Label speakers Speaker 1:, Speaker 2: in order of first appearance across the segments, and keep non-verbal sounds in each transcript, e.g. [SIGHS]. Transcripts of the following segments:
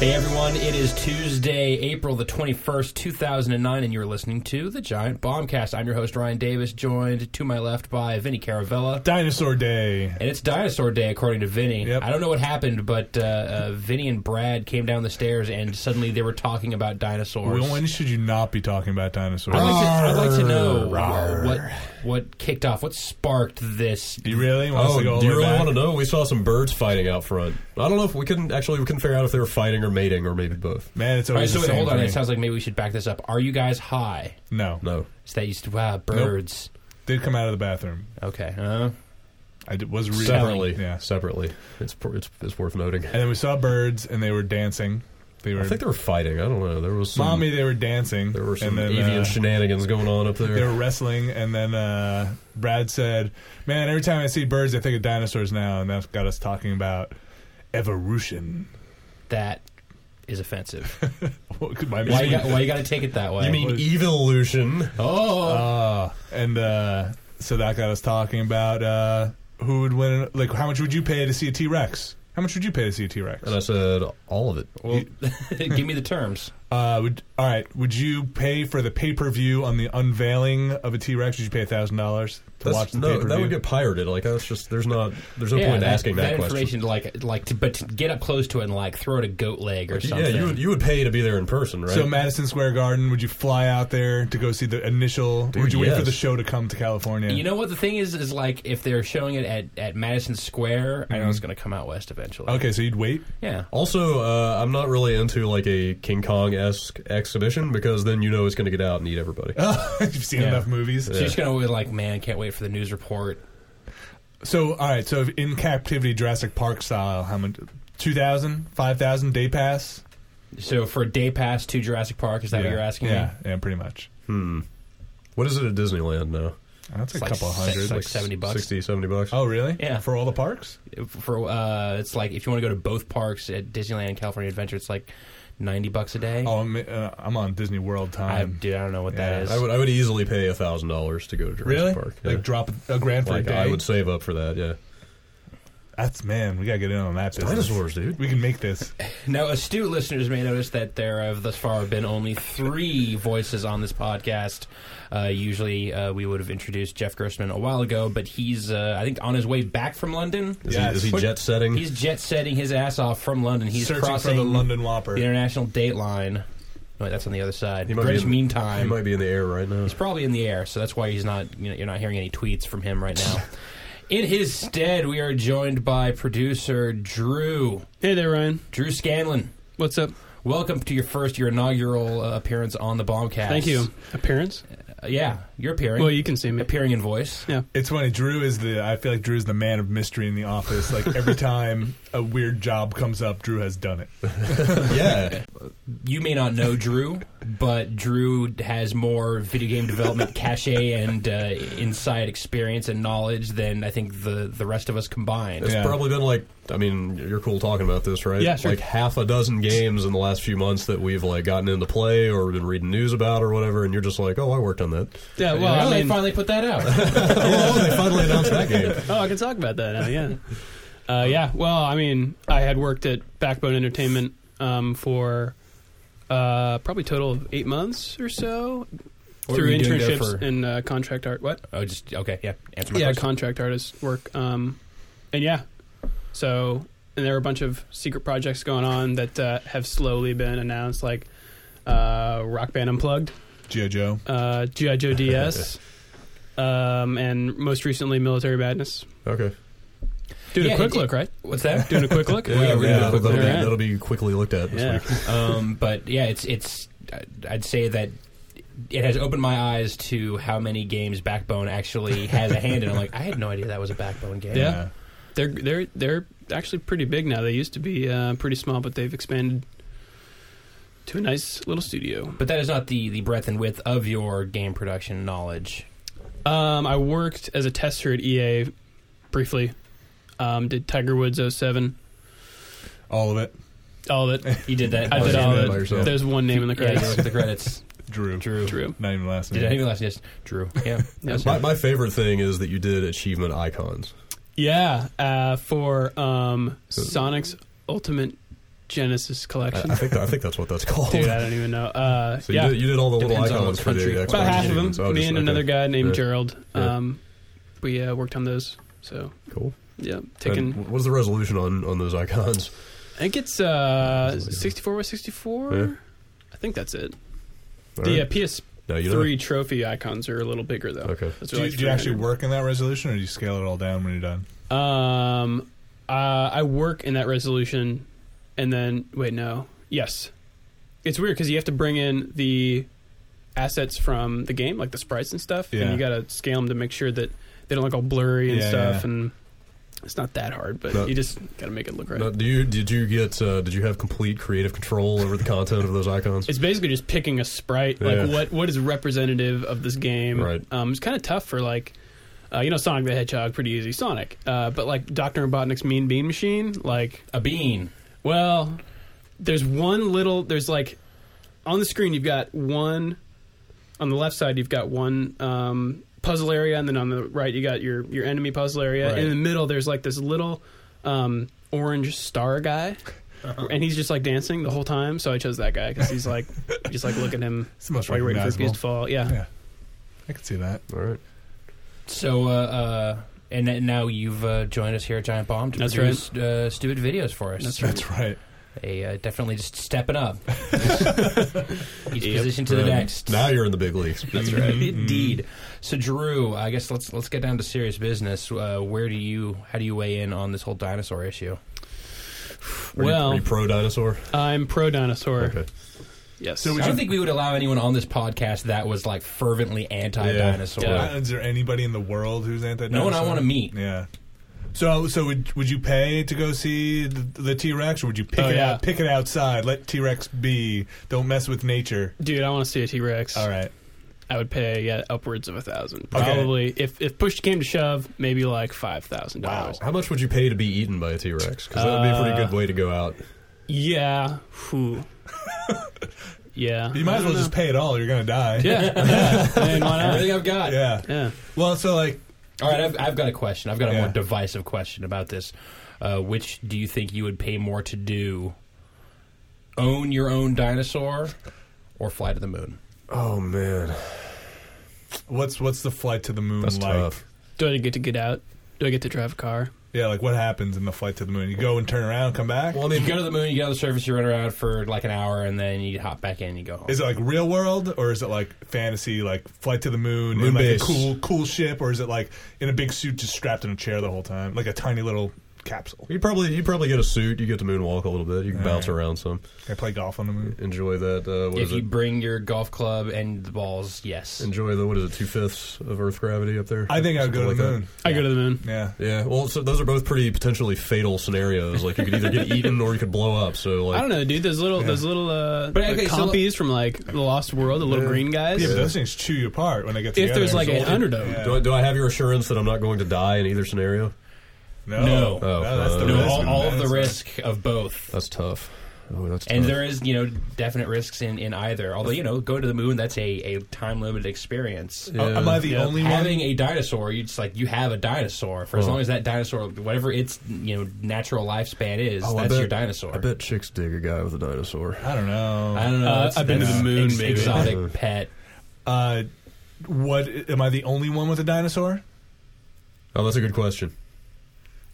Speaker 1: Hey everyone, it is Tuesday, April the 21st, 2009, and you're listening to The Giant Bombcast. I'm your host, Ryan Davis, joined to my left by Vinny Caravella.
Speaker 2: Dinosaur Day.
Speaker 1: And it's dinosaur day, according to Vinny.
Speaker 2: Yep.
Speaker 1: I don't know what happened, but uh, uh, Vinny and Brad came down the stairs, and suddenly they were talking about dinosaurs.
Speaker 2: When should you not be talking about dinosaurs?
Speaker 1: I'd, like to, I'd like to know
Speaker 3: Rawr.
Speaker 1: what what kicked off, what sparked this.
Speaker 2: Do you really want us
Speaker 3: Oh,
Speaker 2: to go all
Speaker 3: do you
Speaker 2: the way
Speaker 3: really
Speaker 2: back?
Speaker 3: want to know? We saw some birds fighting out front. I don't know if we couldn't actually we couldn't figure out if they were fighting or mating or maybe both.
Speaker 2: Man, it's
Speaker 1: All right,
Speaker 2: always
Speaker 1: so
Speaker 2: the
Speaker 1: wait,
Speaker 2: same
Speaker 1: hold on.
Speaker 2: thing.
Speaker 1: It sounds like maybe we should back this up. Are you guys high?
Speaker 2: no,
Speaker 3: No,
Speaker 1: Is that used to wow birds?
Speaker 2: did come out of the bathroom.
Speaker 1: Okay. Uh,
Speaker 2: I did, was reading.
Speaker 3: separately.
Speaker 2: Yeah.
Speaker 3: Separately, it's por- it's it's worth noting.
Speaker 2: And then we saw birds, and they were dancing. They were,
Speaker 3: I think they were fighting. I don't know. There was some,
Speaker 2: mommy. They were dancing.
Speaker 3: There were some
Speaker 2: and then,
Speaker 3: avian
Speaker 2: uh,
Speaker 3: shenanigans going on up
Speaker 2: They
Speaker 3: there.
Speaker 2: were wrestling, and then uh, Brad said, "Man, every time I see birds, I think of dinosaurs now." And that's got us talking about evolution. [LAUGHS]
Speaker 1: that is offensive.
Speaker 2: What could my
Speaker 1: Why you
Speaker 2: mean?
Speaker 1: got, why you got to take it that way?
Speaker 3: you mean
Speaker 2: was-
Speaker 3: evolution?
Speaker 1: oh,
Speaker 2: Uh, and uh, so that got us talking about uh, who would win. Like, how much would you pay to see a T Rex? How much would you pay to see a T Rex?
Speaker 3: And I said all of it.
Speaker 1: well, [LAUGHS] give me the terms.
Speaker 2: Uh, would, all right. Would you pay for the pay per view on the unveiling of a T Rex? Would you pay thousand dollars to
Speaker 3: That's-
Speaker 2: watch the
Speaker 3: no,
Speaker 2: pay per
Speaker 3: that
Speaker 2: view?
Speaker 3: would get pirated. Like that's just there's not there's no point in asking that, question.
Speaker 1: information to like like to, but to get up close to it and like throw it a goat leg or something.
Speaker 3: Yeah, you would you would pay to be there in person, right?
Speaker 2: So Madison Square Garden, would you fly out there to go see the initial? would you wait for
Speaker 3: yes.
Speaker 2: the show to come to California?
Speaker 1: You know what the thing is is like if they're showing it at, at Madison Square, I know
Speaker 3: Mm-hmm.
Speaker 1: it's going to come out west eventually.
Speaker 2: okay, so you'd wait. [LAUGHS]
Speaker 1: Yeah.
Speaker 3: Also, uh, I'm not really into like a King Kong esque exhibition because then you know it's going to get out and eat everybody.
Speaker 2: Oh. You've seen
Speaker 1: Yeah.
Speaker 2: enough movies.
Speaker 1: So you're just going to be like, man, can't wait for the news report.
Speaker 2: So all right, so if in captivity Jurassic Park style, how much? 2,000, 5,000 day pass.
Speaker 1: So for a day pass to Jurassic Park, is that
Speaker 2: yeah.
Speaker 1: what you're asking
Speaker 2: yeah,
Speaker 1: me?
Speaker 2: yeah, pretty much.
Speaker 3: what is it at Disneyland now?
Speaker 2: That's
Speaker 1: It's
Speaker 2: a
Speaker 1: like
Speaker 2: couple
Speaker 1: six-
Speaker 2: hundred.
Speaker 1: it's like 70 bucks.
Speaker 3: 60, 70 bucks.
Speaker 2: oh, really?
Speaker 1: Yeah.
Speaker 2: for all the parks.
Speaker 1: For uh, it's like if you want to go to both parks at Disneyland and California Adventure, it's like ninety bucks a day.
Speaker 2: Oh, I'm, uh, I'm on Disney World
Speaker 1: I,
Speaker 2: time.
Speaker 1: dude, I don't know what
Speaker 2: yeah,
Speaker 1: that is.
Speaker 3: um, I would I would easily pay a thousand dollars to go to Jurassic
Speaker 2: really?
Speaker 3: Park. Yeah.
Speaker 2: Like drop a grand for
Speaker 3: Like,
Speaker 2: a day.
Speaker 3: I would save up for that. Yeah,
Speaker 2: That's man, we gotta get in on that. Business.
Speaker 3: dinosaurs, dude.
Speaker 2: We can make
Speaker 1: [LAUGHS]
Speaker 2: this.
Speaker 1: Now, astute listeners may notice that there have thus far been only three voices on this podcast. Uh, usually, uh, we would have introduced Jeff Gerstmann a while ago, but he's, uh, I think, on his way back from London.
Speaker 3: Is
Speaker 2: Yes.
Speaker 3: he, is he
Speaker 2: What-
Speaker 3: jet setting?
Speaker 1: He's jet setting his ass off from London. He's
Speaker 2: Searching
Speaker 1: crossing
Speaker 2: for the London Whopper.
Speaker 1: the international date line. No, wait, that's on the other side.
Speaker 3: He might be
Speaker 1: Greenwich
Speaker 3: in-
Speaker 1: Mean
Speaker 3: he
Speaker 1: Time.
Speaker 3: might be in the air right now.
Speaker 1: He's probably in the air, so that's why he's not. You know, you're not hearing any tweets from him right
Speaker 3: [LAUGHS]
Speaker 1: now. in his stead, we are joined by producer Drew,
Speaker 4: Hey there, Ryan.
Speaker 1: Drew Scanlon.
Speaker 4: What's up?
Speaker 1: Welcome to your first, your inaugural uh, appearance on the Bombcast.
Speaker 4: Thank you. Appearance?
Speaker 1: Uh, yeah, you're appearing.
Speaker 4: Well, you can see me.
Speaker 1: appearing in voice.
Speaker 4: Yeah.
Speaker 2: It's funny. Drew is the. I feel like Drew is the man of mystery in the office.
Speaker 1: [LAUGHS]
Speaker 2: Like every time a weird job comes up, Drew has done it.
Speaker 3: [LAUGHS] yeah,
Speaker 1: You may not know Drew, but Drew has more video game
Speaker 4: [LAUGHS]
Speaker 1: development cachet and uh, inside experience and knowledge than I think the the rest of us combined.
Speaker 3: it's
Speaker 2: Yeah.
Speaker 3: probably been like. I mean, you're cool talking about this, right?
Speaker 4: Yeah, sure.
Speaker 3: Like half a dozen games in the last few months that we've like gotten into play or been reading news about or whatever, and you're just like, oh, I worked on that.
Speaker 4: Yeah, well,
Speaker 1: Uh, Well,
Speaker 4: I
Speaker 1: they
Speaker 4: mean,
Speaker 1: finally put that
Speaker 4: [LAUGHS]
Speaker 1: out.
Speaker 3: oh, they finally announced that game.
Speaker 4: oh, I can talk about that
Speaker 1: [LAUGHS]
Speaker 4: now, yeah. Uh, yeah, well, I mean, I had worked at Backbone Entertainment um, for uh, probably total of eight months or so
Speaker 1: What were
Speaker 4: through
Speaker 1: you doing there
Speaker 4: internships
Speaker 1: for-
Speaker 4: and uh, contract art. What?
Speaker 1: oh, just okay. Yeah, answer my
Speaker 4: yeah,
Speaker 1: question.
Speaker 4: contract artist work. Um, and yeah, so and there were a bunch of secret projects going on that uh, have slowly been announced, like uh, Rock Band Unplugged.
Speaker 2: Geo Joe.
Speaker 4: uh, GI Joe DS, um, and most recently Military Madness.
Speaker 3: Okay.
Speaker 4: Doing
Speaker 1: Yeah,
Speaker 4: a quick
Speaker 1: it-
Speaker 4: look, right?
Speaker 1: What's that?
Speaker 4: Doing a quick look.
Speaker 3: [LAUGHS] Yeah, yeah,
Speaker 1: we're gonna
Speaker 3: that'll,
Speaker 1: put
Speaker 3: that'll be,
Speaker 4: that in.
Speaker 3: that'll be quickly looked at this
Speaker 4: Yeah.
Speaker 3: week.
Speaker 1: um, but yeah, it's it's. I'd say that it has opened my eyes to how many games Backbone actually has a hand in. I'm like, I had no idea that was a Backbone game.
Speaker 4: Yeah. They're they're they're actually pretty big now. They used to be uh, pretty small, but they've expanded to a nice little studio.
Speaker 1: But that is not the, the breadth and width of your game production knowledge.
Speaker 4: Um, I worked as a tester at EA briefly. Um, did Tiger Woods 07.
Speaker 2: all of it.
Speaker 4: All of
Speaker 1: [LAUGHS]
Speaker 4: it.
Speaker 1: You did that.
Speaker 4: I did
Speaker 2: you
Speaker 4: all
Speaker 2: did it
Speaker 4: of
Speaker 2: by
Speaker 4: it.
Speaker 3: yourself.
Speaker 4: There's one name in the
Speaker 1: Yeah, you
Speaker 4: credits.
Speaker 1: look at the credits.
Speaker 2: Drew.
Speaker 1: Drew.
Speaker 4: True.
Speaker 2: Not even last name.
Speaker 1: Did I even last yes? Drew. Yeah.
Speaker 4: Yeah.
Speaker 3: My, my favorite thing is that you did achievement icons.
Speaker 4: Yeah, uh, for um, Sonic's Ultimate Genesis
Speaker 3: I,
Speaker 4: collection.
Speaker 3: I think I think that's what that's called.
Speaker 4: Dude, I don't even know. Uh,
Speaker 3: So you,
Speaker 4: yeah,
Speaker 3: did, you did all the little
Speaker 1: Depends on
Speaker 3: icons
Speaker 1: what
Speaker 3: for the
Speaker 1: country.
Speaker 3: Xbox.
Speaker 4: about half of them.
Speaker 3: machines. Oh,
Speaker 4: Me
Speaker 3: just-
Speaker 4: and
Speaker 3: okay.
Speaker 4: another guy named
Speaker 3: Yeah.
Speaker 4: Gerald.
Speaker 3: Yeah.
Speaker 4: Um, we uh, worked on those. So
Speaker 3: Cool.
Speaker 4: yeah,
Speaker 3: And
Speaker 4: taking.
Speaker 3: wh- what is the resolution on, on those
Speaker 4: [LAUGHS]
Speaker 3: icons?
Speaker 4: I think it's uh,
Speaker 3: Sounds like-
Speaker 4: 64 by 64.
Speaker 3: Yeah.
Speaker 4: I think that's it.
Speaker 3: All
Speaker 4: the
Speaker 3: right.
Speaker 4: uh, PS3
Speaker 3: No, you know.
Speaker 4: trophy icons are a little bigger though.
Speaker 3: Okay.
Speaker 4: That's
Speaker 2: Do you,
Speaker 4: like
Speaker 2: do you actually
Speaker 4: 300.
Speaker 2: work in that resolution, or do you scale it all down when you're done?
Speaker 4: Um, uh, I work in that resolution, and then wait, no, yes, it's weird because you have to bring in the assets from the game, like the sprites and stuff,
Speaker 2: Yeah.
Speaker 4: and you got to scale them to make sure that they don't look all blurry and
Speaker 2: Yeah,
Speaker 4: stuff.
Speaker 2: yeah.
Speaker 4: And it's not that hard, but
Speaker 3: No.
Speaker 4: you just got to make it look right.
Speaker 3: Now, do you did you get uh, did you have complete creative control over the content of those icons?
Speaker 4: It's basically just picking a sprite,
Speaker 3: Yeah.
Speaker 4: like what what is representative of this game.
Speaker 3: Right.
Speaker 4: Um, it's kind of tough for like, uh, you know, Sonic the Hedgehog, pretty easy, Sonic. Uh, but like Doctor Robotnik's Mean Bean Machine, like
Speaker 1: A bean.
Speaker 4: Well, there's one little. There's like on the screen you've got one. On the left side you've got one um, puzzle area, and then on the right you got your your enemy puzzle area.
Speaker 1: Right.
Speaker 4: In the middle there's like this little um, orange star guy.
Speaker 2: Uh-huh.
Speaker 4: And he's just like dancing the whole time, so I chose that guy because
Speaker 2: [LAUGHS]
Speaker 4: he's like, you just like look at him
Speaker 2: It's the most
Speaker 4: while you're waiting for his
Speaker 2: recognizable.
Speaker 4: to fall. Yeah,
Speaker 2: Yeah, I can see that.
Speaker 3: All right.
Speaker 1: So, uh, uh, and th- now you've uh, joined us here at Giant Bomb to
Speaker 4: That's
Speaker 1: produce uh, stupid videos for us.
Speaker 4: That's
Speaker 2: That's right.
Speaker 1: A, uh, definitely just stepping up. Each
Speaker 4: Yep.
Speaker 1: position to the
Speaker 3: Right.
Speaker 1: next.
Speaker 3: Now you're in the big leagues.
Speaker 1: That's right. Indeed. So, Drew, I guess let's let's get down to serious business. Uh, where do you how do you weigh in on this whole dinosaur issue?
Speaker 3: Are you-
Speaker 4: Well-
Speaker 3: are you pro dinosaur.
Speaker 4: I'm pro dinosaur.
Speaker 3: Okay.
Speaker 4: Yes.
Speaker 2: So we
Speaker 1: I don't
Speaker 2: should-
Speaker 1: think we would allow anyone on this podcast that was like fervently anti-dinosaur.
Speaker 4: Yeah.
Speaker 2: Uh, Is there anybody in the world who's anti?
Speaker 1: No one I wanna meet.
Speaker 2: Yeah. So, so would would you pay to go see the, the T Rex, or would you pick
Speaker 4: Oh,
Speaker 2: it
Speaker 4: yeah.
Speaker 2: out, pick it outside, let T Rex be, don't mess with nature?
Speaker 4: dude, I want to see a T Rex.
Speaker 2: All right,
Speaker 4: I would pay yeah, upwards of a thousand.
Speaker 2: Okay.
Speaker 4: Probably if if push came to shove, maybe like five thousand dollars.
Speaker 3: How much would you pay to be eaten by a T Rex? Because that would be a pretty
Speaker 4: Uh,
Speaker 3: good way to go out.
Speaker 4: Yeah. Whew. yeah.
Speaker 2: you might as well just pay it all. You're gonna die.
Speaker 4: Yeah. yeah. I mean, why not?
Speaker 1: Everything I've got.
Speaker 2: [LAUGHS] Yeah.
Speaker 4: Yeah.
Speaker 2: Well, so like,
Speaker 1: All right, I've, I've got a question. I've got a
Speaker 2: Yeah.
Speaker 1: more divisive question about this. Uh, which do you think you would pay more to do? Own your own dinosaur or fly to the moon?
Speaker 3: Oh man,
Speaker 2: what's what's the flight to the moon
Speaker 3: that's
Speaker 2: like?
Speaker 3: tough.
Speaker 4: Do I get to get out? Do I get to drive a car?
Speaker 2: Yeah, like what happens in the flight to the moon? You go and turn around, come back.
Speaker 1: Well, I mean, you go to the moon, you get on the surface, you run around for like an hour, and then you hop back in and you go home.
Speaker 2: Is it like real world or is it like fantasy, like flight to the moon,
Speaker 3: Moon
Speaker 2: in like
Speaker 3: base.
Speaker 2: a cool cool ship, or is it like in a big suit just strapped in a chair the whole time, like a tiny little capsule?
Speaker 3: You probably you probably get a suit. You get to moonwalk a little bit. You can
Speaker 2: All
Speaker 3: bounce
Speaker 2: right.
Speaker 3: around some.
Speaker 2: Can I play golf on the moon?
Speaker 3: Enjoy that. Uh, what
Speaker 1: if
Speaker 3: is
Speaker 1: you
Speaker 3: it?
Speaker 1: bring your golf club and the balls, yes.
Speaker 3: Enjoy the what is it? Two fifths of Earth gravity up there.
Speaker 2: I think I'd go to
Speaker 3: Something
Speaker 2: the
Speaker 3: like that.
Speaker 2: moon.
Speaker 4: I go to the moon.
Speaker 2: Yeah.
Speaker 3: Yeah, well, so those are both pretty potentially fatal scenarios. Like you could either get
Speaker 1: [LAUGHS]
Speaker 3: eaten or you could blow up. So
Speaker 4: I
Speaker 3: like,
Speaker 4: don't know, dude. Those little, those little, uh,
Speaker 1: But,
Speaker 4: the
Speaker 1: okay, so-
Speaker 4: compies from like the Lost World, the little
Speaker 3: Yeah.
Speaker 4: green guys.
Speaker 2: Yeah, but those things chew you apart when they get together.
Speaker 4: If there's like
Speaker 2: So-
Speaker 4: a hundred of them,
Speaker 2: Yeah.
Speaker 3: do I, do I have your assurance that I'm not going to die in either scenario?
Speaker 2: no,
Speaker 1: No.
Speaker 3: Oh,
Speaker 2: that's the
Speaker 3: uh,
Speaker 1: No,
Speaker 2: risk.
Speaker 1: all, all of the
Speaker 2: That's-
Speaker 1: risk of both.
Speaker 3: That's tough. Oh, that's
Speaker 1: And
Speaker 3: tough.
Speaker 1: there is, you know, definite risks in, in either. Although, you know, go to the moon, that's a, a time limited experience.
Speaker 3: Yeah.
Speaker 2: Am I the
Speaker 4: Yeah.
Speaker 2: only one?
Speaker 1: having a dinosaur, you just like you have a dinosaur for as
Speaker 3: Huh.
Speaker 1: long as that dinosaur, whatever its you know natural lifespan is,
Speaker 3: Oh, I
Speaker 1: that's
Speaker 3: bet-
Speaker 1: your dinosaur.
Speaker 3: I bet chicks dig a guy with a dinosaur.
Speaker 2: I don't know.
Speaker 1: I don't know.
Speaker 4: Uh,
Speaker 1: that's-
Speaker 4: I've been to
Speaker 1: that's
Speaker 4: the moon,
Speaker 1: ex-
Speaker 4: maybe.
Speaker 3: Yeah. [LAUGHS]
Speaker 1: Exotic pet.
Speaker 2: Uh, what am I the only one with a dinosaur?
Speaker 3: Oh, that's a good question.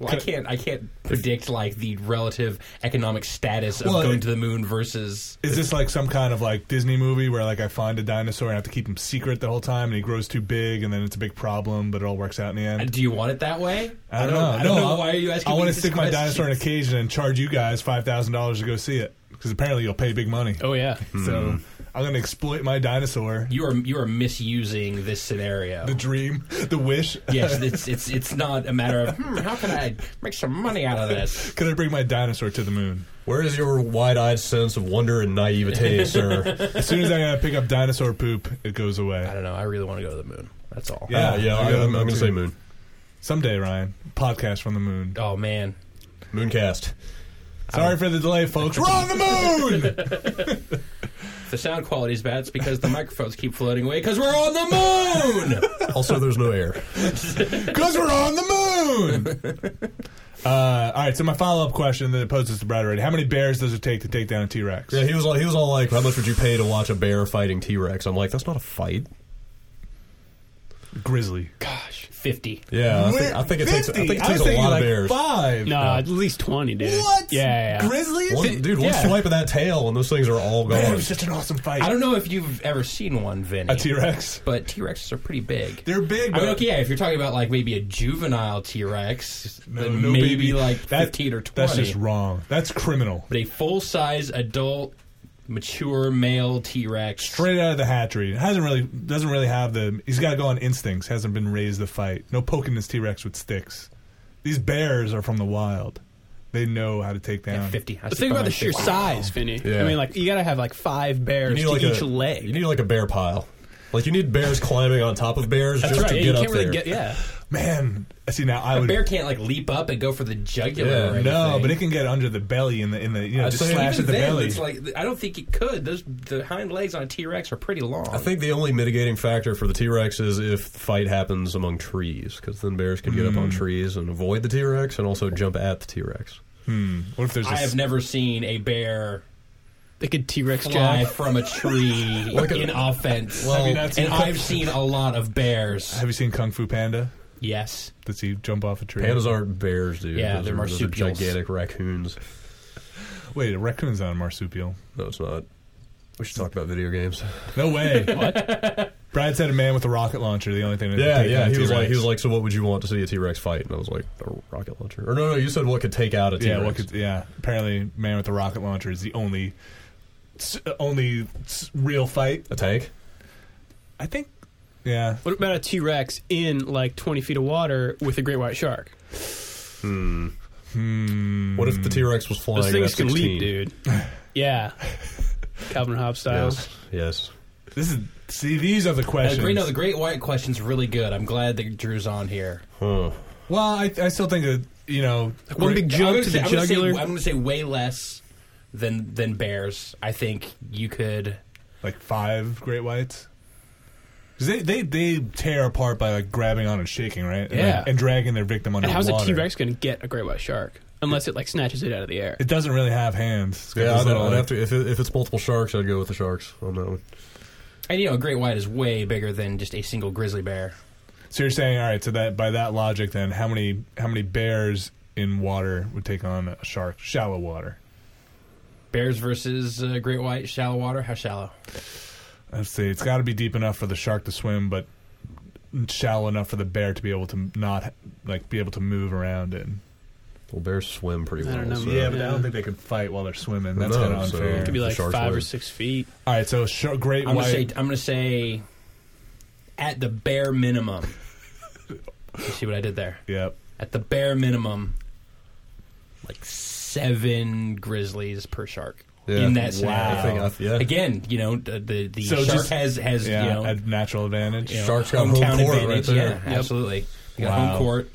Speaker 1: Well, I can't. I can't predict like the relative economic status of
Speaker 2: Well,
Speaker 1: going
Speaker 2: it-
Speaker 1: to the moon versus.
Speaker 2: Is this like some kind of like Disney movie where like I find a dinosaur and I have to keep him secret the whole time and he grows too big and then it's a big problem but it all works out in the end?
Speaker 1: Do you want it that way?
Speaker 2: I don't know.
Speaker 1: I don't
Speaker 2: No,
Speaker 1: know.
Speaker 2: I-
Speaker 1: Why are you asking?
Speaker 2: I
Speaker 1: me
Speaker 2: want to
Speaker 1: this
Speaker 2: stick my
Speaker 1: question?
Speaker 2: dinosaur in a cage and then charge you guys five thousand dollars to go see it because apparently you'll pay big money.
Speaker 4: oh yeah,
Speaker 2: So I'm gonna exploit my dinosaur.
Speaker 1: You are you are misusing this scenario.
Speaker 2: The dream, the wish.
Speaker 1: [LAUGHS]
Speaker 2: [LAUGHS]
Speaker 1: yes, it's it's it's not a matter of hmm, how can I make some money out of
Speaker 2: [LAUGHS]
Speaker 1: this.
Speaker 2: Could I bring my dinosaur to the moon?
Speaker 3: Where is your wide-eyed sense of wonder and
Speaker 1: [LAUGHS]
Speaker 3: naivete, sir?
Speaker 2: As soon as I uh, pick up dinosaur poop, it goes away.
Speaker 1: I don't know. I really want to go to the moon. That's all.
Speaker 2: Yeah,
Speaker 3: Uh, yeah,
Speaker 2: I'll
Speaker 3: I,
Speaker 2: go to
Speaker 3: am
Speaker 2: the moon
Speaker 3: going to
Speaker 2: too.
Speaker 3: say moon.
Speaker 2: Someday, Ryan. Podcast from the moon.
Speaker 1: Oh man,
Speaker 3: Mooncast.
Speaker 2: Sorry for the delay, folks. We're on the
Speaker 1: [LAUGHS]
Speaker 2: moon.
Speaker 1: If the sound quality is bad, it's because the microphones keep floating away because we're on the moon.
Speaker 2: [LAUGHS]
Speaker 3: Also, there's no air.
Speaker 2: Because we're on the moon. [LAUGHS] Uh, all right, so my follow up question that it poses to Brad already: How many bears does it take to take down a T Rex?
Speaker 3: Yeah, he was like, he was all like, "How much would you pay to watch a bear fighting T Rex?" I'm like, "That's not a fight."
Speaker 2: Grizzly.
Speaker 4: Gosh.
Speaker 1: 50.
Speaker 3: Yeah, Uh, I think, I think it takes.
Speaker 2: 50?
Speaker 3: I think it
Speaker 2: was
Speaker 3: takes a
Speaker 2: thinking
Speaker 3: lot
Speaker 2: like
Speaker 3: of bears.
Speaker 2: Five.
Speaker 4: No, at least 20, dude.
Speaker 2: What?
Speaker 4: Yeah, yeah, yeah.
Speaker 2: Grizzlies?
Speaker 3: One, dude, one
Speaker 4: yeah.
Speaker 3: swipe of that tail and those things are all
Speaker 2: Man, it
Speaker 3: gone.
Speaker 2: was such an awesome fight.
Speaker 1: I don't know if you've ever seen one, Vinny.
Speaker 2: a T Rex.
Speaker 1: but T Rexes are pretty big.
Speaker 2: They're big.
Speaker 1: I mean,
Speaker 2: but-
Speaker 1: okay, yeah, if you're talking about like maybe a juvenile T Rex,
Speaker 2: No,
Speaker 1: then
Speaker 2: no
Speaker 1: maybe
Speaker 2: baby.
Speaker 1: like
Speaker 2: That-
Speaker 1: 15 or 20.
Speaker 2: That's just wrong. That's criminal.
Speaker 1: but a full size adult, mature male T Rex.
Speaker 2: Straight out of the hatchery. Hasn't really doesn't really have the. He's got to go on instincts. Hasn't been raised to fight. No poking this T Rex with sticks. These bears are from the wild. They know how to take down.
Speaker 1: 50. I
Speaker 4: But think about the sheer size, Vinny.
Speaker 3: Yeah.
Speaker 4: I mean, like, you gotta have like five
Speaker 3: You
Speaker 4: bears
Speaker 3: need
Speaker 4: to
Speaker 3: like
Speaker 4: each
Speaker 3: a,
Speaker 4: leg.
Speaker 3: You need like a bear pile. Like you need bears climbing on top of bears
Speaker 4: That's
Speaker 3: just
Speaker 4: right.
Speaker 3: to
Speaker 4: yeah,
Speaker 3: get
Speaker 4: you
Speaker 3: up
Speaker 4: can't really
Speaker 3: there.
Speaker 4: get, yeah.
Speaker 2: Man, I see now. I
Speaker 1: A
Speaker 2: would
Speaker 1: bear can't like leap up and go for the jugular.
Speaker 3: Yeah,
Speaker 1: or anything.
Speaker 2: Oh, no, but it can get under the belly in the in the you know
Speaker 3: I'd
Speaker 2: just
Speaker 3: say
Speaker 2: slash
Speaker 1: Uh, even
Speaker 2: at the
Speaker 1: then,
Speaker 2: belly.
Speaker 1: it's like I don't think it could. Those the hind legs on a T Rex are pretty long.
Speaker 3: I think the only mitigating factor for the T Rex is if the fight happens among trees, because then bears can get up
Speaker 4: Mm.
Speaker 3: on trees and avoid the T Rex and also jump at the T Rex.
Speaker 2: hmm. What if there's a
Speaker 1: I have
Speaker 2: s-
Speaker 1: never seen a bear
Speaker 4: They could T Rex
Speaker 1: fly
Speaker 4: jab.
Speaker 1: from a
Speaker 2: [LAUGHS]
Speaker 1: tree in offense.
Speaker 3: Well,
Speaker 2: Have you not seen
Speaker 1: and
Speaker 2: Kung-
Speaker 1: I've seen a lot of bears.
Speaker 2: Have you seen Kung Fu Panda?
Speaker 1: Yes.
Speaker 2: Does he jump off a tree?
Speaker 3: Pandas aren't bears, dude.
Speaker 1: Yeah,
Speaker 3: Those
Speaker 1: they're
Speaker 3: are- those are
Speaker 1: marsupials.
Speaker 3: gigantic raccoons.
Speaker 2: Wait, a raccoon's not a marsupial.
Speaker 3: No, it's not. We should talk about video games.
Speaker 2: No way. what? Brad said a man with a rocket launcher. The only thing. That
Speaker 3: Yeah,
Speaker 2: could take
Speaker 3: yeah.
Speaker 2: down
Speaker 3: He was
Speaker 2: T-Rex.
Speaker 3: like, he was like, so what would you want to see a T Rex fight? And I was like, a rocket launcher. Or no, no, you said what could take out a T Rex.
Speaker 2: yeah, what could, yeah. Apparently, man with a rocket launcher is the only, s- only s- real fight.
Speaker 3: a tank.
Speaker 2: I think. Yeah,
Speaker 4: What about a T Rex in like 20 feet of water with a great white shark?
Speaker 3: Hmm.
Speaker 2: hmm.
Speaker 3: What if the T Rex was flying?
Speaker 4: Those things
Speaker 3: at
Speaker 4: can
Speaker 3: 16?
Speaker 4: leap, dude.
Speaker 3: [LAUGHS]
Speaker 4: Yeah. Calvin Hobbes style.
Speaker 3: Yes, yes.
Speaker 2: this is. See, these are the
Speaker 1: Uh,
Speaker 2: questions.
Speaker 1: great, no, the Great White question's really good. I'm glad that Drew's on here.
Speaker 3: Huh.
Speaker 2: well, I, I still think that you know.
Speaker 4: One big
Speaker 1: I'm
Speaker 4: jump
Speaker 1: gonna
Speaker 4: to
Speaker 1: say-
Speaker 4: the
Speaker 1: I'm gonna say-
Speaker 4: jugular.
Speaker 1: I'm going to say way less than than bears. I think you could.
Speaker 2: like five great whites. 'Cause They, they they tear apart by like grabbing on and shaking, right? And, like,
Speaker 4: Yeah.
Speaker 2: and dragging their victim under
Speaker 4: And how's a
Speaker 2: water.
Speaker 4: T Rex going to get a great white shark unless it like snatches it out of the air?
Speaker 2: It doesn't really have hands. It's got
Speaker 3: Yeah,
Speaker 2: this
Speaker 3: I'd,
Speaker 2: little,
Speaker 3: I'd
Speaker 2: like-
Speaker 3: have to. If, it, if it's multiple sharks, I'd go with the sharks on that one.
Speaker 1: And you know, a Great White is way bigger than just a single grizzly bear.
Speaker 2: So you're saying, all right? So that by that logic, then how many how many bears in water would take on a shark? Shallow water.
Speaker 1: Bears versus uh, Great White, shallow water. How shallow?
Speaker 2: Let's see. It's got to be deep enough for the shark to swim, but shallow enough for the bear to be able to not like be able to move around in.
Speaker 3: Well, bears swim pretty
Speaker 4: I
Speaker 3: well.
Speaker 4: don't know,
Speaker 3: so-
Speaker 4: Yeah, but I don't think
Speaker 2: they could fight while they're swimming.
Speaker 3: That's
Speaker 2: That's
Speaker 3: No,
Speaker 2: kind of
Speaker 3: so-
Speaker 2: unfair.
Speaker 4: It could be
Speaker 3: The
Speaker 4: like
Speaker 3: sharks
Speaker 4: five or
Speaker 3: would.
Speaker 4: six feet.
Speaker 2: all right, so shar great
Speaker 1: I'm gonna
Speaker 2: white.
Speaker 1: say. I'm gonna say. At the bare minimum. you see what I did there?
Speaker 2: yep.
Speaker 1: At the bare minimum, like seven grizzlies per shark.
Speaker 3: Yeah.
Speaker 1: In that scenario,
Speaker 3: I think I,
Speaker 2: [LAUGHS]
Speaker 3: yeah.
Speaker 1: again, you know, the the, the
Speaker 2: So
Speaker 1: shark
Speaker 2: just-
Speaker 1: has has
Speaker 2: Yeah,
Speaker 1: you know,
Speaker 2: a natural advantage.
Speaker 1: you know,
Speaker 3: Sharks got home
Speaker 1: hometown
Speaker 3: court right
Speaker 1: advantage.
Speaker 3: there.
Speaker 1: yeah,
Speaker 4: Yep.
Speaker 1: absolutely. You got
Speaker 2: Wow.
Speaker 1: home court.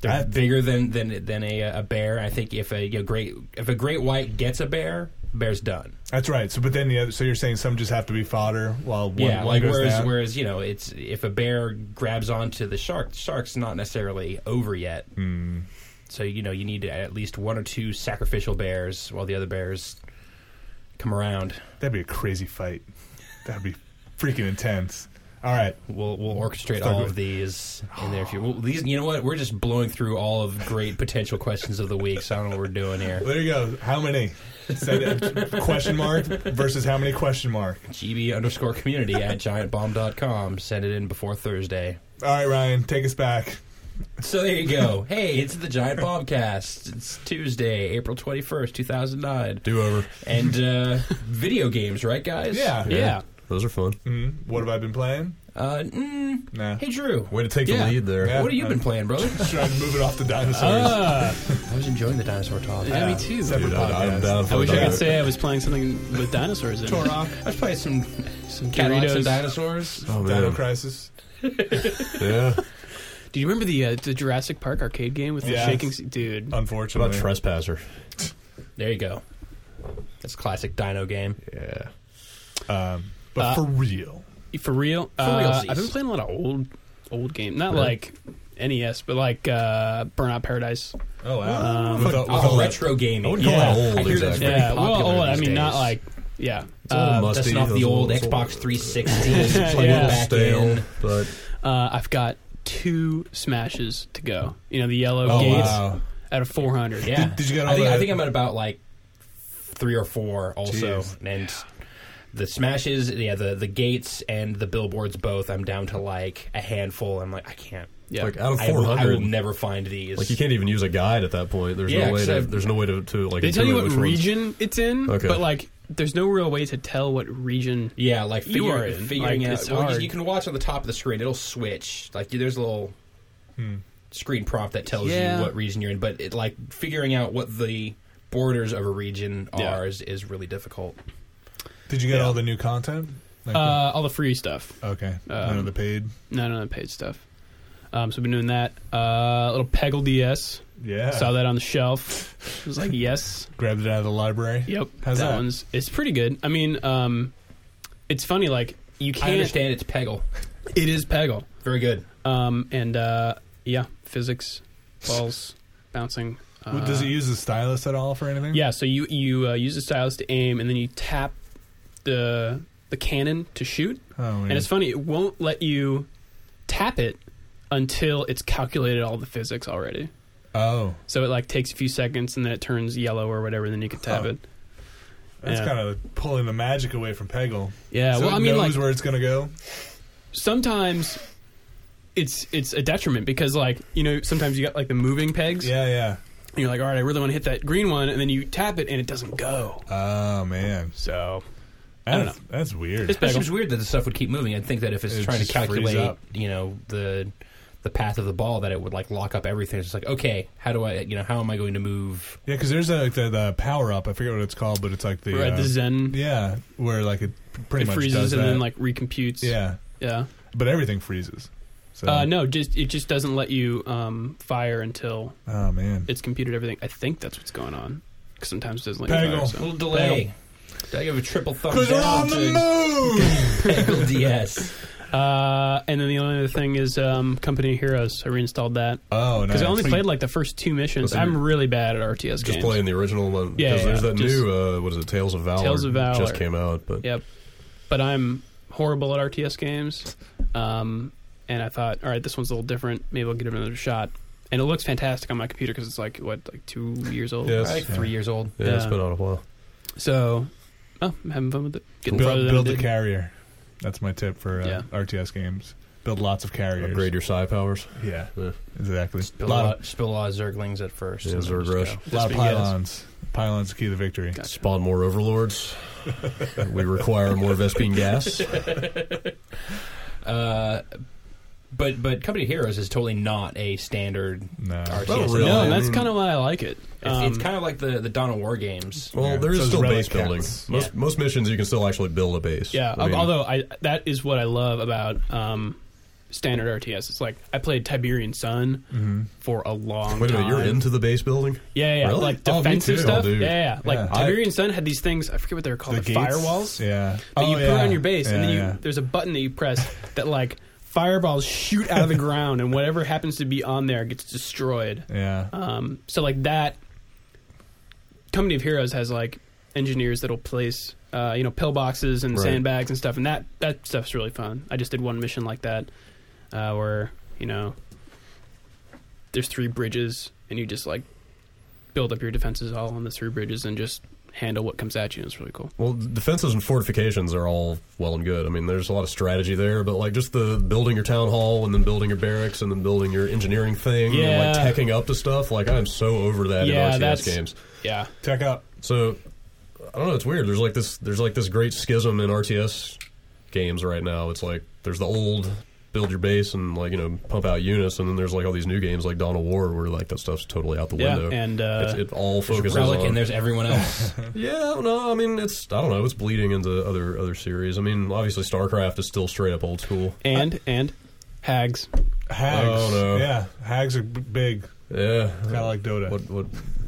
Speaker 1: They're
Speaker 2: That-
Speaker 1: bigger than than than a, a bear. I think if a you know, great if a great white gets a bear, bear's done.
Speaker 2: That's right. So, but then the other. So you're saying some just have to be fodder while one,
Speaker 1: yeah,
Speaker 2: one
Speaker 1: like
Speaker 2: goes
Speaker 1: whereas
Speaker 2: down?
Speaker 1: whereas you know it's if a bear grabs onto the shark, the shark's not necessarily over yet.
Speaker 2: Hmm.
Speaker 1: So you know you need at least one or two sacrificial bears while the other bears come around.
Speaker 2: That'd be a crazy fight. That'd be freaking intense. All right.
Speaker 1: We'll we'll orchestrate
Speaker 2: Start
Speaker 1: all
Speaker 2: with-
Speaker 1: of these in [SIGHS] there. If you well, these, you know what, we're just blowing through all of great potential questions of the week. So I don't know what we're doing [LAUGHS] here.
Speaker 2: There you go. How many? Said, uh, question mark versus how many question mark?
Speaker 1: GB underscore community at giantbomb.com. Send it in before Thursday.
Speaker 2: All right, Ryan, take us back.
Speaker 1: So there you go. Hey, it's the Giant Bombcast. It's Tuesday, April twenty first, two thousand nine.
Speaker 3: Do over.
Speaker 1: And [LAUGHS] uh, video games, right, guys?
Speaker 2: Yeah.
Speaker 4: Yeah.
Speaker 3: Those are fun.
Speaker 2: Mhm. What have I been playing?
Speaker 1: Uh, mm,
Speaker 2: Nah.
Speaker 1: hey, Drew.
Speaker 3: Way to take
Speaker 4: Yeah.
Speaker 3: the lead there.
Speaker 2: Yeah.
Speaker 1: What have you been playing, brother?
Speaker 2: Trying to move it off the dinosaurs.
Speaker 4: Ah,
Speaker 3: [LAUGHS]
Speaker 1: I was enjoying the dinosaur talk.
Speaker 4: yeah, me too.
Speaker 2: Separate
Speaker 3: Dude, I,
Speaker 2: podcast.
Speaker 3: am down for
Speaker 4: I wish I
Speaker 3: that.
Speaker 4: could say I was playing something with dinosaurs in
Speaker 2: [LAUGHS]
Speaker 4: it.
Speaker 2: Torok,
Speaker 1: I was playing some
Speaker 4: Some
Speaker 1: Cadillacs and
Speaker 4: Doritos.
Speaker 1: dinosaurs.
Speaker 3: Oh,
Speaker 2: Dino
Speaker 3: man.
Speaker 2: Crisis.
Speaker 3: Yeah.
Speaker 4: Do you remember the uh, the Jurassic Park arcade game with
Speaker 2: Yeah.
Speaker 4: the shaking? s- Dude,
Speaker 3: What
Speaker 2: Unfortunately,
Speaker 3: about Trespasser?
Speaker 1: There you go. That's a classic Dino game.
Speaker 3: Yeah.
Speaker 2: um, but
Speaker 4: Uh,
Speaker 2: for real.
Speaker 4: for real. uh,
Speaker 1: realsies.
Speaker 4: I've been playing a lot of old old games. Not
Speaker 3: Really?
Speaker 4: like NES, but like uh, Burnout Paradise.
Speaker 3: Oh,
Speaker 2: wow.
Speaker 4: Um,
Speaker 2: With a-
Speaker 1: Oh,
Speaker 2: with a-
Speaker 1: retro gaming.
Speaker 3: I wouldn't call that
Speaker 1: Yeah.
Speaker 3: old,
Speaker 1: I hear that's
Speaker 3: exactly.
Speaker 1: pretty
Speaker 4: yeah, well,
Speaker 1: popular
Speaker 4: oh, I
Speaker 1: these
Speaker 4: mean, not
Speaker 1: days.
Speaker 4: like yeah.
Speaker 3: a little
Speaker 4: Um,
Speaker 3: musty,
Speaker 1: uh, Dusting off
Speaker 3: those
Speaker 1: the old
Speaker 3: old-
Speaker 1: Xbox [LAUGHS] 360.
Speaker 4: Yeah.
Speaker 1: plugging it
Speaker 4: Yeah.
Speaker 1: back in.
Speaker 3: stale, but
Speaker 4: uh, I've got two smashes to go. You know, the yellow
Speaker 2: Oh,
Speaker 4: gates
Speaker 2: wow.
Speaker 4: out of four hundred.
Speaker 1: Yeah.
Speaker 2: Did- did you get
Speaker 1: I
Speaker 2: all
Speaker 1: think, I
Speaker 2: that?
Speaker 1: think I'm at about like three or four also.
Speaker 2: Jeez.
Speaker 1: And the smashes, yeah, the, the gates and the billboards both, I'm down to like a handful. I'm like, I can't.
Speaker 4: yeah.
Speaker 3: like out of
Speaker 1: I will, I will
Speaker 3: 400,
Speaker 1: never find these.
Speaker 3: like you can't even use a guide at that point. There's
Speaker 1: Yeah,
Speaker 3: no way to.
Speaker 1: except-
Speaker 3: There's no way to, to like.
Speaker 4: They tell you
Speaker 3: intuit
Speaker 4: what
Speaker 3: which ones-
Speaker 4: region it's in,
Speaker 3: Okay.
Speaker 4: but like, there's no real way to tell what region.
Speaker 1: Yeah, like
Speaker 4: You
Speaker 1: figure,
Speaker 4: are in.
Speaker 1: figuring
Speaker 4: Like,
Speaker 1: out.
Speaker 4: it's
Speaker 1: Well, you-
Speaker 4: hard.
Speaker 1: you can watch on the top of the screen; it'll switch. Like there's a little
Speaker 2: Hmm.
Speaker 1: screen prompt that tells
Speaker 4: Yeah.
Speaker 1: you what region you're in, but it, like figuring out what the borders of a region
Speaker 4: Yeah.
Speaker 1: are is, is really difficult.
Speaker 2: Did you get
Speaker 4: Yeah.
Speaker 2: all the new content? Like
Speaker 4: Uh, all the free stuff.
Speaker 2: the- okay, none
Speaker 4: um,
Speaker 2: of the paid.
Speaker 4: No, no, no, paid stuff. Um, so I've been doing that. Uh, little Peggle DS.
Speaker 2: Yeah,
Speaker 4: Saw that on the shelf. I was like, yes.
Speaker 2: grabbed it out of the library.
Speaker 4: Yep.
Speaker 2: How's that?
Speaker 4: one's it's pretty good. I mean, um, it's funny, like you
Speaker 1: I
Speaker 4: can't
Speaker 1: understand it's Peggle,
Speaker 4: it is Peggle.
Speaker 1: very good.
Speaker 4: Um, and uh, yeah, physics, balls, [LAUGHS] bouncing. Uh,
Speaker 2: Well, Does it use the stylus at all for anything?
Speaker 4: Yeah, so you you uh, use the stylus to aim, and then you tap the the cannon to shoot.
Speaker 2: Oh,
Speaker 4: And it's funny, it won't let you tap it until it's calculated all the physics already.
Speaker 2: oh,
Speaker 4: So it like takes a few seconds, and then it turns yellow or whatever, and then you can tap
Speaker 2: Huh.
Speaker 4: it.
Speaker 2: that's
Speaker 4: Yeah.
Speaker 2: kind of pulling the magic away from Peggle.
Speaker 4: Yeah,
Speaker 2: so
Speaker 4: well,
Speaker 2: it
Speaker 4: I mean, like
Speaker 2: knows where it's gonna go.
Speaker 4: sometimes it's it's a detriment because like you know sometimes you got like the moving pegs.
Speaker 2: Yeah, yeah.
Speaker 4: And you're like, all right, I really want to hit that green one, and then you tap it and it doesn't go.
Speaker 2: Oh man,
Speaker 4: So I don't
Speaker 2: that's, that's weird.
Speaker 4: It's-
Speaker 1: It
Speaker 4: Peggle.
Speaker 1: seems weird that the stuff would keep moving. I'd think that if it's
Speaker 2: It
Speaker 1: trying to
Speaker 2: just frees
Speaker 1: calculate,
Speaker 2: up.
Speaker 1: you know, the the path of the ball, that it would like lock up everything. It's just like, okay, how do I, you know, how am I going to move?
Speaker 2: yeah, because there's like the, the power up. I forget what it's called, but it's like the,
Speaker 4: we're at
Speaker 2: uh,
Speaker 4: the Zen.
Speaker 2: yeah, where like it pretty
Speaker 4: it
Speaker 2: much
Speaker 4: freezes
Speaker 2: does
Speaker 4: and then
Speaker 2: that.
Speaker 4: like recomputes.
Speaker 2: yeah,
Speaker 4: Yeah.
Speaker 2: but everything freezes. So
Speaker 4: Uh, no, just it just doesn't let you um, fire until
Speaker 2: oh man,
Speaker 4: it's computed everything. I think that's what's going on. 'Cause sometimes it doesn't let you fire.
Speaker 2: Peggle.
Speaker 1: A
Speaker 4: so-
Speaker 1: little delay. I give a triple thumbs
Speaker 2: because we're
Speaker 1: down
Speaker 2: on the
Speaker 1: to
Speaker 2: moon.
Speaker 3: [LAUGHS]
Speaker 1: Peggle DS.
Speaker 4: Uh, and then the only other thing is um, Company of Heroes. I reinstalled that
Speaker 2: oh, nice.
Speaker 4: because I only played like the first two missions.
Speaker 3: Listen,
Speaker 4: I'm really bad at RTS
Speaker 3: Just
Speaker 4: games.
Speaker 3: playing the original one.
Speaker 4: Yeah,
Speaker 3: because there's
Speaker 4: yeah,
Speaker 3: that
Speaker 4: just-
Speaker 3: new uh, what is it? Tales of Valor.
Speaker 4: Tales of
Speaker 3: that
Speaker 4: Valor.
Speaker 3: just came out, but
Speaker 4: Yep. But I'm horrible at RTS games. Um, and I thought, all right, this one's a little different. Maybe I'll give it another shot. And it looks fantastic on my computer because it's like what, like two years old.
Speaker 3: Yes.
Speaker 1: Probably three years old.
Speaker 3: yeah, it's
Speaker 4: Yeah.
Speaker 3: been out a while.
Speaker 4: So, oh, I'm having fun with it. Getting farther
Speaker 2: build,
Speaker 4: than
Speaker 2: build
Speaker 4: I
Speaker 2: a
Speaker 4: did.
Speaker 2: carrier. That's my tip for uh,
Speaker 4: Yeah.
Speaker 2: RTS games. Build lots of carriers.
Speaker 3: Upgrade your psi powers.
Speaker 2: Yeah,
Speaker 3: Yeah.
Speaker 2: exactly.
Speaker 1: Spill a
Speaker 2: lot of-
Speaker 1: lot, spill a lot of Zerglings at first.
Speaker 3: Yeah,
Speaker 1: and then just
Speaker 3: Zerg
Speaker 1: go.
Speaker 4: Just
Speaker 2: A
Speaker 4: uh,
Speaker 2: lot of
Speaker 4: being yes.
Speaker 2: pylons. Pylons the key to victory.
Speaker 4: Gotcha.
Speaker 3: Spawn more [LAUGHS] overlords. we require more Vespine gas.
Speaker 1: Uh, but but Company of Heroes is totally not a standard
Speaker 2: No.
Speaker 1: RTS.
Speaker 3: [LAUGHS] Not really.
Speaker 4: No,
Speaker 3: I
Speaker 4: and that's
Speaker 3: mean-
Speaker 4: kind of why I like it.
Speaker 1: It's,
Speaker 4: Um,
Speaker 1: it's kind of like the the Dawn of War games.
Speaker 3: Well,
Speaker 2: Yeah.
Speaker 3: there is
Speaker 2: So it's
Speaker 3: still
Speaker 2: relic
Speaker 3: base building.
Speaker 2: counts.
Speaker 3: Most
Speaker 1: Yeah.
Speaker 3: most missions you can still actually build a base.
Speaker 4: yeah.
Speaker 3: I mean,
Speaker 4: although I, that is what I love about um, standard RTS. It's like I played Tiberian Sun for a long
Speaker 3: Mm-hmm. wait a
Speaker 4: time.
Speaker 3: minute, you're into the base building.
Speaker 4: Yeah, yeah, yeah,
Speaker 3: Really?
Speaker 4: like
Speaker 3: Oh, me
Speaker 4: defensive
Speaker 3: too.
Speaker 4: stuff.
Speaker 3: Oh,
Speaker 4: yeah,
Speaker 3: dude.
Speaker 4: yeah, like
Speaker 2: Yeah.
Speaker 4: Tiberian Sun had these things. I forget what they were called. The,
Speaker 2: gates?
Speaker 4: firewalls.
Speaker 2: Yeah.
Speaker 4: But
Speaker 2: Oh,
Speaker 4: you put
Speaker 2: yeah.
Speaker 4: it on your base, and
Speaker 2: Yeah,
Speaker 4: then you,
Speaker 2: yeah.
Speaker 4: there's a button that you press that like fireballs shoot out of the
Speaker 2: [LAUGHS]
Speaker 4: ground, and whatever happens to be on there gets destroyed.
Speaker 2: Yeah.
Speaker 4: Um, so like that, Company of Heroes has like engineers that'll place uh, you know pillboxes and
Speaker 3: Right.
Speaker 4: sandbags and stuff, and that that stuff's really fun. I just did one mission like that uh, where you know there's three bridges, and you just like build up your defenses all on the three bridges and just handle what comes at you. It's really cool.
Speaker 3: Well, defenses and fortifications are all well and good. I mean, there's a lot of strategy there, but like just the building your town hall and then building your barracks and then building your engineering thing and
Speaker 4: Yeah.
Speaker 3: like teching up to stuff. Like I'm so over that
Speaker 4: Yeah,
Speaker 3: in
Speaker 4: that's-
Speaker 3: RTS games.
Speaker 4: Yeah,
Speaker 2: Tech up.
Speaker 3: So I don't know. It's weird. There's like this. There's like this great schism in RTS games right now. It's like there's the old build your base and like you know pump out units, and then there's like all these new games like Dawn of War where like that stuff's totally out the
Speaker 4: yeah,
Speaker 3: window.
Speaker 4: and
Speaker 3: It's-
Speaker 4: uh,
Speaker 3: it all focuses
Speaker 1: Relic
Speaker 3: on
Speaker 1: and there's everyone
Speaker 3: [LAUGHS]
Speaker 1: else.
Speaker 3: yeah, no, I mean it's I don't know, it's bleeding into other other series. I mean, obviously StarCraft is still straight up old school.
Speaker 4: and and hags.
Speaker 2: Hags.
Speaker 3: Oh, no.
Speaker 2: Yeah. Hags are b- big.
Speaker 3: Yeah.
Speaker 2: Kind of like Dota.
Speaker 3: What what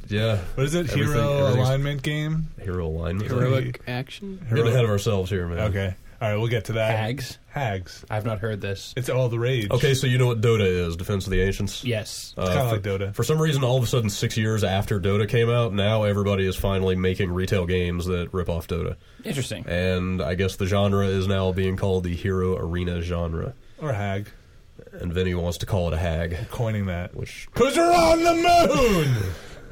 Speaker 3: yeah.
Speaker 2: what is it? Hero
Speaker 3: everything's-
Speaker 2: alignment game?
Speaker 3: Hero alignment.
Speaker 2: Hero-
Speaker 4: Heroic action.
Speaker 3: Getting ahead of ourselves here, man.
Speaker 2: Okay. All right, we'll get to that.
Speaker 1: Hags.
Speaker 2: Hags.
Speaker 1: I've not heard this.
Speaker 2: It's all the rage.
Speaker 3: Okay, so you know what Dota is, Defense of the Ancients.
Speaker 1: Yes.
Speaker 3: Uh,
Speaker 2: It's kind of
Speaker 3: for-
Speaker 2: like Dota.
Speaker 3: For some reason, all of a sudden, six years after Dota came out, now everybody is finally making retail games that rip off Dota.
Speaker 1: Interesting.
Speaker 3: And I guess the genre is now being called the hero arena genre.
Speaker 2: Or hag.
Speaker 3: And Vinny wants to call it a hag,
Speaker 2: Coining that.
Speaker 3: which
Speaker 2: Cause you're on the moon.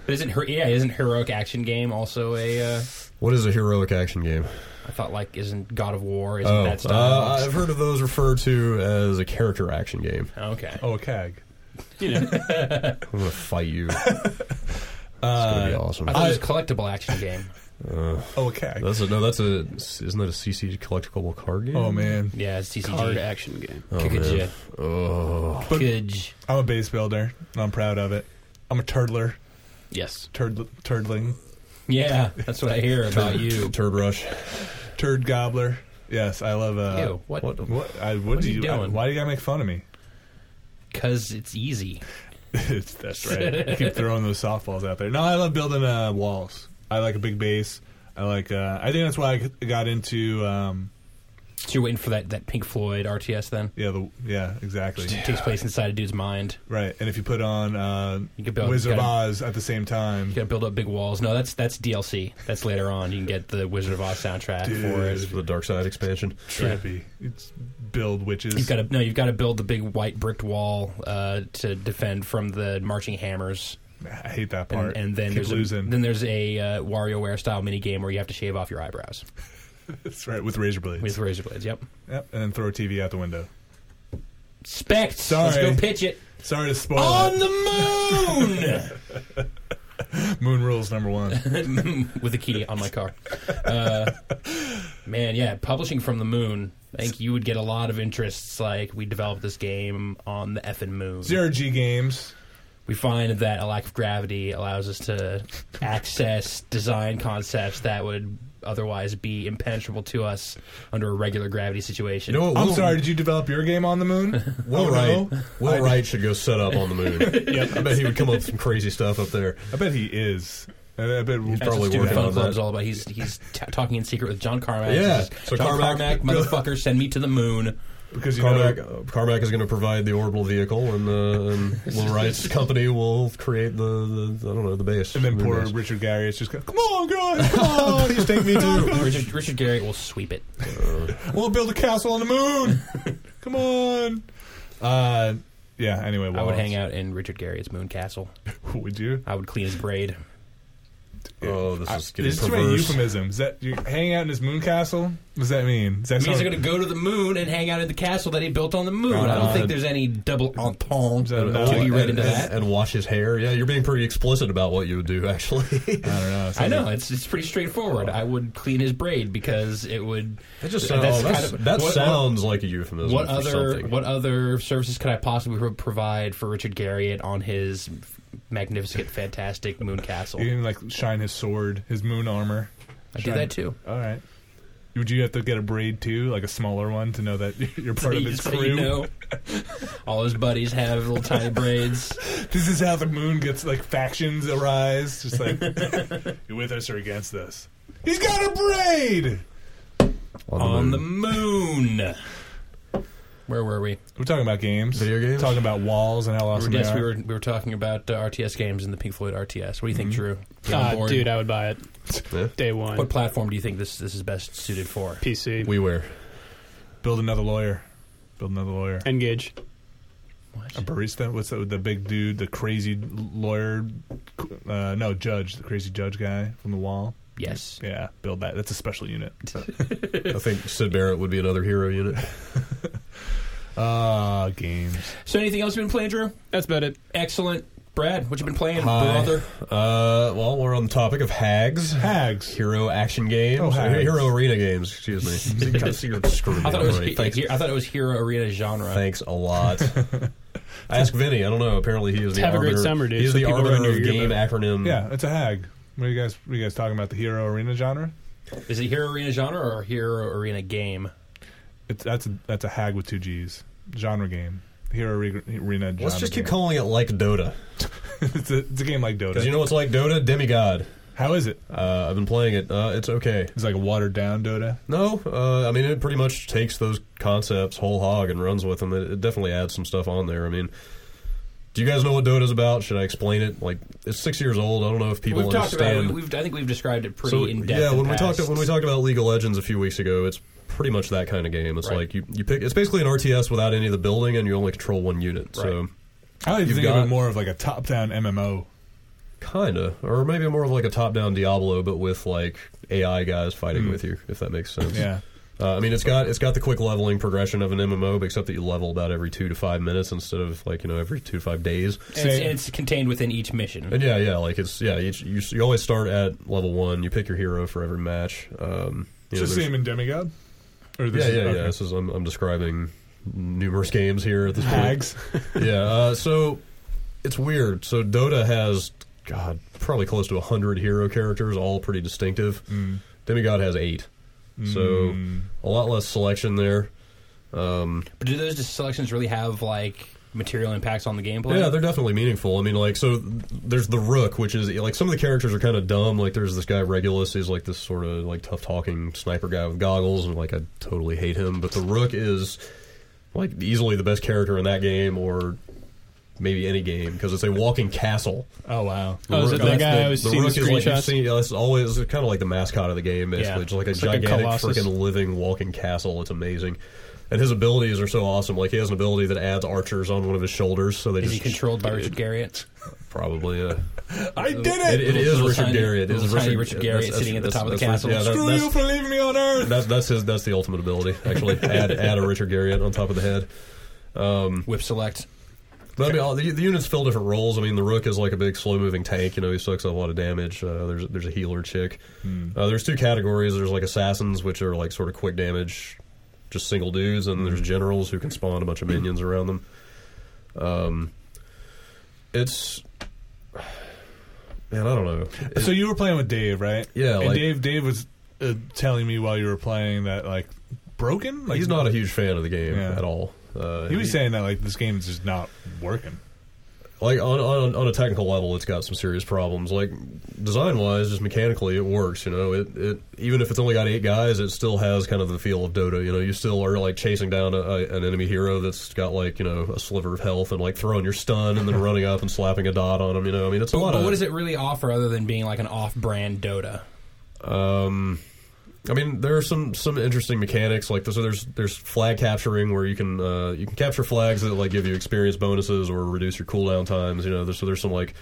Speaker 1: But isn't her? Yeah, isn't heroic action game also a? Uh,
Speaker 3: what is a heroic action game?
Speaker 1: I thought like isn't God of War? Isn't
Speaker 3: Oh,
Speaker 1: that
Speaker 3: uh,
Speaker 1: style?
Speaker 3: I've heard of those referred to as a character action game.
Speaker 1: okay.
Speaker 2: oh, a cag.
Speaker 4: You know,
Speaker 3: I'm gonna
Speaker 2: [LAUGHS]
Speaker 3: fight you. it's
Speaker 2: Uh,
Speaker 3: gonna be awesome.
Speaker 1: I thought it was a collectible action game.
Speaker 2: Oh, a cag.
Speaker 3: That's a, no, that's a isn't that a CC collectible card game?
Speaker 2: Oh man,
Speaker 1: Yeah, it's TCG.
Speaker 4: hard action game.
Speaker 1: Kikiji.
Speaker 3: Oh,
Speaker 1: Kikij.
Speaker 2: I'm a base builder. And I'm proud of it. I'm a turtler.
Speaker 4: Yes.
Speaker 2: Turd, turdling.
Speaker 1: Yeah, that's what I hear about you.
Speaker 3: turd rush.
Speaker 2: Turd gobbler. Yes, I love. Uh,
Speaker 1: Ew, what?
Speaker 3: What?
Speaker 2: What? I, what,
Speaker 1: are
Speaker 2: do
Speaker 1: you
Speaker 2: you? I-
Speaker 1: doing?
Speaker 2: why do you gotta make fun of me?
Speaker 1: Because it's easy.
Speaker 2: It's- [LAUGHS] that's right. I keep throwing those softballs out there. No, I love building uh, walls. I like a big base. I like. Uh, I think that's why I g- got into. Um,
Speaker 1: So you're waiting for that, that Pink Floyd RTS then?
Speaker 2: yeah, the yeah, exactly.
Speaker 1: It takes place inside a dude's mind.
Speaker 2: Right, and if you put on uh,
Speaker 1: You could build-
Speaker 2: Wizard of
Speaker 1: gotta-
Speaker 2: Oz at the same time,
Speaker 1: You gotta build up big walls. No, that's that's DLC. That's later on. You can get the Wizard of Oz soundtrack for it.
Speaker 3: The Dark Side expansion.
Speaker 2: trippy. It's build witches.
Speaker 1: You've got to no. You've got to build the big white bricked wall uh, to defend from the marching hammers.
Speaker 2: I hate
Speaker 1: And,
Speaker 2: that part.
Speaker 1: and then
Speaker 2: keep
Speaker 1: there's
Speaker 2: losing.
Speaker 1: A, then there's a uh, WarioWare style mini game where you have to shave off your eyebrows
Speaker 2: [LAUGHS] that's right with razor blades.
Speaker 1: with razor blades. Yep.
Speaker 2: yep, and then throw a TV out the window.
Speaker 1: Spect. Let's
Speaker 2: Sorry.
Speaker 1: go pitch it
Speaker 2: Sorry to spoil.
Speaker 1: on
Speaker 2: it. [LAUGHS]
Speaker 1: the
Speaker 2: Moon rules number one.
Speaker 1: [LAUGHS] moon with a key on my car. Uh, man, yeah, publishing from the moon. I think you would get a lot of interests. Like we developed this game on the effing moon.
Speaker 2: Zero G games.
Speaker 1: we find that a lack of gravity allows us to access design concepts that would otherwise be impenetrable to us under a regular gravity situation.
Speaker 3: You know what?
Speaker 2: I'm
Speaker 3: Will-
Speaker 2: sorry. Did you develop your game on
Speaker 1: [LAUGHS]
Speaker 2: the moon?
Speaker 3: Will
Speaker 2: Oh,
Speaker 3: Wright.
Speaker 2: no.
Speaker 3: Will Wright should go set up on the moon.
Speaker 2: [LAUGHS]
Speaker 3: I bet he would come up with some crazy stuff up there.
Speaker 2: I bet he is. I I bet we'll
Speaker 1: That's
Speaker 2: probably.
Speaker 3: probably
Speaker 1: what Stupid
Speaker 3: working
Speaker 1: Fun
Speaker 3: on
Speaker 1: Club
Speaker 3: that.
Speaker 1: is all about. He's he's t- talking in secret with John Carmack.
Speaker 3: Yeah.
Speaker 1: He says,
Speaker 3: So
Speaker 1: John Carmack,
Speaker 3: Carmack-
Speaker 1: motherfucker, send me to the
Speaker 3: [LAUGHS]
Speaker 1: moon.
Speaker 2: Because you
Speaker 3: Carmack,
Speaker 2: know,
Speaker 3: uh, Carmack is going to provide the orbital vehicle, and, uh,
Speaker 2: [LAUGHS]
Speaker 3: and Will Wright's company will create the, the I don't know the base.
Speaker 2: and then
Speaker 3: Moon
Speaker 2: poor
Speaker 3: base.
Speaker 2: Richard Gary is just going, "Come on,
Speaker 1: [LAUGHS]
Speaker 2: guys, come on, please take me too.
Speaker 1: Richard Richard Garriott will sweep it.
Speaker 2: We'll build a castle on the moon. [LAUGHS] come on." Uh, yeah. Anyway,
Speaker 1: I would hang out in Richard Garriott's moon castle.
Speaker 2: out. Would you?
Speaker 1: I would clean his braid.
Speaker 3: Oh, this is getting
Speaker 2: There's too many
Speaker 3: perverse.
Speaker 2: euphemisms. That you hang out in his moon castle. What does that mean? Does that
Speaker 1: It means
Speaker 2: sound,
Speaker 1: they're going to go to the moon and hang out in the castle that he built on the moon. I don't
Speaker 3: God.
Speaker 1: think there's any double entendre
Speaker 2: that
Speaker 1: to
Speaker 2: about-
Speaker 1: be read
Speaker 3: and,
Speaker 1: into that.
Speaker 3: and- and wash his hair. Yeah, you're being pretty explicit about what you would do, actually. [LAUGHS]
Speaker 2: I don't know.
Speaker 1: I
Speaker 2: Sounds
Speaker 1: know it's it's pretty straightforward. I would clean his braid because it would.
Speaker 3: That just
Speaker 1: Th-
Speaker 3: sounds.
Speaker 1: that's
Speaker 3: oh, that's-
Speaker 1: kind of-
Speaker 3: that
Speaker 1: what-
Speaker 3: sounds like a euphemism.
Speaker 1: What
Speaker 3: for
Speaker 1: other
Speaker 3: Something.
Speaker 1: what other services could I possibly pro- provide for Richard Garriott on his magnificent, fantastic moon castle?
Speaker 2: Like, you can like shine his sword, his moon armor.
Speaker 1: I do that too.
Speaker 2: All right. Would you have to get a braid too, like a smaller one, to know that [LAUGHS] you're part of his
Speaker 1: So
Speaker 2: crew?
Speaker 1: [LAUGHS] you know, all his buddies have little tiny braids.
Speaker 2: This is how the moon gets like factions arise. Just
Speaker 1: [LAUGHS]
Speaker 2: like you're with us or against us. He's got a braid.
Speaker 1: on the moon. Where were we?
Speaker 2: We're talking about games,
Speaker 3: Video games?
Speaker 2: talking about walls and how awesome
Speaker 1: yes,
Speaker 2: they are.
Speaker 1: we were we were talking about uh, RTS games and the Pink Floyd RTS. What do you think, Drew? You on
Speaker 4: Uh,
Speaker 1: board?
Speaker 4: dude, I would buy it
Speaker 3: Yeah.
Speaker 4: day one.
Speaker 1: what platform do you think this this is best suited for?
Speaker 4: PC.
Speaker 3: we wear.
Speaker 2: Build another lawyer. Build another lawyer.
Speaker 4: Engage.
Speaker 2: A
Speaker 4: Um,
Speaker 2: barista. What's that? The big dude, the crazy lawyer. Uh, no, judge. The crazy judge guy from the wall.
Speaker 1: Yes.
Speaker 2: Yeah, build that. That's a
Speaker 1: [LAUGHS]
Speaker 2: special unit.
Speaker 3: I think Sid Barrett would be another hero unit.
Speaker 2: Ah, games.
Speaker 1: So, anything else you've been playing, Drew?
Speaker 4: That's about it.
Speaker 1: Excellent. Brad, what you been playing,
Speaker 3: Hi.
Speaker 1: brother?
Speaker 3: Uh, well, we're on the topic of hags.
Speaker 2: Hags.
Speaker 3: Hero action games,
Speaker 2: Oh, hags.
Speaker 3: hero arena games. Excuse me. You guys- you're [LAUGHS] screwing me
Speaker 1: I thought,
Speaker 3: up
Speaker 1: it was,
Speaker 3: already.
Speaker 1: he-
Speaker 3: Thanks,
Speaker 1: he- I thought it was Hero Arena genre.
Speaker 3: thanks a lot. Ask Vinny. I don't know. Apparently, he is the
Speaker 4: Have a great
Speaker 3: arbiter.
Speaker 4: summer, dude,
Speaker 3: He's
Speaker 4: so
Speaker 3: the
Speaker 4: people don't
Speaker 3: arbiter
Speaker 4: know
Speaker 3: of
Speaker 4: you're
Speaker 3: game acronym.
Speaker 2: Yeah, it's a hag. What are you guys? What are you guys talking about? The hero arena genre?
Speaker 1: Is it Hero Arena genre or Hero Arena game?
Speaker 2: It's that's a, that's a hag with two G's. Genre game. Hero re- arena. Genre
Speaker 3: Let's just keep
Speaker 2: game.
Speaker 3: calling it like Dota.
Speaker 2: [LAUGHS] it's, a, it's a game like Dota.
Speaker 3: Because you know what's like Dota? Demigod.
Speaker 2: How is it?
Speaker 3: Uh, I've been playing it. Uh, it's okay.
Speaker 2: It's like a watered down Dota.
Speaker 3: No, uh, I mean it pretty much takes those concepts whole hog and runs with them. It, it definitely adds some stuff on there. I mean, do you guys know what Dota's about? Should I explain it? Like it's six years old. I don't know if people
Speaker 1: we've talked about
Speaker 3: understand.
Speaker 1: it. We've, I think we've described it pretty in depth.
Speaker 3: Yeah,
Speaker 1: in
Speaker 3: when we talked
Speaker 1: past.
Speaker 3: when we talked about League of Legends a few weeks ago, it's pretty much that kind of game. It's
Speaker 1: Right.
Speaker 3: like you, you pick. It's basically an RTS without any of the building, and you only control one unit. So
Speaker 2: I like to
Speaker 3: You've
Speaker 2: think of
Speaker 3: got-
Speaker 2: it more of like a top down
Speaker 3: [LAUGHS]
Speaker 2: MMO.
Speaker 3: kinda, or maybe more of like a top-down Diablo, but with like AI guys fighting with you, if that makes sense.
Speaker 2: Hmm. Yeah.
Speaker 3: Uh, I mean, it's got it's got the quick leveling progression of an MMO, but except that you level about every two to five minutes instead of like you know every two to five days.
Speaker 1: And it's,
Speaker 2: Same.
Speaker 1: and it's contained within each mission.
Speaker 3: And yeah, yeah, like it's yeah, each, you you always start at level one. You pick your hero for every match. Um, you know,
Speaker 2: Is this the
Speaker 3: there's-
Speaker 2: same in Demigod? Or
Speaker 3: yeah, yeah,
Speaker 2: okay.
Speaker 3: yeah. This is I'm, I'm describing numerous games here at this point. [LAUGHS]
Speaker 2: Hags.
Speaker 3: yeah, uh, so it's weird. So Dota has God probably close to hundred hero characters, all pretty distinctive.
Speaker 2: Mm.
Speaker 3: Demigod has eight, so
Speaker 2: Mm.
Speaker 3: a lot less selection there. Um,
Speaker 1: But do those just selections really have like material impacts on the gameplay?
Speaker 3: Yeah, they're definitely meaningful. I mean, like, so th- there's the Rook, which is like some of the characters are kind of dumb. Like, there's this guy Regulus, he's like this sort of like tough talking sniper guy with goggles, and like I totally hate him. But the Rook is like easily the best character in that game, or maybe any game, because it's a walking castle.
Speaker 2: Oh wow.
Speaker 4: Oh, is it
Speaker 3: that's
Speaker 4: that guy I was
Speaker 3: the
Speaker 4: seeing the
Speaker 3: Rook is like you've
Speaker 4: screenshots?
Speaker 3: seen. yeah, It's always kind of like the mascot of the game, basically,
Speaker 1: Yeah.
Speaker 3: just like a
Speaker 4: It's like a
Speaker 3: gigantic
Speaker 4: colossus.
Speaker 3: freaking living walking castle. It's amazing. And his abilities are so awesome. Like he has an ability that adds archers on one of his shoulders, so they
Speaker 1: Is
Speaker 3: just
Speaker 1: he controlled by Richard Garriott?
Speaker 3: Probably,
Speaker 2: [LAUGHS]
Speaker 3: yeah.
Speaker 2: I did it.
Speaker 3: It, it is
Speaker 1: Little
Speaker 3: Richard
Speaker 1: tiny-
Speaker 3: Garriott. It is
Speaker 1: little tiny
Speaker 3: Richard,
Speaker 1: Richard Garriott
Speaker 3: that's-
Speaker 1: sitting at the
Speaker 3: that's-
Speaker 1: top of the
Speaker 3: that's-
Speaker 1: castle.
Speaker 3: yeah, that-
Speaker 2: Screw you for leaving me on Earth.
Speaker 3: that's, that's his. That's the ultimate ability.
Speaker 1: [LAUGHS]
Speaker 3: Actually, add add a Richard Garriott on top of the head. Hmm.
Speaker 1: Whip select.
Speaker 3: But I mean, all, the, the units fill different roles. I mean, the Rook is like a big slow moving tank. You know, he sucks up a lot of damage. Uh, there's there's a healer chick.
Speaker 2: Hmm.
Speaker 3: Uh, there's two categories. There's like assassins, which are like sort of quick damage, just single dudes, and
Speaker 2: Hmm.
Speaker 3: there's generals who can spawn a bunch
Speaker 2: [CLEARS THROAT]
Speaker 3: of minions around them. Um, it's man, I don't know.
Speaker 2: So you were playing with Dave, right?
Speaker 3: Yeah,
Speaker 2: And
Speaker 3: like-
Speaker 2: Dave, Dave was uh, telling me while you were playing that like broken. Like
Speaker 3: he's not a huge fan of the game
Speaker 2: Yeah.
Speaker 3: at all. Uh,
Speaker 2: He was saying that like this game is just not working.
Speaker 3: like on, on on a technical level, it's got some serious problems. Like design wise, just mechanically, it works. You know, it, it even if it's only got eight guys, it still has kind of the feel of Dota. You know, you still are like chasing down a, a, an enemy hero that's got like you know a sliver of health and like throwing your stun
Speaker 1: [LAUGHS]
Speaker 3: and then running up and slapping a dot on him. You know, I mean, it's a lot
Speaker 1: But
Speaker 3: of
Speaker 1: what does it really offer other than being like an off-brand Dota?
Speaker 3: Um, I mean, there are some some interesting mechanics like this. So there's there's flag capturing where you can uh, you can capture flags that like give you experience bonuses or reduce your cooldown times. You know, there's, so there's some like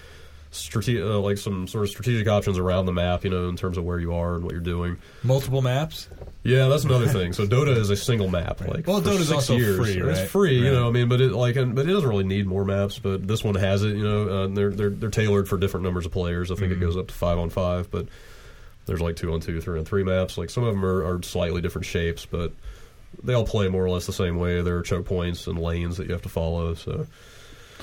Speaker 3: strate- uh, like some sort of strategic options around the map. You know, in terms of where you are and what you're doing.
Speaker 2: Multiple maps.
Speaker 3: Yeah, that's another thing. So Dota is a single map. Like
Speaker 2: Well,
Speaker 3: for
Speaker 2: Dota's
Speaker 3: six
Speaker 2: also
Speaker 3: years.
Speaker 2: free,
Speaker 3: And
Speaker 2: right?
Speaker 3: It's free,
Speaker 2: Right.
Speaker 3: you know. I mean, but it like, and, but it doesn't really need more maps. But this one has it, you know. Uh, and they're they're they're tailored for different numbers of players. I think
Speaker 2: Mm-hmm.
Speaker 3: it goes up to five on five, but there's like two on two, three on three maps. Like some of them are, are slightly different shapes, but they all play more or less the same way. There are choke points and lanes that you have to follow. So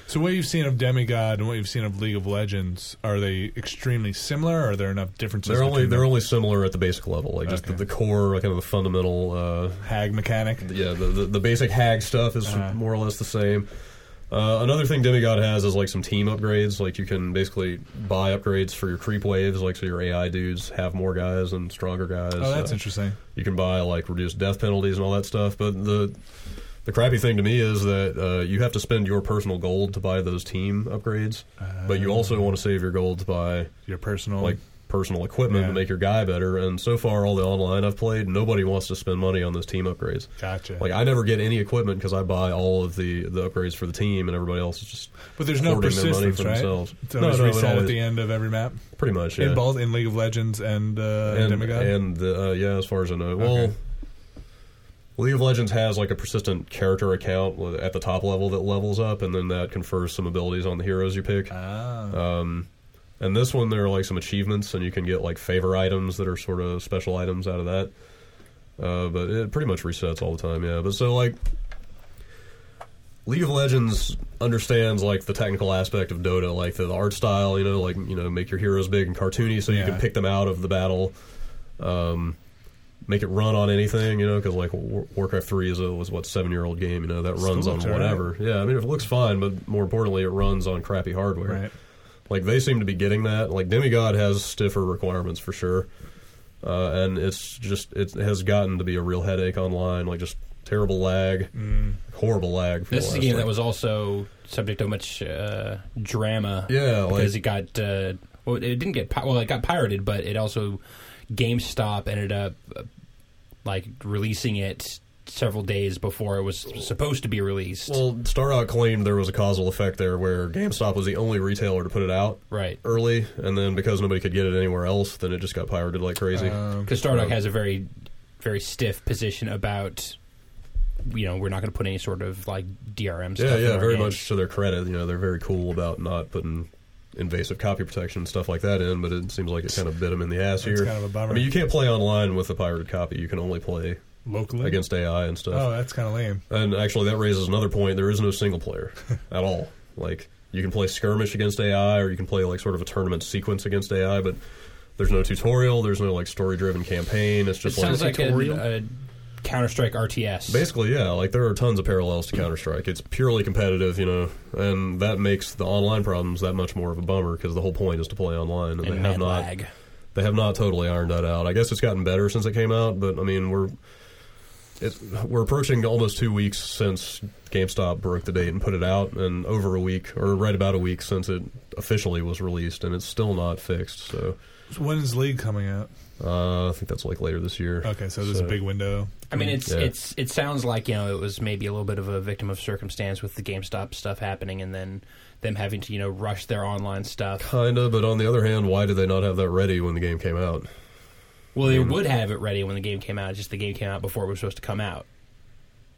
Speaker 2: So what you've seen of Demigod and what you've seen of League of Legends, are they extremely similar? Or are there enough differences?
Speaker 3: they're only
Speaker 2: between
Speaker 3: they're
Speaker 2: them?
Speaker 3: only similar at the basic level, like just
Speaker 2: Okay.
Speaker 3: the, the core, like, kind of the fundamental. Uh,
Speaker 2: hag mechanic.
Speaker 3: yeah, the, the, the basic hag stuff is
Speaker 2: Uh-huh.
Speaker 3: more or less the same. Uh, another thing Demigod has is like some team upgrades. Like you can basically buy upgrades for your creep waves. Like so your AI dudes have more guys and stronger guys.
Speaker 2: Oh, that's
Speaker 3: Uh,
Speaker 2: interesting.
Speaker 3: you can buy like reduced death penalties and all that stuff. But the the crappy thing to me is that uh, you have to spend your personal gold to buy those team upgrades, but you also
Speaker 2: Ah.
Speaker 3: want to save your gold to buy
Speaker 2: Your personal
Speaker 3: like personal equipment
Speaker 2: Yeah.
Speaker 3: to make your guy better. And so far, all the online I've played, nobody wants to spend money on those team upgrades.
Speaker 2: gotcha.
Speaker 3: Like I never get any equipment because I buy all of the the upgrades for the team, and everybody else is just
Speaker 2: but there's no
Speaker 3: hoarding their money
Speaker 2: persistence,
Speaker 3: for
Speaker 2: right?
Speaker 3: themselves.
Speaker 2: It's always
Speaker 3: No, no, it
Speaker 2: reset at
Speaker 3: always-
Speaker 2: the end of every map
Speaker 3: pretty much yeah.
Speaker 2: in both in League of Legends and, uh,
Speaker 3: and
Speaker 2: Demigod.
Speaker 3: and the, uh, yeah, as far as I know, well,
Speaker 2: Okay.
Speaker 3: League of Legends has like a persistent character account at the top level that levels up, and then that confers some abilities on the heroes you pick.
Speaker 2: ah,
Speaker 3: Um, and this one, there are like some achievements, and you can get like favor items that are sort of special items out of that. Uh, but it pretty much resets all the time, yeah. But so like, League of Legends understands like the technical aspect of Dota, like the, the art style, you know, like you know, make your heroes big and cartoony so you
Speaker 2: Yeah.
Speaker 3: can pick them out of the battle. Um, make it run on anything, you know, because like War- Warcraft Three is a was what seven year old game, you know, that
Speaker 2: Still
Speaker 3: runs on
Speaker 2: looks all right.
Speaker 3: whatever. Yeah, I mean, it looks fine, but more importantly, it runs on crappy hardware
Speaker 2: right.
Speaker 3: Like they seem to be getting that. Like Demigod has stiffer requirements for sure, uh, and it's just it has gotten to be a real headache online. Like just terrible lag, horrible lag. For
Speaker 1: Mm. This is
Speaker 3: the
Speaker 1: a
Speaker 3: last,
Speaker 1: game
Speaker 3: like-
Speaker 1: that was also subject to much uh, drama.
Speaker 3: Yeah,
Speaker 1: because
Speaker 3: like-
Speaker 1: it got uh, well, it didn't get pi- well, it got pirated, but it also GameStop ended up uh, like releasing it several days before it was supposed to be released.
Speaker 3: Well, Starhawk claimed there was a causal effect there where GameStop was the only retailer to put it out
Speaker 1: right,
Speaker 3: early, and then because nobody could get it anywhere else, then it just got pirated like crazy.
Speaker 2: Um,
Speaker 1: because Stardock has a very very stiff position about you know we're not going to put any sort of like DRM stuff.
Speaker 3: yeah,
Speaker 1: in
Speaker 3: yeah,
Speaker 1: our
Speaker 3: very
Speaker 1: game.
Speaker 3: much to their credit. You know, they're very cool about not putting invasive copy protection and stuff like that in, but it seems like it kind of bit them in the ass
Speaker 2: That's
Speaker 3: here.
Speaker 2: kind of a bummer.
Speaker 3: I mean, you can't play online with a pirated copy. You can only play
Speaker 2: locally
Speaker 3: against AI and stuff.
Speaker 2: Oh, that's kind of lame.
Speaker 3: And actually, that raises another point. There is no
Speaker 2: [LAUGHS]
Speaker 3: single player at all. Like, you can play skirmish against AI, or you can play, like, sort of a tournament sequence against AI, but there's no tutorial, there's no, like, story driven campaign. It's
Speaker 1: It
Speaker 3: just
Speaker 1: sounds like an,
Speaker 4: tutorial?
Speaker 1: a Counter Strike RTS.
Speaker 3: Basically, yeah. Like there are tons of parallels to Counter Strike. It's purely competitive, you know, and that makes the online problems that much more of a bummer because the whole point is to play online, and,
Speaker 1: and
Speaker 3: they have
Speaker 1: mad
Speaker 3: not.
Speaker 1: lag.
Speaker 3: They have not totally ironed that out. I guess it's gotten better since it came out, but I mean we're it's, we're approaching almost two weeks since GameStop broke the date and put it out, and over a week or right about a week since it officially was released, and it's still not fixed. So
Speaker 2: So when is League coming out?
Speaker 3: uh, I think that's like later this year.
Speaker 2: Okay, so there's a
Speaker 3: So-
Speaker 2: big window.
Speaker 1: I mean, it's
Speaker 3: Yeah.
Speaker 1: it's it sounds like you know it was maybe a little bit of a victim of circumstance with the GameStop stuff happening, and then them having to you know rush their online stuff.
Speaker 3: Kinda, but on the other hand, why did they not have that ready when the game came out?
Speaker 1: Well, they
Speaker 3: Mm-hmm.
Speaker 1: would have it ready when the game came out. Just the game came out before it was supposed to come out.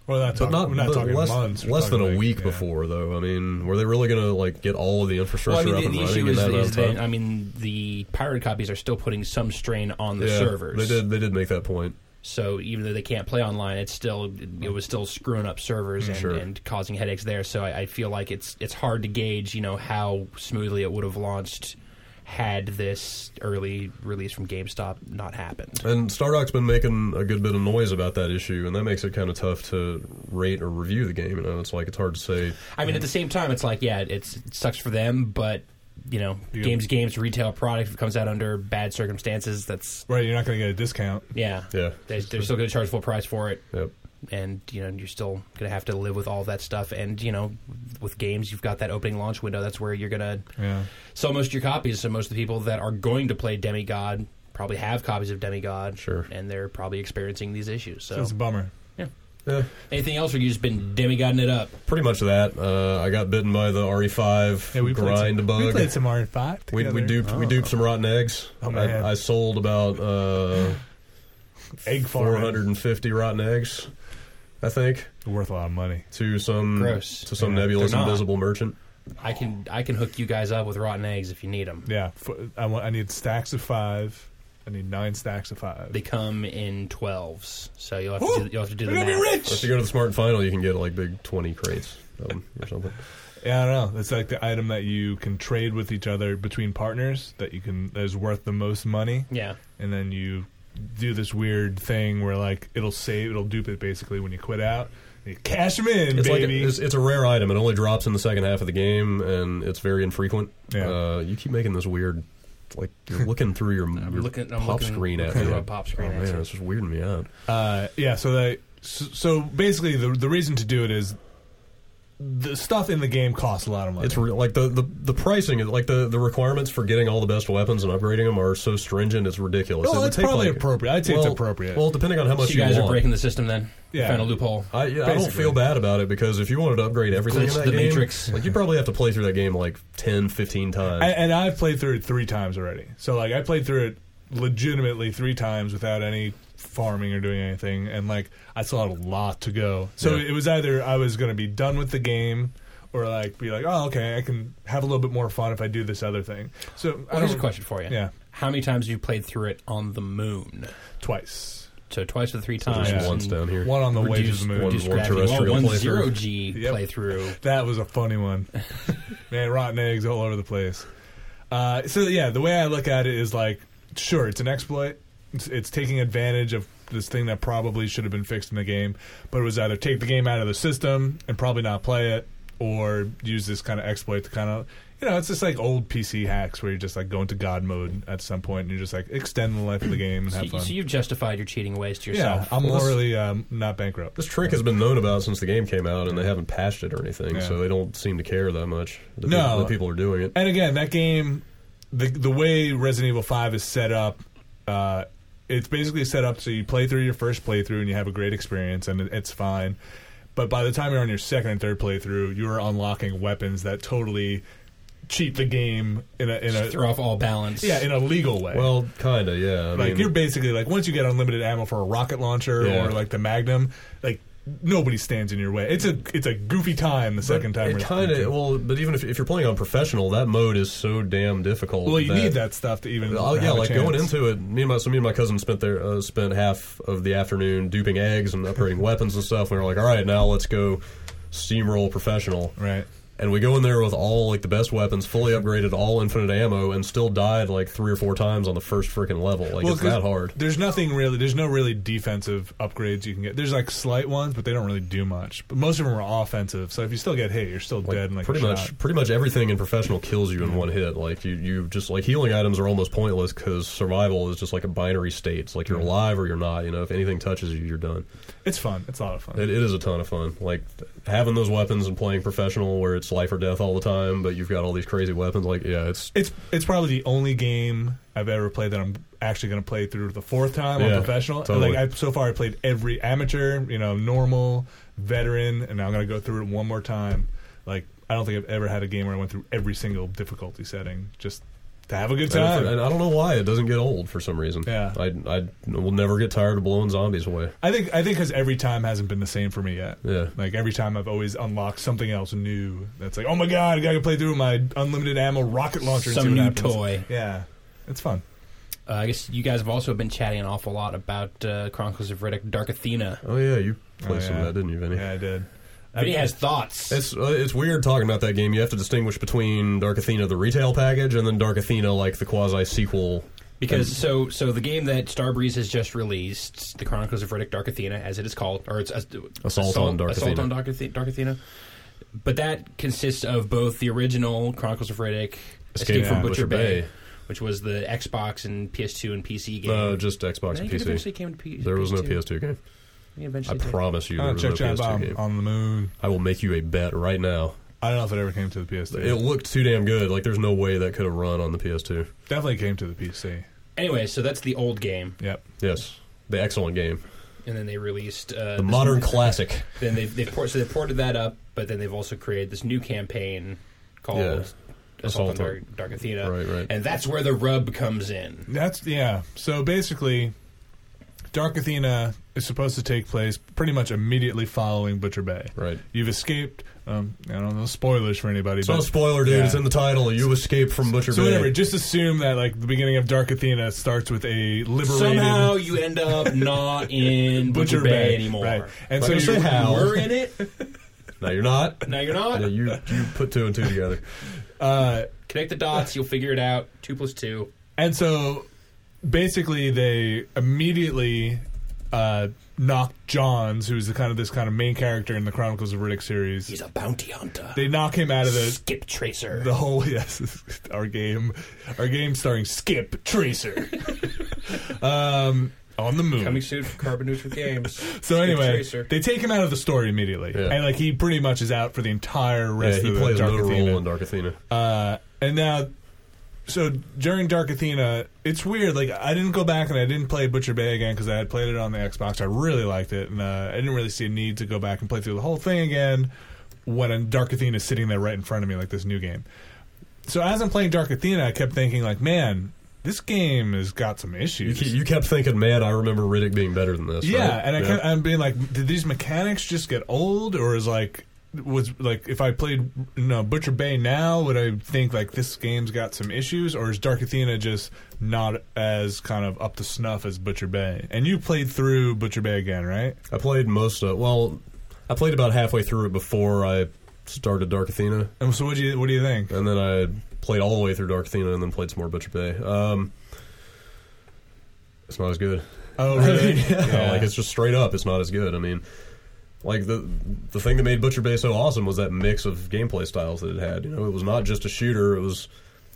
Speaker 2: Well, that's
Speaker 3: But not,
Speaker 2: we're not
Speaker 3: but
Speaker 2: talking
Speaker 3: less,
Speaker 2: months. we're
Speaker 3: less than
Speaker 2: talking
Speaker 3: a
Speaker 2: like-
Speaker 3: week
Speaker 2: yeah.
Speaker 3: before, though. I mean, were they really going to like get all of the
Speaker 1: Well, I
Speaker 3: infrastructure
Speaker 1: mean, the,
Speaker 3: up and
Speaker 1: the
Speaker 3: running
Speaker 1: issue
Speaker 3: in
Speaker 1: is,
Speaker 3: that amount
Speaker 1: is
Speaker 3: of time?
Speaker 1: that I mean the pirate copies are still putting some strain on the
Speaker 3: yeah,
Speaker 1: servers.
Speaker 3: They did. They did make that point.
Speaker 1: So even though they can't play online, it's still it was still screwing up servers and,
Speaker 3: Sure.
Speaker 1: and causing headaches there. So I, I feel like it's it's hard to gauge, you know, how smoothly it would have launched had this early release from GameStop not happened.
Speaker 3: And Stardock's been making a good bit of noise about that issue, and that makes it kind of tough to rate or review the game. You know, it's like it's hard to say.
Speaker 1: I mean, at the same time, it's like yeah, it's it sucks for them, but you know,
Speaker 2: Yeah.
Speaker 1: games games retail product if it comes out under bad circumstances. That's
Speaker 2: Right, you're not going to get a discount.
Speaker 1: yeah,
Speaker 3: Yeah.
Speaker 1: They, they're still going to charge full price for it.
Speaker 3: Yep.
Speaker 1: and you know you're still going to have to live with all that stuff and you know with games you've got that opening launch window that's where you're going to
Speaker 2: Yeah.
Speaker 1: sell most of your copies so most of the people that are going to play demigod probably have copies of demigod
Speaker 3: Sure.
Speaker 1: and they're probably experiencing these issues so
Speaker 2: It's a bummer.
Speaker 3: Yeah.
Speaker 1: anything else or you just been demigodding it up
Speaker 3: Pretty much that. Uh, I got bitten by the RE5
Speaker 2: Yeah, we played
Speaker 3: grind
Speaker 2: some,
Speaker 3: bug.
Speaker 2: We played some R5
Speaker 3: we,
Speaker 2: together.
Speaker 3: we duped. We duped some rotten eggs.
Speaker 2: Oh, man.
Speaker 3: I, I sold about. Uh,
Speaker 2: Oh. egg farming.
Speaker 3: 450 rotten eggs, I think,
Speaker 2: Worth a lot of money.
Speaker 3: to some
Speaker 1: Gross.
Speaker 3: to some
Speaker 2: Yeah.
Speaker 3: nebulous
Speaker 1: They're not.
Speaker 3: invisible merchant.
Speaker 1: i can i can hook you guys up with rotten eggs if you need them
Speaker 2: Yeah, f- I want. I need stacks of five. I need nine stacks of five.
Speaker 1: they come in 12s so you'll have to
Speaker 2: Ooh,
Speaker 1: do, you'll have to do
Speaker 2: we're
Speaker 1: the
Speaker 2: gonna be
Speaker 1: math.
Speaker 2: rich!
Speaker 3: If you go to the smart final, you can get like big 20 crates of 'em or something.
Speaker 2: Yeah, I don't know. It's like the item that you can trade with each other between partners that you can that is worth the most money,
Speaker 1: yeah
Speaker 2: and then you do this weird thing where like it'll save, it'll dupe it basically when you quit out. You cash them in,
Speaker 3: It's like a,
Speaker 2: baby.
Speaker 3: it's, it's a rare item. It only drops in the second half of the game, and it's very infrequent.
Speaker 2: Yeah.
Speaker 3: Uh, you keep making this weird. Like you're looking through your, your
Speaker 1: looking- [LAUGHS] I'm
Speaker 3: pop
Speaker 1: looking-
Speaker 3: screen at
Speaker 1: looking
Speaker 3: me.
Speaker 1: through a
Speaker 3: Like,
Speaker 1: pop screen
Speaker 3: Oh,
Speaker 1: at you.
Speaker 3: man, it's just weirding me out.
Speaker 2: Uh, yeah, so they so, so basically the the reason to do it is the stuff in the game costs a lot of money.
Speaker 3: It's real. Like the, the the pricing, is- like the the requirements for getting all the best weapons and upgrading them are so stringent. It's ridiculous.
Speaker 2: Well,
Speaker 3: It would
Speaker 2: it's
Speaker 3: take,
Speaker 2: probably
Speaker 3: like-
Speaker 2: appropriate. I'd say it's
Speaker 3: well,
Speaker 2: appropriate.
Speaker 3: Well, depending on how much
Speaker 1: so you guys are
Speaker 3: want.
Speaker 1: breaking the system then
Speaker 2: Yeah.
Speaker 1: found a loophole
Speaker 3: I, yeah, I don't
Speaker 2: Basically.
Speaker 3: feel bad about it because if you wanted to upgrade everything in
Speaker 1: Glitch
Speaker 3: that
Speaker 1: the
Speaker 3: game,
Speaker 1: Matrix.
Speaker 3: like you probably have to play through that game like 10, 15 times.
Speaker 2: and, and I've played through it three times already. So like I played through it legitimately three times without any farming or doing anything, and like I still had a lot to go. So
Speaker 3: Yeah.
Speaker 2: it was either I was going to be done with the game. Or like be like, oh, okay, I can have a little bit more fun if I do this other thing. So I
Speaker 1: well, here's a
Speaker 2: don't-
Speaker 1: question for you
Speaker 2: Yeah,
Speaker 1: how many times have you played through it on the moon
Speaker 2: twice.
Speaker 1: So twice or three times.
Speaker 3: There's
Speaker 2: Yeah.
Speaker 3: once down here.
Speaker 2: One on the way to
Speaker 1: Reduced-
Speaker 2: the moon.
Speaker 1: reduced
Speaker 3: One- one
Speaker 1: gravity.
Speaker 3: terrestrial
Speaker 1: Well, one
Speaker 3: playthrough.
Speaker 1: zero G
Speaker 2: Yep.
Speaker 1: playthrough.
Speaker 2: That was a
Speaker 1: [LAUGHS]
Speaker 2: funny one. Man, rotten eggs all over the place. Uh, so yeah, the way I look at it is like, sure, it's an exploit. It's, it's taking advantage of this thing that probably should have been fixed in the game, but it was either take the game out of the system and probably not play it, or use this kind of exploit to kind of you know it's just like old PC hacks where you're just like going to God mode at some point and you're just like extend the life of the game and
Speaker 1: So,
Speaker 2: have
Speaker 1: you-
Speaker 2: fun.
Speaker 1: so you've justified your cheating ways to
Speaker 2: yeah,
Speaker 1: yourself.
Speaker 2: I'm
Speaker 3: Well, this-
Speaker 2: morally um, not bankrupt.
Speaker 3: This trick has been known about since the game came out, and they haven't patched it or anything,
Speaker 2: Yeah.
Speaker 3: so they don't seem to care that much. The
Speaker 2: No.
Speaker 3: people, the people are doing it.
Speaker 2: And again, that game, the the way Resident Evil Five is set up, uh, it's basically set up so you play through your first playthrough and you have a great experience and it- it's fine. But by the time you're on your second and third playthrough, you are unlocking weapons that totally cheat the game in a in
Speaker 1: Just
Speaker 2: a
Speaker 1: throw off all balance.
Speaker 2: yeah in a legal way.
Speaker 3: Well, kinda, yeah. I
Speaker 2: like
Speaker 3: mean,
Speaker 2: you're basically like once you get unlimited ammo for a rocket launcher
Speaker 3: Yeah.
Speaker 2: or like the Magnum, like nobody stands in your way. It's a it's a goofy time the
Speaker 3: but
Speaker 2: second time.
Speaker 3: It
Speaker 2: around.
Speaker 3: kind of well, but even if, if you're playing on professional, that mode is so damn difficult.
Speaker 2: well you need that stuff to even
Speaker 3: Oh yeah,
Speaker 2: have a
Speaker 3: like going
Speaker 2: chance.
Speaker 3: into it, me and my so me and my cousin spent their uh, spent half of the afternoon duping eggs
Speaker 2: [LAUGHS]
Speaker 3: and upgrading weapons and stuff. And we were like, all right, now let's go steamroll professional.
Speaker 2: right.
Speaker 3: And we go in there with all like the best weapons, fully upgraded, all infinite ammo, and still died like three or four times on the first freaking level. Like it's
Speaker 2: 'cause
Speaker 3: that hard.
Speaker 2: There's nothing really. There's no really defensive upgrades you can get. There's like slight ones, but they don't really do much. But most of them are offensive. So if you still get hit, you're still
Speaker 3: Like,
Speaker 2: dead. And like
Speaker 3: pretty
Speaker 2: a
Speaker 3: much,
Speaker 2: shot.
Speaker 3: pretty much everything in professional kills you in one hit. Like you, you just like healing items are almost pointless because survival is just like a binary state. It's like you're alive or you're not. You know, if anything touches you, you're done.
Speaker 2: it's fun. It's a lot of fun.
Speaker 3: It, it is a ton of fun. Like th- having those weapons and playing professional, where it's life or death all the time, but you've got all these crazy weapons. Like yeah, it's
Speaker 2: it's it's probably the only game I've ever played that I'm actually going to play through the fourth time on
Speaker 3: Yeah,
Speaker 2: professional. And,
Speaker 3: totally.
Speaker 2: Like I, so far, I played every amateur, you know, normal, veteran, and now I'm going to go through it one more time. Like I don't think I've ever had a game where I went through every single difficulty setting just to have a good time.
Speaker 3: and, and I don't know why it doesn't get old for some reason.
Speaker 2: Yeah.
Speaker 3: I I will never get tired of blowing zombies away.
Speaker 2: I think I think because every time hasn't been the same for me yet.
Speaker 3: Yeah.
Speaker 2: Like every time I've always unlocked something else new. That's like, oh my god, I gotta play through my unlimited ammo rocket launcher. and see
Speaker 1: Some
Speaker 2: what
Speaker 1: new
Speaker 2: happens.
Speaker 1: toy.
Speaker 2: Yeah, it's fun.
Speaker 1: Uh, I guess you guys have also been chatting an awful lot about uh, Chronicles of Riddick, Dark Athena.
Speaker 3: Oh yeah, you played
Speaker 2: Oh,
Speaker 3: some
Speaker 2: yeah.
Speaker 3: of that, didn't you, Vinny?
Speaker 2: Yeah, I did.
Speaker 1: Vinny has thoughts.
Speaker 3: It's uh, it's weird talking about that game. You have to distinguish between Dark Athena the retail package and then Dark Athena like the quasi sequel.
Speaker 1: Because so so the game that Starbreeze has just released, the Chronicles of Riddick: Dark Athena, as it is called, or it's uh,
Speaker 3: Assault on Dark
Speaker 1: Assault
Speaker 3: Athena.
Speaker 1: on Dark, Athe- Dark Athena. But that consists of both the original Chronicles of Riddick, Escape,
Speaker 3: Escape
Speaker 1: from
Speaker 3: from
Speaker 1: Butcher
Speaker 3: Butcher
Speaker 1: Bay,
Speaker 3: Bay.
Speaker 1: which was the Xbox and PS2 and PC game.
Speaker 3: Uh, just Xbox
Speaker 1: I
Speaker 3: and
Speaker 1: think it eventually
Speaker 3: PC.
Speaker 1: came to P-
Speaker 3: There was no
Speaker 1: PS2.
Speaker 3: PS2 game.
Speaker 1: It
Speaker 3: I
Speaker 1: eventually did.
Speaker 3: promise you,
Speaker 2: Oh,
Speaker 3: there was no
Speaker 2: check Giant
Speaker 3: PS2
Speaker 2: Bomb
Speaker 3: game.
Speaker 2: on the moon.
Speaker 3: I will make you a bet right now.
Speaker 2: I don't know if it ever came to the PS2.
Speaker 3: It looked too damn good. Like there's no way that could have run on the PS2.
Speaker 2: definitely came to the PC.
Speaker 1: Anyway, so that's the old game,
Speaker 2: Yep.
Speaker 3: Yes, the excellent game,
Speaker 1: and then they released uh,
Speaker 3: the
Speaker 1: this-
Speaker 3: modern classic.
Speaker 1: Then they they port, so they ported that up, but then they've also created this new campaign called
Speaker 3: Yeah.
Speaker 1: Assault, on
Speaker 3: Assault on-
Speaker 1: Dark, Dark Athena,
Speaker 3: Right, right.
Speaker 1: and that's where the rub comes in.
Speaker 2: That's yeah. So basically, Dark Athena is supposed to take place pretty much immediately following Butcher Bay.
Speaker 3: Right.
Speaker 2: You've escaped. Um, I don't know spoilers for anybody.
Speaker 3: It's not a
Speaker 2: but
Speaker 3: spoiler, dude.
Speaker 2: Yeah.
Speaker 3: It's in the title. You escape from Butcher
Speaker 2: So
Speaker 3: Bay.
Speaker 2: whatever, just assume that like the beginning of Dark Athena starts with a liberated
Speaker 1: Somehow you end up not
Speaker 2: [LAUGHS]
Speaker 1: in Butcher, Bay, anymore.
Speaker 2: right? And
Speaker 3: Like I
Speaker 2: so
Speaker 3: said,
Speaker 2: you
Speaker 3: how-
Speaker 1: We're in it.
Speaker 3: no, you're not.
Speaker 1: Now you're not.
Speaker 3: No, you you put two and
Speaker 2: [LAUGHS]
Speaker 3: two together.
Speaker 2: uh,
Speaker 1: Connect the dots. You'll figure it out. Two plus two.
Speaker 2: and so basically they immediately uh, knock Johns, who's the kind of this kind of main character in the Chronicles of Riddick series.
Speaker 1: He's a bounty hunter.
Speaker 2: they knock him out of the
Speaker 1: Skip Tracer.
Speaker 2: the whole [LAUGHS] yes our game our game starring skip tracer [LAUGHS] um on the moon
Speaker 1: Coming soon from Carbon Neutral Games.
Speaker 2: so
Speaker 1: Skip
Speaker 2: anyway
Speaker 1: Tracer.
Speaker 2: they take him out of the story immediately
Speaker 3: Yeah.
Speaker 2: and like he pretty much is out for the entire
Speaker 3: Yeah,
Speaker 2: rest
Speaker 3: he
Speaker 2: of
Speaker 3: plays
Speaker 2: the dark
Speaker 3: no role in
Speaker 2: athena
Speaker 3: Dark Athena.
Speaker 2: uh, and now so during dark athena it's weird like i didn't go back and i didn't play butcher bay again because i had played it on the xbox i really liked it and uh, i didn't really see a need to go back and play through the whole thing again when dark athena is sitting there right in front of me like this new game so as I'm playing Dark Athena, I kept thinking like, man, this game has got some
Speaker 3: You,
Speaker 2: issues.
Speaker 3: ke- you kept thinking, man, I remember Riddick being better than this.
Speaker 2: yeah,
Speaker 3: right?
Speaker 2: and I kept, I'm being like, did these mechanics just get old, or is like, was like, if I played you know, Butcher Bay now, would I think like this game's got some issues, or is Dark Athena just not as kind of up to snuff as Butcher Bay? And you played through Butcher Bay again, right?
Speaker 3: I played most of. Well, I played about halfway through it before I started Dark Athena,
Speaker 2: And so what do you what do you think?
Speaker 3: and then I played all the way through Dark Athena, and then played some more Butcher Bay. Um, it's not as good.
Speaker 2: Oh, really?
Speaker 3: [LAUGHS] Yeah, like it's just straight up. It's not as good. I mean, like the the thing that made Butcher Bay so awesome was that mix of gameplay styles that it had. You know, it was not just a shooter. It was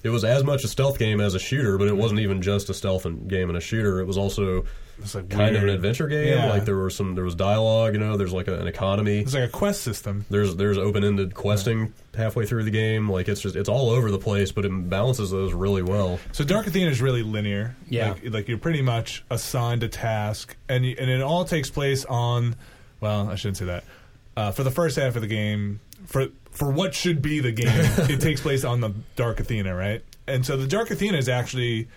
Speaker 3: it was as much a stealth game as a shooter, but it wasn't even just a stealth and game and a shooter. It was also
Speaker 2: It's like
Speaker 3: kind of an
Speaker 2: weird.
Speaker 3: adventure game.
Speaker 2: Yeah.
Speaker 3: Like there were some there was dialogue. You know, there's like a, an economy.
Speaker 2: It's like a quest system.
Speaker 3: There's there's open ended questing halfway through the game. Like it's just it's all over the place, but it balances those really well.
Speaker 2: So Dark Athena is really linear.
Speaker 1: Yeah.
Speaker 2: like, like you're pretty much assigned a task, and you, and it all takes place on. Well, I shouldn't say that. Uh, for the first half of the game, for for what should be the
Speaker 3: [LAUGHS]
Speaker 2: game, it takes place on the Dark Athena, right? And so the Dark Athena is actually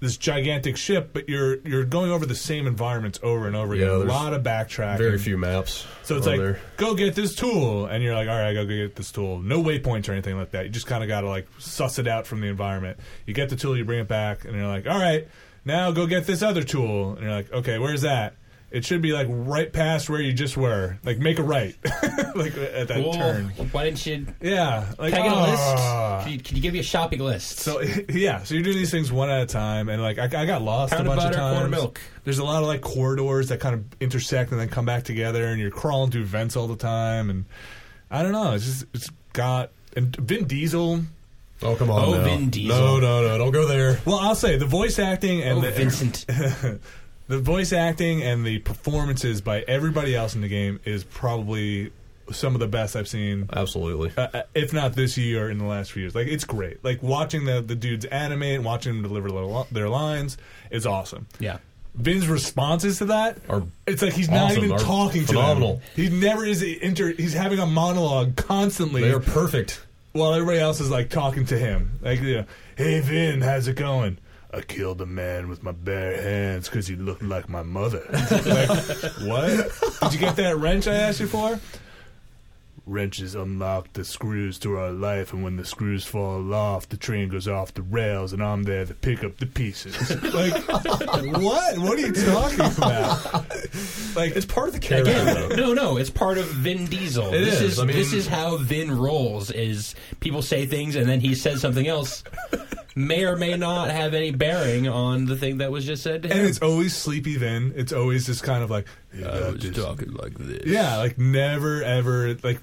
Speaker 2: this gigantic ship, but you're you're going over the same environments over and over
Speaker 3: Yeah,
Speaker 2: again. A
Speaker 3: there's
Speaker 2: lot of backtracking.
Speaker 3: Very few maps.
Speaker 2: So it's
Speaker 3: on
Speaker 2: like,
Speaker 3: there.
Speaker 2: go get this tool, and you're like, all right, go get this tool. No waypoints or anything like that. You just kind of got to like suss it out from the environment. You get the tool, you bring it back, and you're like, all right, now go get this other tool, and you're like, okay, where's that? It should be like right past where you just were. Like make a right, [LAUGHS] like at [LAUGHS] that
Speaker 1: Well,
Speaker 2: turn.
Speaker 1: Why didn't you
Speaker 2: Yeah, like
Speaker 1: tag a
Speaker 2: ah.
Speaker 1: list? Could you, could you give me a shopping list?
Speaker 2: So [LAUGHS] yeah, so you're doing these things one at a time, and like I, I got lost
Speaker 1: Pound
Speaker 2: a
Speaker 1: of
Speaker 2: bunch
Speaker 1: butter,
Speaker 2: of times.
Speaker 1: quarter milk.
Speaker 2: There's a lot of like corridors that kind of intersect and then come back together, and you're crawling through vents all the time, and I don't know. It's just it's got and Vin Diesel.
Speaker 3: oh come on,
Speaker 1: Oh,
Speaker 3: now.
Speaker 1: Vin Diesel.
Speaker 3: No, no, no, don't go there.
Speaker 2: Well, I'll say the voice acting and
Speaker 1: oh,
Speaker 2: the,
Speaker 1: Vincent.
Speaker 2: [LAUGHS] the voice acting and the performances by everybody else in the game is probably some of the best I've seen.
Speaker 3: Absolutely.
Speaker 2: uh, uh, if not this year, in the last few years. Like it's great. Like watching the the dudes animate, and watching them deliver their, li- their lines is awesome.
Speaker 1: yeah.
Speaker 2: Vin's responses to that
Speaker 3: Are
Speaker 2: it's like he's not
Speaker 3: awesome.
Speaker 2: even
Speaker 3: Are
Speaker 2: talking to
Speaker 3: phenomenal.
Speaker 2: them. He never is inter. He's having a monologue constantly
Speaker 3: They are perfect.
Speaker 2: while everybody else is like talking to him. Like, you know, hey Vin, how's it going? I killed a man with my bare hands because he looked like my mother. [LAUGHS] like, what? Did you get that wrench I asked you for? Wrenches unlock the screws to our life, and when the screws fall off, the train goes off the rails, and I'm there to pick up the pieces. [LAUGHS] like, what? What are you talking about? Like,
Speaker 3: It's part of the character.
Speaker 1: Again,
Speaker 3: though.
Speaker 1: no, no, it's part of Vin Diesel.
Speaker 3: It
Speaker 1: this
Speaker 3: is,
Speaker 1: is,
Speaker 3: I mean-
Speaker 1: this is how Vin rolls. Is people say things and then he says something else, may or may not have any bearing on the thing that was just said to him.
Speaker 2: and it's always sleepy. Then it's always just kind of like, "You
Speaker 3: Uh,
Speaker 2: got this,
Speaker 1: talking like this.
Speaker 2: Yeah, like never ever like.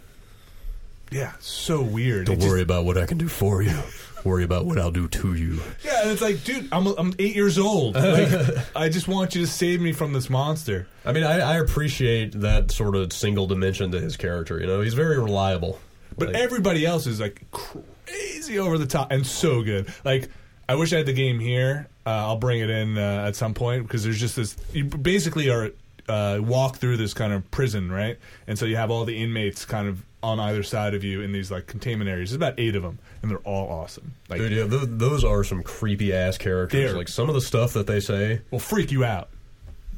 Speaker 2: Yeah, so weird. It
Speaker 3: Don't
Speaker 2: just-
Speaker 3: worry about what I can do for you. Worry about what I'll do to you.
Speaker 2: yeah, and it's like, dude, I'm I'm eight years old. Like, I just want you to save me from this monster.
Speaker 3: I mean, I, I appreciate that sort of single dimension to his character. You know, he's very reliable.
Speaker 2: But
Speaker 3: Like,
Speaker 2: everybody else is like crazy over the top and so good. Like, I wish I had the game here. Uh, I'll bring it in uh, at some point because there's just this. You basically are uh, walk through this kind of prison, right? And so you have all the inmates kind of on either side of you in these like containment areas. There's about eight of them, and they're all awesome. Like,
Speaker 3: dude, yeah, th- those are some creepy ass characters.
Speaker 2: They're-
Speaker 3: Like some of the stuff that they say,
Speaker 2: will freak you out.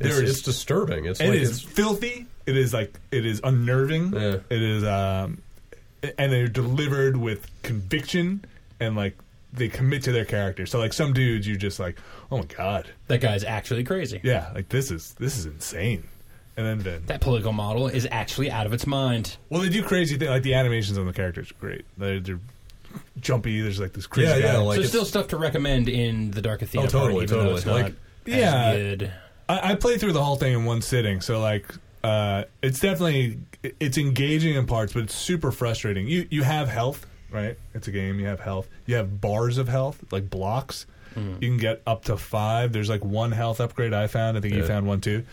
Speaker 3: it's,
Speaker 2: There is-
Speaker 3: it's disturbing. It's
Speaker 2: It
Speaker 3: like
Speaker 2: is
Speaker 3: it's,
Speaker 2: filthy. It is like it is unnerving.
Speaker 3: Yeah.
Speaker 2: It is, um, and they're delivered with conviction and like they commit to their character. So like some dudes, you just like, oh my god,
Speaker 1: That guy's actually crazy.
Speaker 2: yeah, like this is this is insane. And then then
Speaker 1: That political model is actually out of its mind.
Speaker 2: well, they do crazy things. Like the animations on the characters are great. They're, they're jumpy. There's like this crazy.
Speaker 3: Yeah, yeah,
Speaker 2: guy.
Speaker 3: like-
Speaker 1: so
Speaker 3: it's-
Speaker 1: still stuff to recommend in the Dark Athena.
Speaker 3: Oh, totally,
Speaker 1: party, even though
Speaker 3: totally.
Speaker 1: it's not
Speaker 3: Like,
Speaker 1: as
Speaker 2: yeah.
Speaker 1: good.
Speaker 2: I, I played through the whole thing in one sitting, so like uh, it's definitely it's engaging in parts, but it's super frustrating. You you have health, right? It's a game. You have health. You have bars of health, like blocks. You can get up to five. There's like one health upgrade I found. I think you
Speaker 3: Yeah.
Speaker 2: found one too.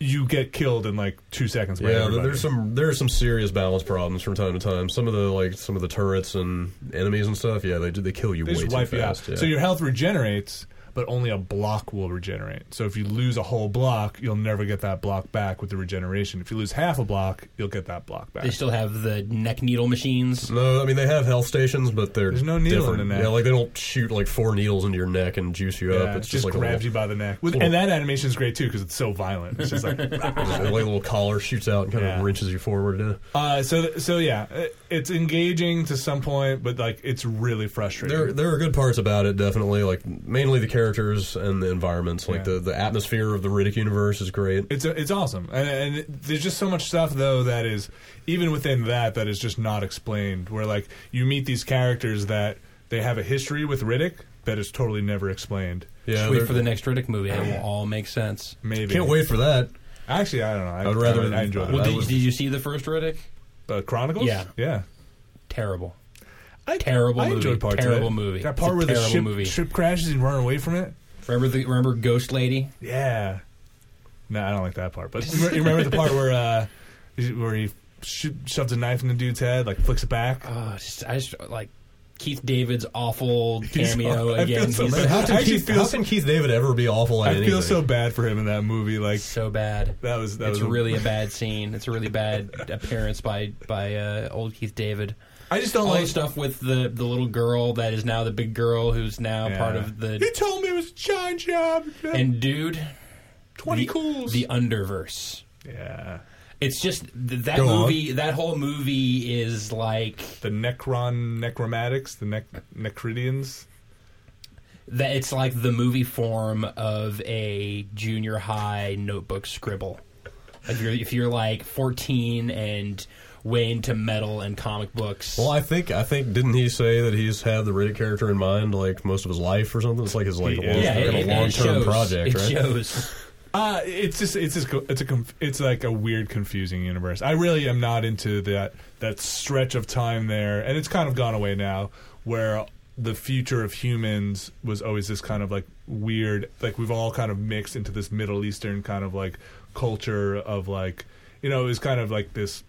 Speaker 2: You get killed in like two seconds. By
Speaker 3: yeah. th-
Speaker 2: everybody.
Speaker 3: There's some there are some serious balance problems from time to time. Some of the like some of the turrets and enemies and stuff. Yeah, they do- they kill you
Speaker 2: They
Speaker 3: way
Speaker 2: just
Speaker 3: too
Speaker 2: wipe you out.
Speaker 3: fast. Yeah.
Speaker 2: So your health regenerates, but only a block will regenerate. So if you lose a whole block, you'll never get that block back with the regeneration. If you lose half a block, you'll get that block back.
Speaker 1: They still have the neck needle machines.
Speaker 3: no, I mean they have health stations, but they're
Speaker 2: There's no needle in
Speaker 3: different.
Speaker 2: the neck.
Speaker 3: Yeah, like they don't shoot like four needles into your neck and juice you
Speaker 2: Yeah,
Speaker 3: up. It's just, like a
Speaker 2: grabs
Speaker 3: little-
Speaker 2: you by the neck.
Speaker 3: little-
Speaker 2: and that animation is great too because it's so violent. It's just like,
Speaker 3: Yeah, [LAUGHS] like a little collar shoots out and kind
Speaker 2: Yeah.
Speaker 3: of wrenches you forward. Yeah.
Speaker 2: uh, so th- so yeah, it- it's engaging to some point, but like it's really frustrating.
Speaker 3: There, there are good parts about it, definitely. Like mainly the characters and the environments. Like
Speaker 2: Yeah.
Speaker 3: the, the atmosphere of the Riddick universe is great.
Speaker 2: it's it's awesome, and, and it- there's just so much stuff though that is even within that that is just not explained. Where like you meet these characters that they have a history with Riddick that is totally never explained.
Speaker 3: Yeah,
Speaker 1: Just wait
Speaker 3: they're- Mm,
Speaker 1: for the next Riddick movie, and it will all make sense.
Speaker 2: Maybe
Speaker 3: can't wait for that.
Speaker 2: Actually, I don't know. I,
Speaker 3: I would rather-
Speaker 2: I, enjoy that.
Speaker 1: Well,
Speaker 3: I
Speaker 1: did,
Speaker 3: was-
Speaker 1: did you see the first Riddick?
Speaker 2: uh, Chronicles.
Speaker 1: Yeah.
Speaker 2: yeah.
Speaker 1: Terrible.
Speaker 2: I,
Speaker 1: Terrible
Speaker 2: I enjoyed
Speaker 1: movie.
Speaker 2: part two.
Speaker 1: Terrible movie.
Speaker 2: That
Speaker 1: It's
Speaker 2: part
Speaker 1: a
Speaker 2: where the
Speaker 1: terrible
Speaker 2: ship,
Speaker 1: movie.
Speaker 2: ship crashes and run away from it.
Speaker 1: Remember the remember Ghost Lady?
Speaker 2: Yeah. No, I don't like that part. But you remember- you remember the part where uh, where he sho- shoves a knife in the dude's head, like flicks it back. [LAUGHS]
Speaker 1: Oh, it's just, I just like Keith David's awful cameo
Speaker 2: [LAUGHS] I feel
Speaker 1: again.
Speaker 2: so
Speaker 1: He's
Speaker 2: bad.
Speaker 3: How
Speaker 2: I
Speaker 3: can,
Speaker 2: actually
Speaker 3: Keith,
Speaker 2: feel
Speaker 3: how
Speaker 2: so-
Speaker 3: can Keith David ever be awful at
Speaker 2: I
Speaker 3: anything?
Speaker 2: feel so bad for him in that movie. Like
Speaker 1: so bad.
Speaker 2: that was that
Speaker 1: it's
Speaker 2: was.
Speaker 1: really
Speaker 2: [LAUGHS]
Speaker 1: a bad scene. It's a really bad appearance by by uh, old Keith David.
Speaker 2: I just don't
Speaker 1: All
Speaker 2: like
Speaker 1: the stuff with the the little girl that is now the big girl who's now
Speaker 2: Yeah.
Speaker 1: part of
Speaker 2: He
Speaker 1: the
Speaker 2: told me it was a giant job.
Speaker 1: and dude
Speaker 2: twenty
Speaker 1: the-
Speaker 2: cools.
Speaker 1: the underverse.
Speaker 2: yeah,
Speaker 1: It's just th- that
Speaker 3: Go on.
Speaker 1: movie. That whole movie is like
Speaker 2: the Necron Necromatics, the Nec- Necridians.
Speaker 1: that. It's like the movie form of a junior high notebook scribble. If you're if you're like 14 and way into metal and comic books,
Speaker 3: Well, I think I think didn't he say that he's had the Riddick character in mind like most of his life or something? It's like his like
Speaker 2: He-
Speaker 3: long,
Speaker 2: it's
Speaker 1: yeah,
Speaker 2: like
Speaker 1: it,
Speaker 2: a
Speaker 1: it- it
Speaker 3: term
Speaker 1: shows.
Speaker 3: project,
Speaker 1: It
Speaker 3: right?
Speaker 1: shows.
Speaker 2: Uh, it's just it's just co- it's a conf- it's like a weird, confusing universe. I really am not into that that stretch of time there, and it's kind of gone away now, where the future of humans was always this kind of like weird, like we've all kind of mixed into this Middle Eastern kind of like culture of like you know it was kind of like this.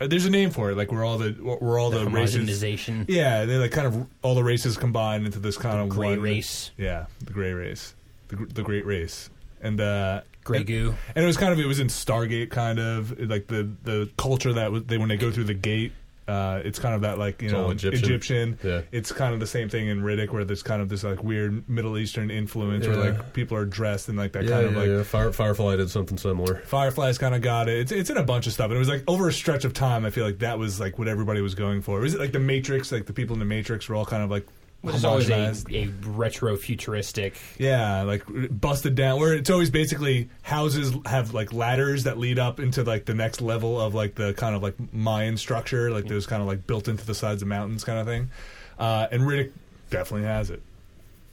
Speaker 2: uh, There's a name for it, like we're all the we're all
Speaker 3: [LAUGHS]
Speaker 1: The
Speaker 2: the, races.
Speaker 1: homogenization,
Speaker 2: Yeah, they're like kind of all the races combined into this kind of
Speaker 1: gray
Speaker 2: one-
Speaker 1: race,
Speaker 2: Yeah, the gray race, the gr- the great race, and uh,
Speaker 1: gray
Speaker 2: and-
Speaker 1: goo.
Speaker 2: and it was kind of it was in Stargate, kind of like the the culture that was, they when they go through the gate, uh, it's kind of that like you
Speaker 3: It's
Speaker 2: know
Speaker 3: all Egyptian. Yeah.
Speaker 2: It's kind of the same thing in Riddick, where there's kind of this like weird Middle Eastern influence, where
Speaker 3: Yeah.
Speaker 2: like people are dressed in like that
Speaker 3: yeah,
Speaker 2: kind of
Speaker 3: yeah,
Speaker 2: like.
Speaker 3: yeah. Fire, Firefly did something similar.
Speaker 2: Fireflies kind of got it. It's, it's in a bunch of stuff, and it was like over a stretch of time. I feel like that was like what everybody was going for. Was it like the Matrix? Like the people in the Matrix were all kind of like
Speaker 1: There's always a,
Speaker 2: homogenized?
Speaker 1: a retro futuristic.
Speaker 2: Yeah, like r- busted down. Where it's always basically houses have like ladders that lead up into like the next level of like the kind of like Mayan structure, like those kind of like built into the sides of mountains kind of thing. Uh, and Riddick definitely has it.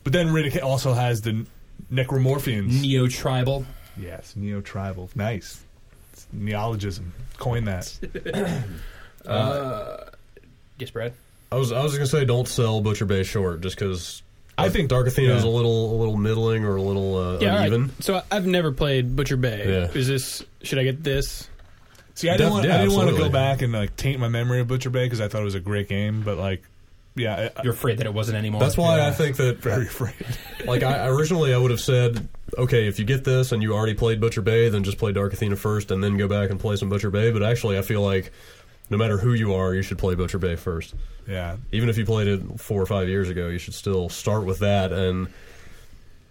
Speaker 2: But then Riddick also has the necromorphians.
Speaker 1: Neo tribal.
Speaker 2: yes, neo tribal. Nice. It's neologism. Coin
Speaker 3: [LAUGHS]
Speaker 2: that.
Speaker 1: Uh, yes, Brad.
Speaker 3: I was I was gonna say don't sell Butcher Bay short just because
Speaker 2: I think
Speaker 3: Dark Athena is a
Speaker 2: yeah.
Speaker 3: little a little middling or a little uh,
Speaker 4: Yeah, all right.
Speaker 3: uneven.
Speaker 4: So I've never played Butcher Bay.
Speaker 3: Yeah.
Speaker 4: Is this? Should I get this?
Speaker 2: See, I didn't,
Speaker 3: Def-
Speaker 2: want,
Speaker 3: yeah,
Speaker 2: I didn't want to go
Speaker 3: absolutely.
Speaker 2: back and like taint my memory of Butcher Bay because I thought it was a great game, but like, yeah, I,
Speaker 1: You're afraid that it wasn't anymore.
Speaker 3: That's why I
Speaker 2: Yeah.
Speaker 3: think
Speaker 2: I'm [LAUGHS] very
Speaker 3: that
Speaker 2: afraid. [LAUGHS]
Speaker 3: like I originally I would have said okay if you get this and you already played Butcher Bay then just play Dark Athena first and then go back and play some Butcher Bay. But actually I feel like no matter who you are you should play Butcher Bay first.
Speaker 2: Yeah,
Speaker 3: even if you played it four or five years ago, you should still start with that and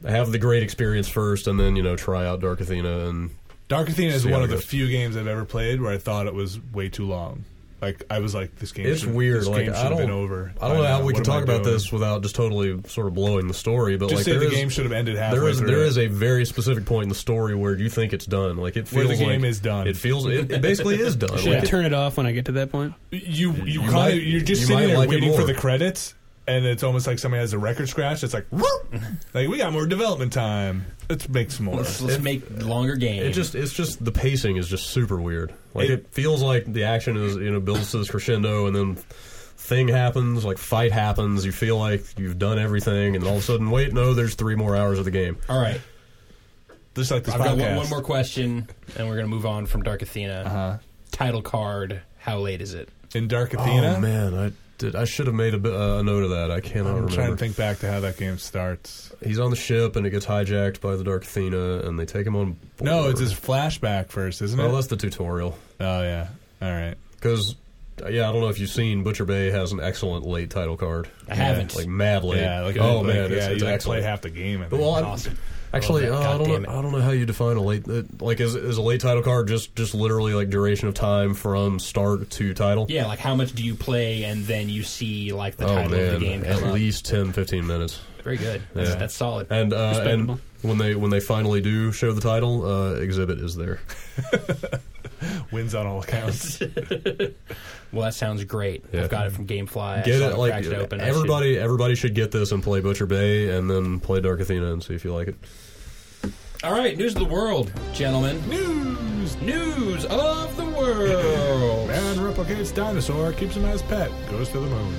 Speaker 3: have the great experience first, and then you know try out Dark Athena. And
Speaker 2: Dark Athena is
Speaker 3: See how
Speaker 2: one
Speaker 3: it
Speaker 2: of the
Speaker 3: goes.
Speaker 2: few games I've ever played where I thought it was way too long. Like I was like, this game.
Speaker 3: It's
Speaker 2: should-
Speaker 3: weird,
Speaker 2: This
Speaker 3: like,
Speaker 2: game
Speaker 3: I
Speaker 2: should have been
Speaker 3: don't-
Speaker 2: over.
Speaker 3: I don't know how we
Speaker 2: What
Speaker 3: can
Speaker 2: am I
Speaker 3: talk about
Speaker 2: doing?
Speaker 3: this without just totally sort of blowing the story, but
Speaker 2: Just
Speaker 3: like
Speaker 2: say
Speaker 3: there
Speaker 2: the
Speaker 3: is-
Speaker 2: game should have ended halfway
Speaker 3: there is
Speaker 2: through.
Speaker 3: there is a very specific point in the story where you think it's done. Like it
Speaker 2: Where
Speaker 3: feels
Speaker 2: the game
Speaker 3: like-
Speaker 2: is done.
Speaker 3: It feels it, it basically is
Speaker 2: [LAUGHS]
Speaker 3: done.
Speaker 4: Should I
Speaker 3: Like, it-
Speaker 4: turn it off when I get to that point?
Speaker 2: you. You,
Speaker 3: You
Speaker 2: kind
Speaker 3: might-
Speaker 2: of you're just
Speaker 3: you might
Speaker 2: sitting there
Speaker 3: like it
Speaker 2: waiting for
Speaker 3: more.
Speaker 2: the credits, and it's almost like somebody has a record scratch. It's like,
Speaker 3: [LAUGHS]
Speaker 2: "Whoop!" like we got more development time. Let's make some more.
Speaker 1: Let's, let's
Speaker 3: It-
Speaker 1: make longer games.
Speaker 3: It just it's just the pacing is just super weird.
Speaker 2: It-
Speaker 3: Like it, feels like the action is you know builds to this crescendo and then thing happens, like fight happens, you feel like you've done everything and all of a sudden wait, no, there's 3 more hours of the game.
Speaker 1: all right.
Speaker 2: Just like this
Speaker 1: I've got
Speaker 2: podcast.
Speaker 1: one, one more question, and we're gonna move on from Dark Athena.
Speaker 2: Uh-huh.
Speaker 1: Title card. How late is it?
Speaker 2: In Dark Athena,
Speaker 3: Oh man, I did I should have made a, bit- uh, a note of that. I cannot
Speaker 2: I'm
Speaker 3: remember.
Speaker 2: trying to think back to how that game starts.
Speaker 3: He's on the ship and it gets hijacked by the Dark Athena and they take him on board.
Speaker 2: No, it's his flashback first, isn't it?
Speaker 3: Well, that's the tutorial.
Speaker 2: oh yeah. All right.
Speaker 3: Cuz yeah, I don't know if you've seen Butcher Bay has an excellent late title card.
Speaker 1: I haven't.
Speaker 3: Like mad late.
Speaker 2: Yeah. Like,
Speaker 3: oh
Speaker 2: like,
Speaker 3: man,
Speaker 2: yeah,
Speaker 3: it's, it's
Speaker 2: you like
Speaker 3: excellent.
Speaker 2: play half the game. I think.
Speaker 3: Well, I'm-
Speaker 1: awesome.
Speaker 3: Actually,
Speaker 1: Oh,
Speaker 3: uh,
Speaker 1: God
Speaker 3: I don't
Speaker 1: damn it.
Speaker 3: know. I don't know how you define a late. uh, Like, is is a late title card just just literally like duration of time from start to title?
Speaker 1: Yeah, like how much do you play, and then you see like the
Speaker 3: oh
Speaker 1: title
Speaker 3: man,
Speaker 1: of the game
Speaker 3: at
Speaker 1: come up.
Speaker 3: least 10, 15 minutes.
Speaker 1: Very good. That's,
Speaker 3: Yeah.
Speaker 1: that's solid.
Speaker 3: And uh,
Speaker 4: Respectable.
Speaker 3: and when they when they finally do show the title, uh, exhibit is there.
Speaker 2: wins on all accounts.
Speaker 1: Well, that sounds great.
Speaker 3: Yeah.
Speaker 1: I've got it from GameFly. I
Speaker 3: Get
Speaker 1: saw
Speaker 3: it? Like
Speaker 1: cracked it open. I should-
Speaker 3: everybody everybody should get this and play Butcher Bay and then play Dark Athena and see if you like it.
Speaker 1: All right, news of the world, gentlemen.
Speaker 2: News.
Speaker 1: News of the world.
Speaker 2: Man replicates dinosaur, keeps him as pet, goes to the moon.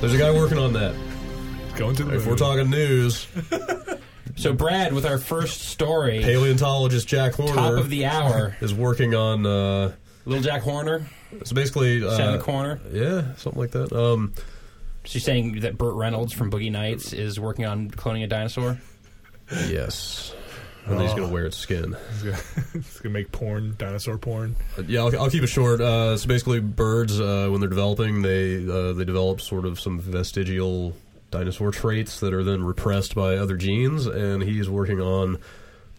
Speaker 3: There's a guy working on that.
Speaker 2: Going to the moon.
Speaker 3: If we're talking news,
Speaker 1: so, Brad, with our first story,
Speaker 3: paleontologist Jack
Speaker 1: top
Speaker 3: Horner
Speaker 1: of the hour,
Speaker 3: is working on. Uh,
Speaker 1: little Jack Horner
Speaker 3: it's basically uh,
Speaker 1: sat in the corner.
Speaker 3: yeah, something like that. Um,
Speaker 1: She's saying that Burt Reynolds from Boogie Nights is working on cloning a dinosaur.
Speaker 3: yes, and he's gonna wear its skin.
Speaker 2: [LAUGHS] It's gonna make porn, dinosaur porn.
Speaker 3: Yeah, I'll, I'll keep it short. Uh, so basically, birds uh, when they're developing, they uh, they develop sort of some vestigial dinosaur traits that are then repressed by other genes, and he's working on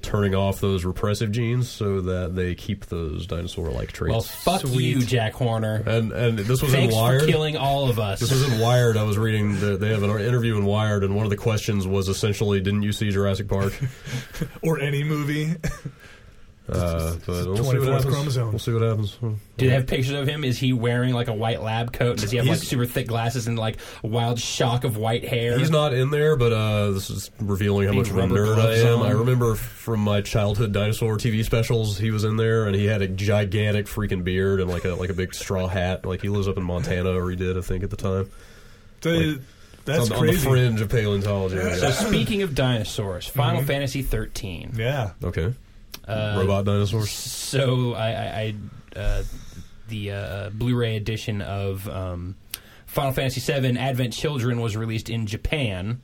Speaker 3: turning off those repressive genes so that they keep those dinosaur-like traits.
Speaker 1: Well, fuck
Speaker 4: Sweet.
Speaker 1: you, Jack Horner.
Speaker 3: and and this Uh, was
Speaker 1: Thanks
Speaker 3: in
Speaker 1: for
Speaker 3: Wired.
Speaker 1: killing all of us.
Speaker 3: This was in Wired. I was reading. The, they have an interview in Wired, and one of the questions was essentially, "Didn't you see Jurassic
Speaker 1: [LAUGHS]
Speaker 3: Park?"
Speaker 2: Or any movie. [LAUGHS]
Speaker 3: Uh, but we'll see
Speaker 2: 24th
Speaker 3: what happens.
Speaker 2: chromosome.
Speaker 3: We'll see what happens.
Speaker 1: Do they have pictures of him? Is he wearing like a white lab coat? Does he have like
Speaker 3: He's-
Speaker 1: super thick glasses and like wild shock of white hair?
Speaker 3: He's not in there, but uh, this is revealing how
Speaker 1: Big
Speaker 3: much of a
Speaker 1: rubber
Speaker 3: nerd I
Speaker 1: gloves
Speaker 3: am.
Speaker 1: on.
Speaker 3: I remember from my childhood dinosaur TV specials, he was in there, and he had a gigantic freaking beard and like a like a big straw hat. Like he lives up in Montana, or he did, I think, at the time.
Speaker 2: So
Speaker 3: It's
Speaker 2: that's
Speaker 3: on, on the
Speaker 2: crazy.
Speaker 3: fringe of paleontology. I [LAUGHS]
Speaker 1: So [LAUGHS]
Speaker 3: guess.
Speaker 1: speaking of dinosaurs, Final
Speaker 3: Mm-hmm.
Speaker 1: Fantasy 13.
Speaker 2: yeah.
Speaker 3: okay,
Speaker 1: Uh,
Speaker 3: robot dinosaurs.
Speaker 1: So I, I, I uh, the uh, Blu-ray edition of um, Final Fantasy VII Advent Children was released in Japan,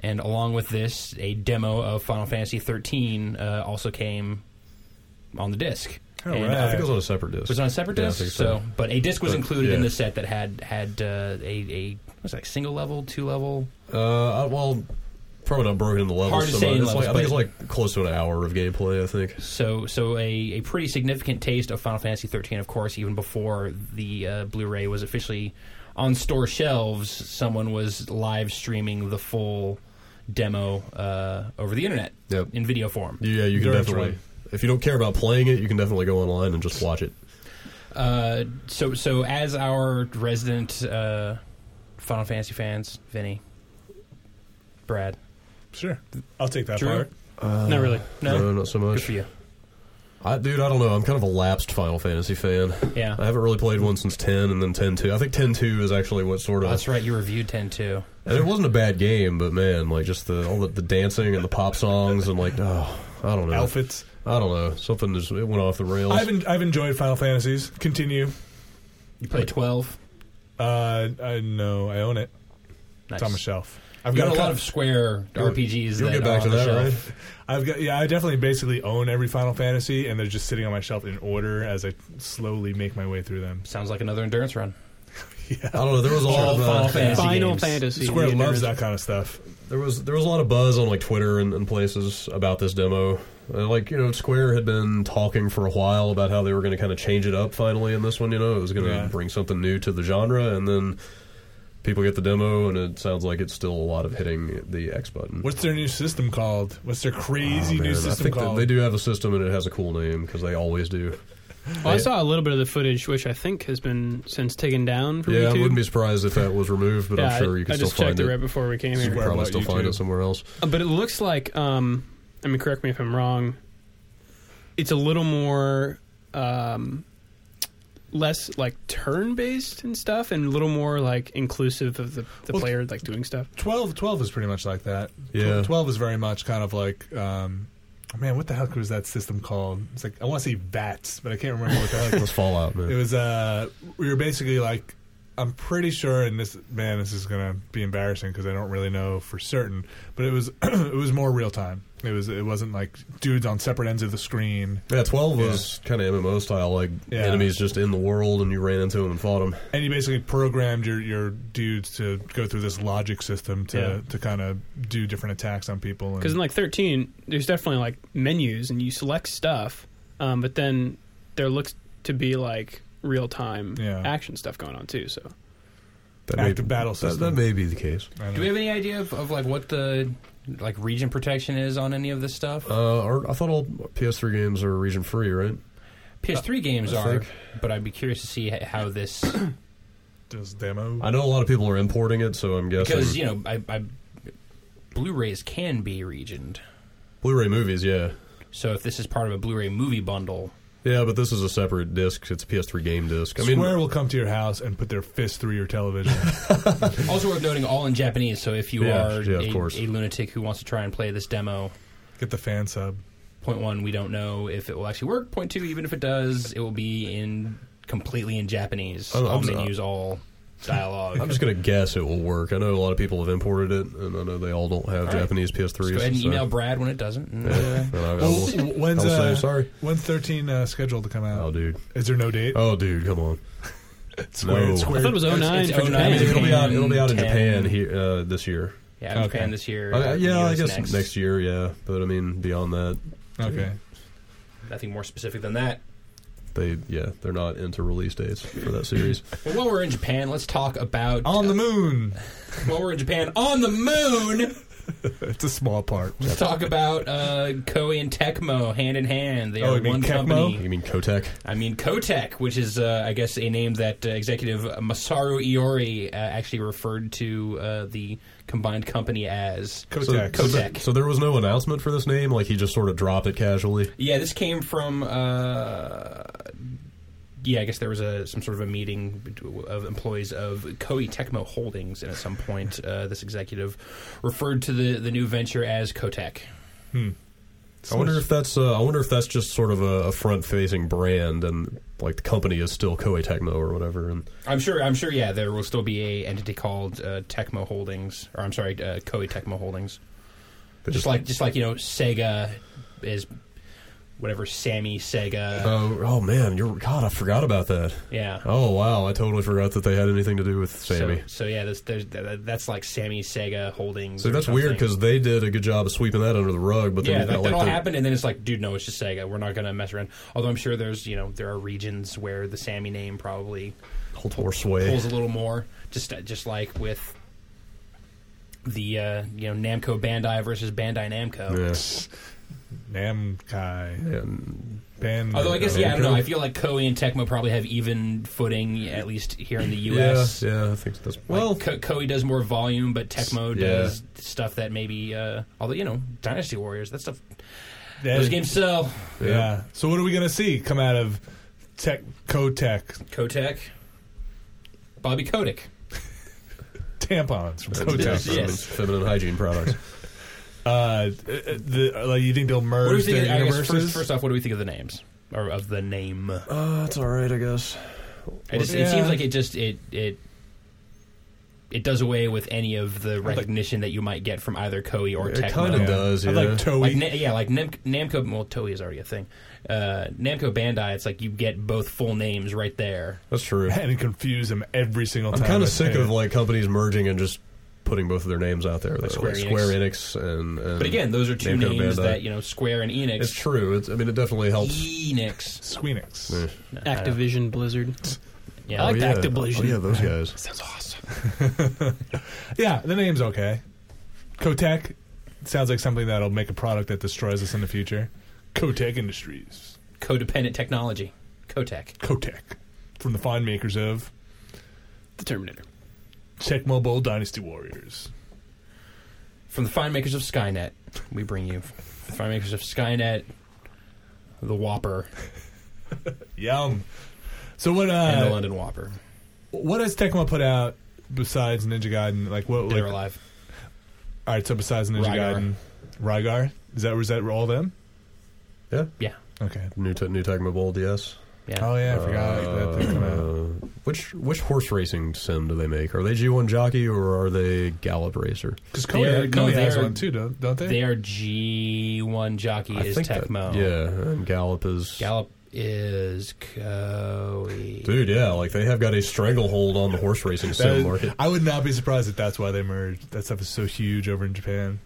Speaker 1: and along with this, a demo of Final Fantasy 13 uh, also came on the disc.
Speaker 2: All
Speaker 1: And,
Speaker 2: right.
Speaker 1: uh,
Speaker 3: I think it was on a separate disc.
Speaker 1: was it on a separate
Speaker 3: Yeah, I
Speaker 1: disc,
Speaker 3: think
Speaker 1: so. but a disc was
Speaker 3: But,
Speaker 1: included in
Speaker 3: yeah.
Speaker 1: the set that had had uh, a, a what was that single level, two level.
Speaker 3: Uh, I- well, probably not broken into levels.
Speaker 1: Hard to
Speaker 3: so
Speaker 1: say
Speaker 3: much.
Speaker 1: in
Speaker 3: It's
Speaker 1: levels,
Speaker 3: like, I think it's
Speaker 1: but-
Speaker 3: like close to an hour of gameplay. I think.
Speaker 1: So, so a, a pretty significant taste of Final Fantasy 13, of course, even before the uh, Blu-ray was officially on store shelves. Someone was live streaming the full demo uh, over the internet
Speaker 3: Yep.
Speaker 1: in video form.
Speaker 3: Yeah, you can
Speaker 2: During
Speaker 3: definitely.
Speaker 2: train.
Speaker 3: If you don't care about playing it, you can definitely go online and just watch it.
Speaker 1: Uh, so, so as our resident uh, Final Fantasy fans, Vinny, Brad,
Speaker 2: Sure. I'll take that
Speaker 1: Drew?
Speaker 2: part.
Speaker 4: Not
Speaker 3: Uh,
Speaker 4: really.
Speaker 1: no,
Speaker 3: no, not so much.
Speaker 1: good for you.
Speaker 3: I, dude, I don't know. I'm kind of a lapsed Final Fantasy fan.
Speaker 1: Yeah.
Speaker 3: I haven't really played one since 10 and then 10 2. I think 10 2 is actually what sort of.
Speaker 1: That's right. You reviewed 10 too.
Speaker 3: And it wasn't a bad game, but man, like just the all the, the dancing and the pop songs and like, oh, I don't know.
Speaker 2: Outfits.
Speaker 3: I don't know. Something just it went off the rails.
Speaker 2: I've en- I've enjoyed Final Fantasies. Continue.
Speaker 1: You played 12.
Speaker 2: Uh, I know I own it.
Speaker 1: Nice.
Speaker 2: It's on my shelf. [LAUGHS] I've
Speaker 1: You got a
Speaker 2: co-
Speaker 1: lot of Square RPGs.
Speaker 3: You'll
Speaker 1: that are
Speaker 3: get back
Speaker 1: on
Speaker 3: to
Speaker 1: the
Speaker 3: that,
Speaker 1: shelf.
Speaker 3: right?
Speaker 2: I've got yeah. I definitely basically own every Final Fantasy, and they're just sitting on my shelf in order as I slowly make my way through them.
Speaker 1: Sounds like another endurance run.
Speaker 3: I don't know. There was a lot of.
Speaker 1: Final
Speaker 3: Uh,
Speaker 1: Fantasy
Speaker 4: Final
Speaker 1: games.
Speaker 4: Fantasy.
Speaker 2: Square
Speaker 4: the
Speaker 2: loves
Speaker 4: original-
Speaker 2: that kind of stuff.
Speaker 3: There was there was a lot of buzz on like Twitter and, and places about this demo. And, like you know, Square had been talking for a while about how they were going to kind of change it up finally in this one. You know, it was going to
Speaker 2: Yeah.
Speaker 3: bring something new to the genre, and then people get the demo, and it sounds like it's still a lot of hitting the X button.
Speaker 2: What's their new system called? What's their
Speaker 3: Oh,
Speaker 2: crazy
Speaker 3: man,
Speaker 2: new
Speaker 3: I
Speaker 2: system
Speaker 3: think that
Speaker 2: called?
Speaker 3: they do have a system, and it has a cool name because they always do.
Speaker 4: Well, I saw a little bit of the footage, which I think has been since taken down from
Speaker 3: yeah,
Speaker 4: YouTube.
Speaker 3: I wouldn't be surprised if that was removed, but
Speaker 4: yeah,
Speaker 3: I'm sure you can
Speaker 4: I
Speaker 3: still
Speaker 4: just
Speaker 3: find
Speaker 4: checked
Speaker 3: it.
Speaker 4: it right before we came
Speaker 3: you
Speaker 4: here.
Speaker 3: can
Speaker 2: Where
Speaker 3: probably
Speaker 2: about
Speaker 3: still find
Speaker 2: YouTube?
Speaker 3: it somewhere else.
Speaker 4: Uh, But it looks like, um, I mean, correct me if I'm wrong. It's a little more, um, less like turn based and stuff, and a little more like inclusive of the, the
Speaker 2: Well,
Speaker 4: player like doing stuff.
Speaker 2: 12, 12 is pretty much like that.
Speaker 3: Yeah.
Speaker 2: 12 is very much kind of like, um, man, what the heck was that system called? It's like, I want to say VATS, but I can't remember what the heck.
Speaker 3: It [LAUGHS] was Fallout,
Speaker 2: [LAUGHS] It
Speaker 3: man.
Speaker 2: was, uh, we were basically like, I'm pretty sure, and this, man, this is going to be embarrassing because I don't really know for certain, but it was, [CLEARS THROAT] it was more real time. It was, it wasn't like dudes on separate ends of the screen.
Speaker 3: Yeah, 12 was kind of MMO style, like
Speaker 2: Yeah.
Speaker 3: enemies just in the world and you ran into them and fought them.
Speaker 2: And you basically programmed your, your dudes to go through this logic system to,
Speaker 4: Yeah.
Speaker 2: to kind of do different attacks on people. and-
Speaker 4: Because in like 13, there's definitely like menus and you select stuff, um, but then there looks to be like real time
Speaker 2: Yeah.
Speaker 4: action stuff going on too. So
Speaker 3: That
Speaker 2: Active battle system.
Speaker 3: That, that may be the case.
Speaker 2: I don't
Speaker 1: Do we have any idea of, of like what the like region protection is on any of this stuff?
Speaker 3: Uh, are, I thought all PS3 games are region free, right? uh,
Speaker 1: PS3 games
Speaker 3: I
Speaker 1: are,
Speaker 3: think-
Speaker 1: but I'd be curious to see h- how this
Speaker 2: Does demo.
Speaker 3: I know a lot of people are importing it, so I'm guessing.
Speaker 1: because you know I, I Blu-rays can be regioned.
Speaker 3: Blu-ray movies, yeah,
Speaker 1: So if this is part of a Blu-ray movie bundle,
Speaker 3: yeah, but this is a separate disc. It's a PS3 game disc. I mean,
Speaker 2: Square will come to your house and put their fist through your
Speaker 3: [LAUGHS]
Speaker 2: television.
Speaker 1: also worth noting, all in Japanese. So if you
Speaker 3: Yeah,
Speaker 1: are
Speaker 3: yeah, of
Speaker 1: a,
Speaker 3: course.
Speaker 1: a lunatic who wants to try and play this demo,
Speaker 2: Get the fan sub.
Speaker 1: point one, we don't know if it will actually work. Point two, even if it does, it will be in completely in Japanese.
Speaker 3: I'm-
Speaker 1: all
Speaker 3: I'm-
Speaker 1: menus, all dialogue.
Speaker 3: I'm just gonna guess it will work. I know a lot of people have imported it, and I know they all don't have
Speaker 1: right.
Speaker 3: Japanese
Speaker 1: Just
Speaker 3: PS3s.
Speaker 1: go ahead and
Speaker 3: so-
Speaker 1: email Brad when it doesn't. and,
Speaker 3: [LAUGHS]
Speaker 1: uh,
Speaker 3: And I- I
Speaker 2: Well,
Speaker 3: will-
Speaker 2: w- when's
Speaker 3: I'll say
Speaker 2: uh,
Speaker 3: sorry.
Speaker 2: When's thirteen uh, scheduled to come out?
Speaker 3: oh, dude.
Speaker 2: Is there no date?
Speaker 3: Oh, dude, come on.
Speaker 2: Square,
Speaker 3: no.
Speaker 2: Square.
Speaker 4: I thought it was 09
Speaker 1: it's
Speaker 4: for
Speaker 1: 09.
Speaker 3: I mean,
Speaker 4: Japan.
Speaker 3: it'll be out. It'll be out in
Speaker 1: 10.
Speaker 3: Japan here uh, this year.
Speaker 1: yeah, I'm
Speaker 2: Okay.
Speaker 1: Japan this year.
Speaker 3: Uh, yeah, I
Speaker 1: US
Speaker 3: guess next. year. Yeah, but I mean, beyond that,
Speaker 2: okay.
Speaker 1: Nothing more specific than that.
Speaker 3: they yeah, they're not into release dates for that series.
Speaker 1: Well, while we're in Japan, let's talk about
Speaker 3: Oh.
Speaker 2: On the moon.
Speaker 1: while we're in Japan on the moon.
Speaker 2: It's a small part.
Speaker 1: Let's talk about uh, Koei and Tecmo hand in hand. They
Speaker 2: Oh,
Speaker 1: are
Speaker 2: you mean
Speaker 1: one
Speaker 2: Tecmo?
Speaker 1: company.
Speaker 3: [LAUGHS] you mean Kotek?
Speaker 1: I mean, Kotek, which is, uh, I guess, a name that uh, executive Masaru Iori uh, actually referred to uh, the combined company as.
Speaker 2: Kotex.
Speaker 1: So- Kotex. Kotek.
Speaker 3: So there was no announcement for this name. Like he just sort of dropped it casually.
Speaker 1: Yeah, this came from. Uh, yeah, I guess there was a some sort of a meeting bet- of employees of Koei Tecmo Holdings, and at some point, uh, this executive referred to the, the new venture as Kotek.
Speaker 3: I wonder if that's uh, I wonder if that's just sort of a, a front-facing brand, and like the company is still Koei Tecmo or whatever. And
Speaker 1: I'm sure. I'm sure. Yeah, there will still be a entity called uh, Tecmo Holdings, or I'm sorry, uh, Koei Tecmo Holdings.
Speaker 3: But
Speaker 1: just like, just like you know, Sega is whatever Sammy Sega.
Speaker 3: oh, oh man, you're God, I forgot about that.
Speaker 1: yeah.
Speaker 3: Oh wow, I totally forgot that they had anything to do with Sammy.
Speaker 1: So, so yeah, that's there's, that, that's like Sammy Sega Holdings.
Speaker 3: So
Speaker 1: or
Speaker 3: that's weird
Speaker 1: something.
Speaker 3: because they did a good job of sweeping that under the rug, but then
Speaker 1: yeah,
Speaker 3: you've
Speaker 1: that,
Speaker 3: got
Speaker 1: that all
Speaker 3: like the,
Speaker 1: happened, and then it's like, dude, no, it's just Sega. We're not gonna mess around. Although I'm sure there's you know there are regions where the Sammy name probably
Speaker 3: hold more sway.
Speaker 1: pulls a little more. Just just like with the uh, you know Namco Bandai versus Bandai Namco.
Speaker 3: Yeah.
Speaker 2: Namkai.
Speaker 3: And
Speaker 2: Ben.
Speaker 1: Although I guess yeah, I don't
Speaker 3: Okay.
Speaker 1: know. I feel like Koei and Tecmo probably have even footing, at least here in the
Speaker 3: yeah,
Speaker 1: U.S.
Speaker 3: yeah, I think that's
Speaker 1: Well, Ko- Koei does more volume, but Tecmo
Speaker 3: Yeah.
Speaker 1: does stuff that maybe. Uh, although you know, Dynasty Warriors, that stuff.
Speaker 2: Yeah.
Speaker 1: Those games sell.
Speaker 2: Yeah. So what are we gonna see come out of Tech Kotex
Speaker 1: Kotek, Bobby Kotick.
Speaker 2: tampons from
Speaker 1: Yes,
Speaker 2: Kotex?
Speaker 1: yes.
Speaker 3: feminine hygiene products.
Speaker 2: Uh, uh, the, like you think they'll
Speaker 1: What do we
Speaker 2: merge
Speaker 1: think?
Speaker 2: their
Speaker 1: I guess
Speaker 2: universes?
Speaker 1: first, first off, what do we think of the names or of the name?
Speaker 3: uh, that's all right, I guess.
Speaker 1: It, just, it
Speaker 2: Yeah.
Speaker 1: seems like it just it it it does away with any of the
Speaker 2: like-
Speaker 1: recognition that you might get from either Koei or
Speaker 3: it
Speaker 1: Tecmo.
Speaker 3: kind of does. Yeah.
Speaker 2: I like Toei.
Speaker 1: like Na- yeah, like Nam- Namco. Well, Toei is already a thing. Uh, Namco Bandai. It's like you get both full names right there.
Speaker 3: that's
Speaker 2: [LAUGHS]
Speaker 3: true.
Speaker 2: and confuse them every single
Speaker 3: I'm
Speaker 2: time.
Speaker 3: kind
Speaker 2: I
Speaker 3: of sick
Speaker 2: say it.
Speaker 3: of like companies merging and just putting both of their names out there. Like
Speaker 1: Square
Speaker 3: Square,
Speaker 1: Enix.
Speaker 3: Square Enix and, and
Speaker 1: But again, those are two
Speaker 3: Mm. Namco
Speaker 1: names
Speaker 3: Bandai.
Speaker 1: that you know Square and Enix.
Speaker 3: it's true. It's, I mean, it definitely helps.
Speaker 1: Enix.
Speaker 2: Squeenix.
Speaker 3: Yeah.
Speaker 1: No, I don't-
Speaker 4: Activision Blizzard.
Speaker 1: Yeah,
Speaker 4: I
Speaker 1: like
Speaker 4: like
Speaker 3: oh,
Speaker 4: the
Speaker 3: yeah.
Speaker 4: Activision.
Speaker 3: Oh, yeah, those guys.
Speaker 4: Sounds awesome.
Speaker 2: Yeah, the name's okay. Kotek sounds like something that'll make a product that destroys us in the future. Kotek Industries.
Speaker 1: codependent technology. Kotek.
Speaker 2: Kotek. From the fine makers of
Speaker 4: The Terminator.
Speaker 2: Tech Mobile Dynasty Warriors.
Speaker 1: From the fine makers of Skynet, we bring you the fine makers of Skynet, the Whopper,
Speaker 2: Yum. So what
Speaker 1: and the
Speaker 2: uh
Speaker 1: London Whopper.
Speaker 2: what has Tecmo put out besides Ninja Gaiden? Like what
Speaker 1: They're
Speaker 2: like, all
Speaker 1: alive.
Speaker 2: right, so besides Ninja
Speaker 1: Rygar.
Speaker 2: Gaiden, Rygar? Is that was that all them?
Speaker 3: Yeah.
Speaker 1: Yeah.
Speaker 2: Okay.
Speaker 3: New te- new Tecmo Bowl DS.
Speaker 1: Yeah.
Speaker 2: Oh yeah, I forgot that thing came out.
Speaker 3: Uh, which which horse racing sim do they make? Are they G1 jockey or are they Gallop racer?
Speaker 2: Because
Speaker 1: They're-
Speaker 2: Koei,
Speaker 1: no,
Speaker 2: Koei has
Speaker 1: they're-
Speaker 2: one too, don't, don't they?
Speaker 1: They are G1 jockey is
Speaker 3: that-
Speaker 1: Tecmo.
Speaker 3: yeah, and Gallop is.
Speaker 1: Gallop is Koei.
Speaker 3: Dude, yeah, like they have got a stranglehold on the horse racing
Speaker 2: That
Speaker 3: sim
Speaker 2: is- [LAUGHS]
Speaker 3: market.
Speaker 2: I would not be surprised if that's why they merged. That stuff is so huge over in Japan.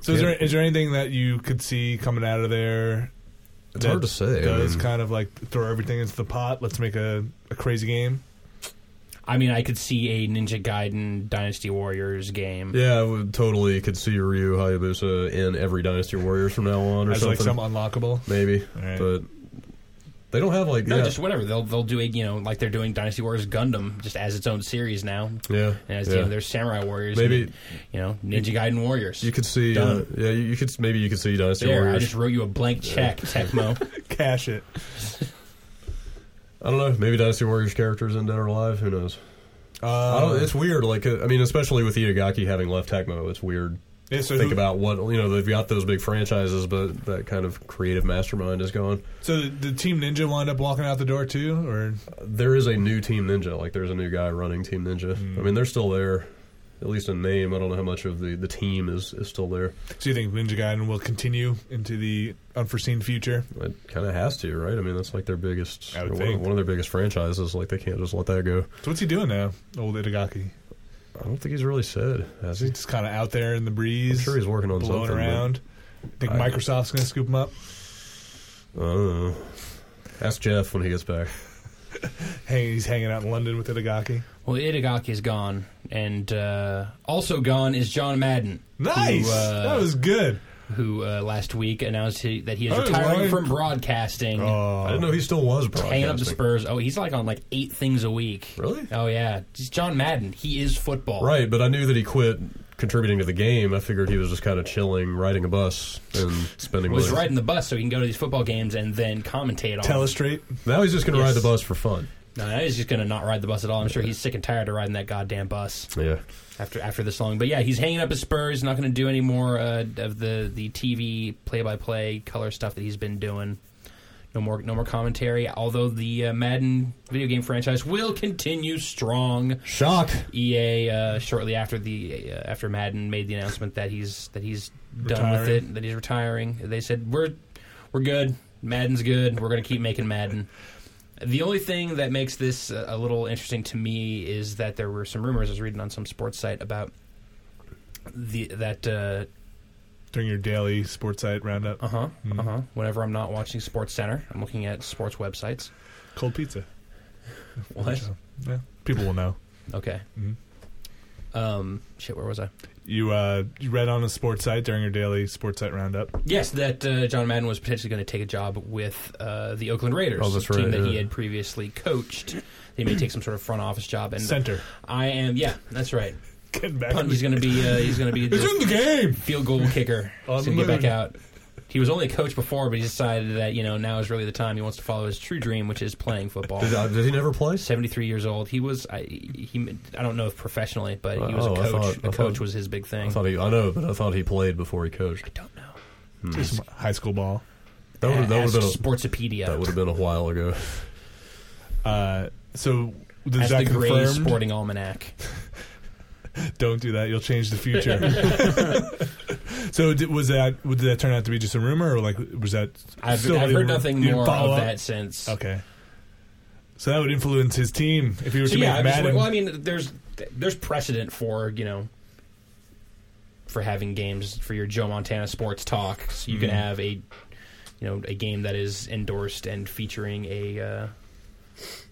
Speaker 2: So is
Speaker 3: Yeah.
Speaker 2: there is there anything that you could see coming out of there?
Speaker 3: It's hard to say. I
Speaker 2: Does
Speaker 3: mean,
Speaker 2: kind of like throw everything into the pot. Let's make a, a crazy game.
Speaker 1: I mean, I could see a Ninja Gaiden Dynasty Warriors game.
Speaker 3: yeah, I would totally could see Ryu Hayabusa in every Dynasty Warriors from now on or
Speaker 2: as
Speaker 3: something.
Speaker 2: like some unlockable.
Speaker 3: maybe,
Speaker 2: All right.
Speaker 3: but They don't have like
Speaker 1: No,
Speaker 3: yeah,
Speaker 1: just whatever. They'll they'll do it, you know, like they're doing Dynasty Warriors Gundam just as its own series now.
Speaker 3: yeah,
Speaker 1: As
Speaker 3: yeah.
Speaker 1: you know, there's Samurai Warriors.
Speaker 3: Maybe-
Speaker 1: and, you know Ninja Gaiden Warriors.
Speaker 3: you could see uh,
Speaker 1: Done.
Speaker 3: yeah you, you could maybe you could see Dynasty
Speaker 1: there, I
Speaker 3: Warriors.
Speaker 1: just wrote you a blank check,
Speaker 3: [LAUGHS]
Speaker 1: Tecmo.
Speaker 2: [LAUGHS] Cash it.
Speaker 3: I don't know. Maybe Dynasty Warriors characters in Dead or Alive. Who knows? I
Speaker 2: Uh,
Speaker 3: don't, it's weird. Like uh, I mean, especially with Iagaki having left Tecmo, it's weird.
Speaker 2: yeah, so
Speaker 3: Think
Speaker 2: who-
Speaker 3: about what you know. They've got those big franchises, but that kind of creative mastermind is gone.
Speaker 2: So the, the Team Ninja wound up walking out the door too, or
Speaker 3: There is a new Team Ninja. Like there's a new guy running Team Ninja.
Speaker 2: Hmm.
Speaker 3: I mean, they're still there, at least in name. I don't know how much of the the team is is still there.
Speaker 2: so you think Ninja Gaiden will continue into the unforeseen future?
Speaker 3: It kind of has to, right? I mean, that's like their biggest,
Speaker 2: I would
Speaker 3: or one,
Speaker 2: think.
Speaker 3: of, one of their biggest franchises. Like they can't just let that go.
Speaker 2: So what's he doing now, old Itagaki?
Speaker 3: I don't think he's really said. Has
Speaker 2: Is he
Speaker 3: he?
Speaker 2: just kind of out there in the
Speaker 3: I'm
Speaker 2: breeze,
Speaker 3: sure he's working on
Speaker 2: blowing
Speaker 3: something. but-
Speaker 2: around? Think
Speaker 3: I-
Speaker 2: Microsoft's going to scoop him up?
Speaker 3: I don't know. Ask Jeff when he gets back.
Speaker 2: Hang, he's hanging out in London with Itagaki.
Speaker 1: well, Itagaki is gone, and uh, also gone is John Madden,
Speaker 2: Nice,
Speaker 1: uh,
Speaker 2: that was good.
Speaker 1: who uh, last week announced he, that he is
Speaker 2: Oh, he's
Speaker 1: retiring
Speaker 2: lying.
Speaker 1: from broadcasting.
Speaker 2: Oh,
Speaker 3: I didn't know he still was broadcasting.
Speaker 1: Hanging up the Spurs. Oh, he's like on like eight things a week.
Speaker 3: Really?
Speaker 1: Oh yeah, he's John Madden. He is football.
Speaker 3: Right, but I knew that he quit contributing to the game. I figured he was just kind of chilling, riding a bus, and spending
Speaker 1: Was
Speaker 3: money.
Speaker 1: riding the bus so he can go to these football games and then commentate on.
Speaker 2: Tell
Speaker 1: them.
Speaker 2: us straight.
Speaker 3: Now he's just going to
Speaker 1: Yes.
Speaker 3: ride the bus for fun.
Speaker 1: No, now he's just going to not ride the bus at all. I'm sure he's sick and tired of riding that goddamn bus
Speaker 3: Yeah.
Speaker 1: after after this long. But yeah, he's hanging up his spurs. Not going to do any more uh, of the the TV play by play color stuff that he's been doing. No more no more commentary. Although the uh, Madden video game franchise will continue strong.
Speaker 3: Shock.
Speaker 1: EA uh, shortly after the uh, after Madden made the announcement that he's that he's done with
Speaker 2: Retiring.
Speaker 1: it, that he's retiring. They said we're we're good. Madden's good. We're going to keep making Madden. The only thing that makes this a a little interesting to me is that there were some rumors I was reading on some sports site about the that uh
Speaker 2: During your daily sports site roundup,
Speaker 1: huh
Speaker 2: Mm.
Speaker 1: uh huh whenever I'm not watching Sports Center, I'm looking at sports websites.
Speaker 2: cold pizza.
Speaker 1: What?
Speaker 2: So, yeah, people will know.
Speaker 1: Okay.
Speaker 2: Mhm.
Speaker 1: Um shit, where was I?
Speaker 2: You uh, you read on a sports site during your daily sports site roundup.
Speaker 1: Yes, that uh, John Madden was potentially going to take a job with uh, the Oakland Raiders,
Speaker 3: Oh, that's
Speaker 1: a team
Speaker 3: right,
Speaker 1: that he
Speaker 3: yeah.
Speaker 1: had previously coached. They may take some sort of front office job, and
Speaker 2: Center.
Speaker 1: I am yeah, that's right.
Speaker 2: Getting back.
Speaker 1: Punt,
Speaker 2: in
Speaker 1: he's
Speaker 2: the-
Speaker 1: going to be uh, he's going to be
Speaker 2: [LAUGHS] He's
Speaker 1: the
Speaker 2: in the game.
Speaker 3: Mm-hmm.
Speaker 1: field goal
Speaker 2: [LAUGHS]
Speaker 1: kicker.
Speaker 2: On
Speaker 1: he's going
Speaker 2: the
Speaker 1: to get back
Speaker 2: moon.
Speaker 1: out. He was only a coach before, but he decided that you know now is really the time he wants to follow his true dream, which is playing football.
Speaker 3: Did, uh, did he never play?
Speaker 1: 73 years old. He was I he I don't know if professionally, but he was
Speaker 3: Oh,
Speaker 1: a coach.
Speaker 3: I thought-
Speaker 1: the
Speaker 3: I
Speaker 1: coach
Speaker 3: thought-
Speaker 1: was his big
Speaker 3: I
Speaker 1: thing.
Speaker 3: thought he. I know, but I thought he played before he coached.
Speaker 1: I don't know.
Speaker 2: Just some high school ball.
Speaker 3: That would that would
Speaker 1: Ask
Speaker 3: have been a,
Speaker 1: Sportsopedia.
Speaker 3: that would have been a while ago.
Speaker 2: Uh, so does
Speaker 1: Ask
Speaker 2: that
Speaker 1: the Gray
Speaker 2: confirm?
Speaker 1: Sporting Almanac.
Speaker 2: Don't do that. You'll change the future. [LAUGHS] so did, was that did that turn out to be just a rumor or like was that?
Speaker 1: I've,
Speaker 2: still
Speaker 1: I've
Speaker 2: a-
Speaker 1: heard nothing
Speaker 2: you didn't
Speaker 1: more of
Speaker 2: follow up?
Speaker 1: that since.
Speaker 2: Okay. So that would influence his team if he were
Speaker 1: So
Speaker 2: to
Speaker 1: yeah,
Speaker 2: make
Speaker 1: I'm just
Speaker 2: Madden.
Speaker 1: like- well, I mean, there's there's precedent for you know for having games for your Joe Montana sports talk. So you can
Speaker 2: Mhm.
Speaker 1: have a you know a game that is endorsed and featuring a uh,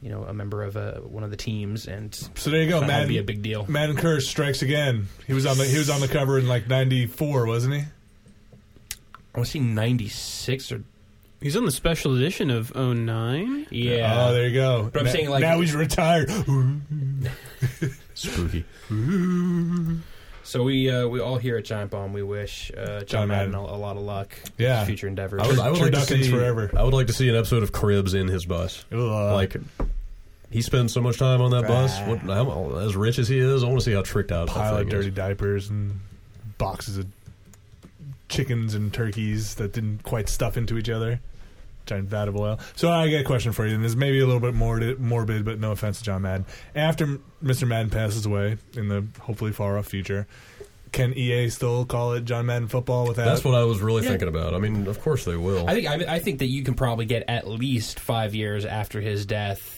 Speaker 1: you know a member of uh, one of the teams, and
Speaker 2: so there you go,
Speaker 1: that'd
Speaker 2: Oh, Madden.
Speaker 1: be a big deal.
Speaker 2: Madden Curse strikes again. He was on the he was on the cover in like '94, wasn't he?
Speaker 1: I want to see '96 or
Speaker 4: He's on the special edition of 09.
Speaker 1: yeah.
Speaker 2: Oh, there you go.
Speaker 1: But I'm
Speaker 2: Na-
Speaker 1: saying, like-
Speaker 2: now he's retired.
Speaker 3: Spooky.
Speaker 1: so we uh, we all here at Giant Bomb we wish uh, John,
Speaker 2: John
Speaker 1: Madden,
Speaker 2: Madden.
Speaker 1: a, a lot of luck.
Speaker 2: Yeah.
Speaker 1: His future endeavors.
Speaker 3: I would, I would like to
Speaker 2: Turduckins
Speaker 3: see.
Speaker 2: forever.
Speaker 3: I would like to see an episode of Cribs in his bus.
Speaker 2: like
Speaker 3: like he spends so much time on that bus. What, how, as rich as he is, I want to see how tricked out. that
Speaker 2: pile of
Speaker 3: thing is.
Speaker 2: dirty diapers and boxes of chickens and turkeys that didn't quite stuff into each other. Giant vat of oil. So I got a question for you, and this may be a little bit morbid, morbid, but no offense to John Madden. After M- Mr. Madden passes away in the hopefully far off future, can EA still call it John Madden football without?
Speaker 3: That's what I was really
Speaker 1: Yeah.
Speaker 3: thinking about. I mean, of course they will.
Speaker 1: I think I, I think that you can probably get at least five years after his death.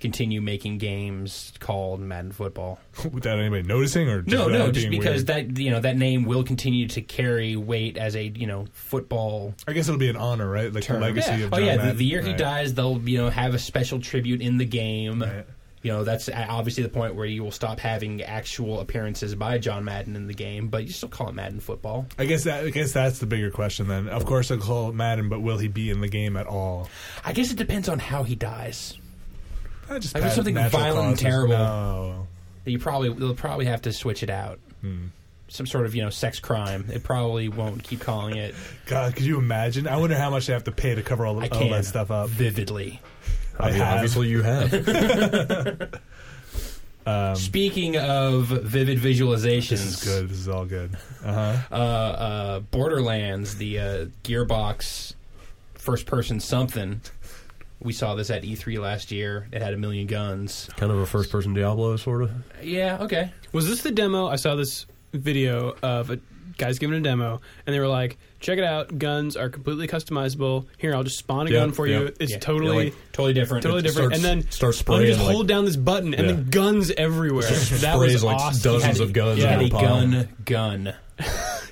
Speaker 1: Continue making games called Madden Football.
Speaker 2: without anybody noticing, or just
Speaker 1: No,
Speaker 2: without
Speaker 1: no,
Speaker 2: it
Speaker 1: just
Speaker 2: being
Speaker 1: because
Speaker 2: weird?
Speaker 1: that you know that name will continue to carry weight as a you know football
Speaker 2: I guess it'll be an honor, right? Like
Speaker 1: term.
Speaker 2: the legacy
Speaker 1: yeah.
Speaker 2: of
Speaker 1: oh
Speaker 2: John
Speaker 1: yeah, the,
Speaker 2: Madden.
Speaker 1: the year he
Speaker 2: Right.
Speaker 1: dies, they'll you know have a special tribute in the game.
Speaker 2: Right.
Speaker 1: you know that's a- obviously the point where you will stop having actual appearances by John Madden in the game, but you still call it Madden football.
Speaker 2: I guess that I guess that's the bigger question then. Of course, they'll call it Madden, but will he be in the game at all?
Speaker 1: I guess it depends on how he dies.
Speaker 2: Uh, just
Speaker 1: Like, there's
Speaker 2: pat-
Speaker 1: something
Speaker 2: natural
Speaker 1: violent and
Speaker 2: causes.
Speaker 1: terrible.
Speaker 2: No.
Speaker 1: You probably they'll probably have to switch it out. Some sort of you know sex crime. It probably won't keep calling it.
Speaker 2: God, could you imagine? I wonder how much they have to pay to cover all,
Speaker 1: I
Speaker 2: the, all
Speaker 1: can
Speaker 2: that stuff up.
Speaker 1: vividly.
Speaker 2: I
Speaker 3: mean,
Speaker 2: have.
Speaker 3: obviously you have.
Speaker 2: Um,
Speaker 1: Speaking of vivid visualizations,
Speaker 2: this is good. This is all good. Uh-huh.
Speaker 1: uh, uh, Borderlands, the uh, Gearbox first person something. We saw this at E3 last year. It had a million guns.
Speaker 3: kind of a first person Diablo, sort of.
Speaker 1: Yeah, okay.
Speaker 4: Was this the demo? I saw this video of a guys giving a demo, and they were like, "Check it out! Guns are completely customizable. Here, I'll just spawn a
Speaker 3: Yeah,
Speaker 4: gun for
Speaker 3: yeah,
Speaker 4: you. It's
Speaker 1: yeah,
Speaker 4: totally."
Speaker 1: yeah, like, totally different.
Speaker 4: Totally
Speaker 1: It's-
Speaker 4: different.
Speaker 3: Starts-
Speaker 4: and then
Speaker 3: starts
Speaker 4: Let me
Speaker 3: spraying
Speaker 4: just
Speaker 3: like,
Speaker 4: hold down this button, and
Speaker 3: Yeah.
Speaker 4: then guns everywhere.
Speaker 3: [LAUGHS]
Speaker 4: that
Speaker 3: sprays
Speaker 4: was
Speaker 3: like
Speaker 4: awesome.
Speaker 1: You
Speaker 3: dozens
Speaker 1: had-
Speaker 3: of guns
Speaker 1: You
Speaker 3: in
Speaker 1: had
Speaker 3: a
Speaker 1: a
Speaker 3: pile.
Speaker 1: gun, gun.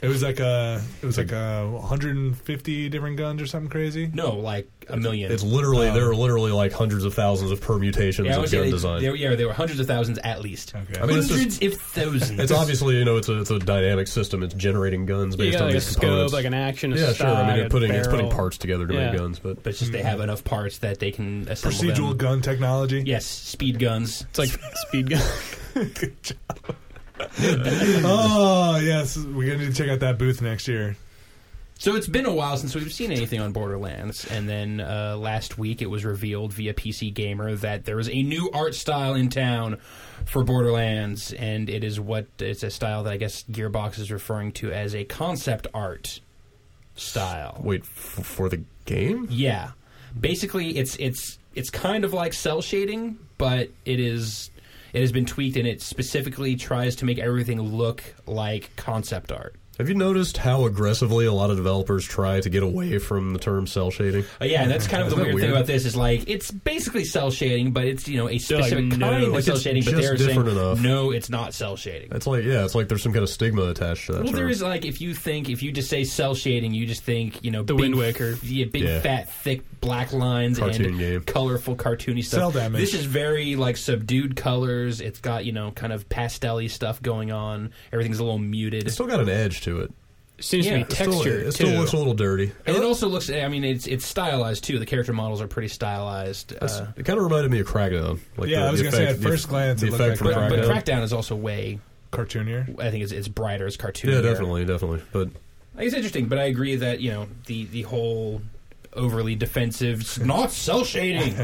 Speaker 2: It was like a, it was like a 150 different guns or something crazy.
Speaker 1: No, like a million.
Speaker 3: It's literally there are literally like hundreds of thousands of permutations
Speaker 1: um, yeah, I
Speaker 3: of
Speaker 1: would say
Speaker 3: gun
Speaker 1: they-
Speaker 3: design.
Speaker 1: There, yeah, there were hundreds of thousands at least.
Speaker 2: Okay.
Speaker 3: I mean, it's
Speaker 1: hundreds,
Speaker 3: just-
Speaker 1: if thousands.
Speaker 3: it's obviously you know it's a it's a dynamic system. It's generating guns
Speaker 4: You
Speaker 3: based
Speaker 4: got
Speaker 3: on
Speaker 4: like a
Speaker 3: these
Speaker 4: scope,
Speaker 3: components.
Speaker 4: like an action, a
Speaker 3: yeah, sure. I
Speaker 4: stock,
Speaker 3: mean,
Speaker 4: a
Speaker 3: it's putting it's putting
Speaker 4: barrel.
Speaker 3: parts together to
Speaker 4: Yeah.
Speaker 3: make guns, but
Speaker 1: But it's just they have enough parts that they can assemble
Speaker 2: Procedural
Speaker 1: them.
Speaker 2: gun technology.
Speaker 1: Yes, speed guns.
Speaker 4: It's like
Speaker 3: [LAUGHS]
Speaker 4: speed gun. [LAUGHS]
Speaker 2: Oh yes, we're gonna need to check out that booth next year.
Speaker 1: So it's been a while since we've seen anything on Borderlands, and then uh, last week it was revealed via PC Gamer that there is a new art style in town for Borderlands, and it is what it's a style that I guess Gearbox is referring to as a concept art style.
Speaker 3: wait f- for the game.
Speaker 1: Yeah, basically it's it's it's kind of like cell shading, but it is it has been tweaked and it specifically tries to make everything look like concept art.
Speaker 3: Have you noticed how aggressively a lot of developers try to get away from the term cell shading?
Speaker 1: Uh, yeah, and that's kind of the
Speaker 3: Isn't that
Speaker 1: weird, thing
Speaker 3: weird?
Speaker 1: about this is like it's basically cell shading, but it's you know a
Speaker 4: like,
Speaker 1: specific
Speaker 4: no,
Speaker 1: kind
Speaker 4: like,
Speaker 1: of
Speaker 3: it's
Speaker 1: cell shading. But
Speaker 3: just
Speaker 1: they're saying
Speaker 3: different enough.
Speaker 1: no, it's not cell shading.
Speaker 3: It's like yeah, it's like there's some kind of stigma attached to that.
Speaker 1: well,
Speaker 3: term.
Speaker 1: there is like if you think if you just say cell shading, you just think you know the big,
Speaker 4: Wind Waker.
Speaker 1: yeah, big
Speaker 3: Yeah.
Speaker 1: fat thick black lines
Speaker 3: Cartoon
Speaker 1: and
Speaker 3: game.
Speaker 1: colorful cartoony stuff.
Speaker 2: Cell damage.
Speaker 1: This is very like subdued colors. It's got you know kind of pastelly stuff going on. Everything's a little muted.
Speaker 3: It's still got an edge to it.
Speaker 4: Seems
Speaker 1: Yeah,
Speaker 4: to be
Speaker 1: it's
Speaker 3: It still-
Speaker 4: texture.
Speaker 3: it still
Speaker 4: too.
Speaker 3: looks a little dirty.
Speaker 1: and it also looks. I mean, it's it's stylized too. The character models are pretty stylized.
Speaker 3: That's-
Speaker 1: Uh,
Speaker 3: it kind of reminded me of Crackdown. Like
Speaker 2: Yeah,
Speaker 3: the,
Speaker 2: I was
Speaker 3: the
Speaker 2: gonna say
Speaker 3: effect-
Speaker 2: at
Speaker 3: the-
Speaker 2: first glance
Speaker 3: the
Speaker 2: it looked
Speaker 3: effect
Speaker 2: like
Speaker 3: from
Speaker 1: but, but
Speaker 2: Crackdown.
Speaker 3: Crackdown.
Speaker 1: Crackdown is also way
Speaker 2: Cartoonier.
Speaker 1: I think it's, it's brighter, it's cartoonier.
Speaker 3: yeah, definitely, definitely. But
Speaker 1: I think it's interesting, but I agree that you know the the whole overly defensive, "It's
Speaker 3: [LAUGHS]
Speaker 1: not cell shading.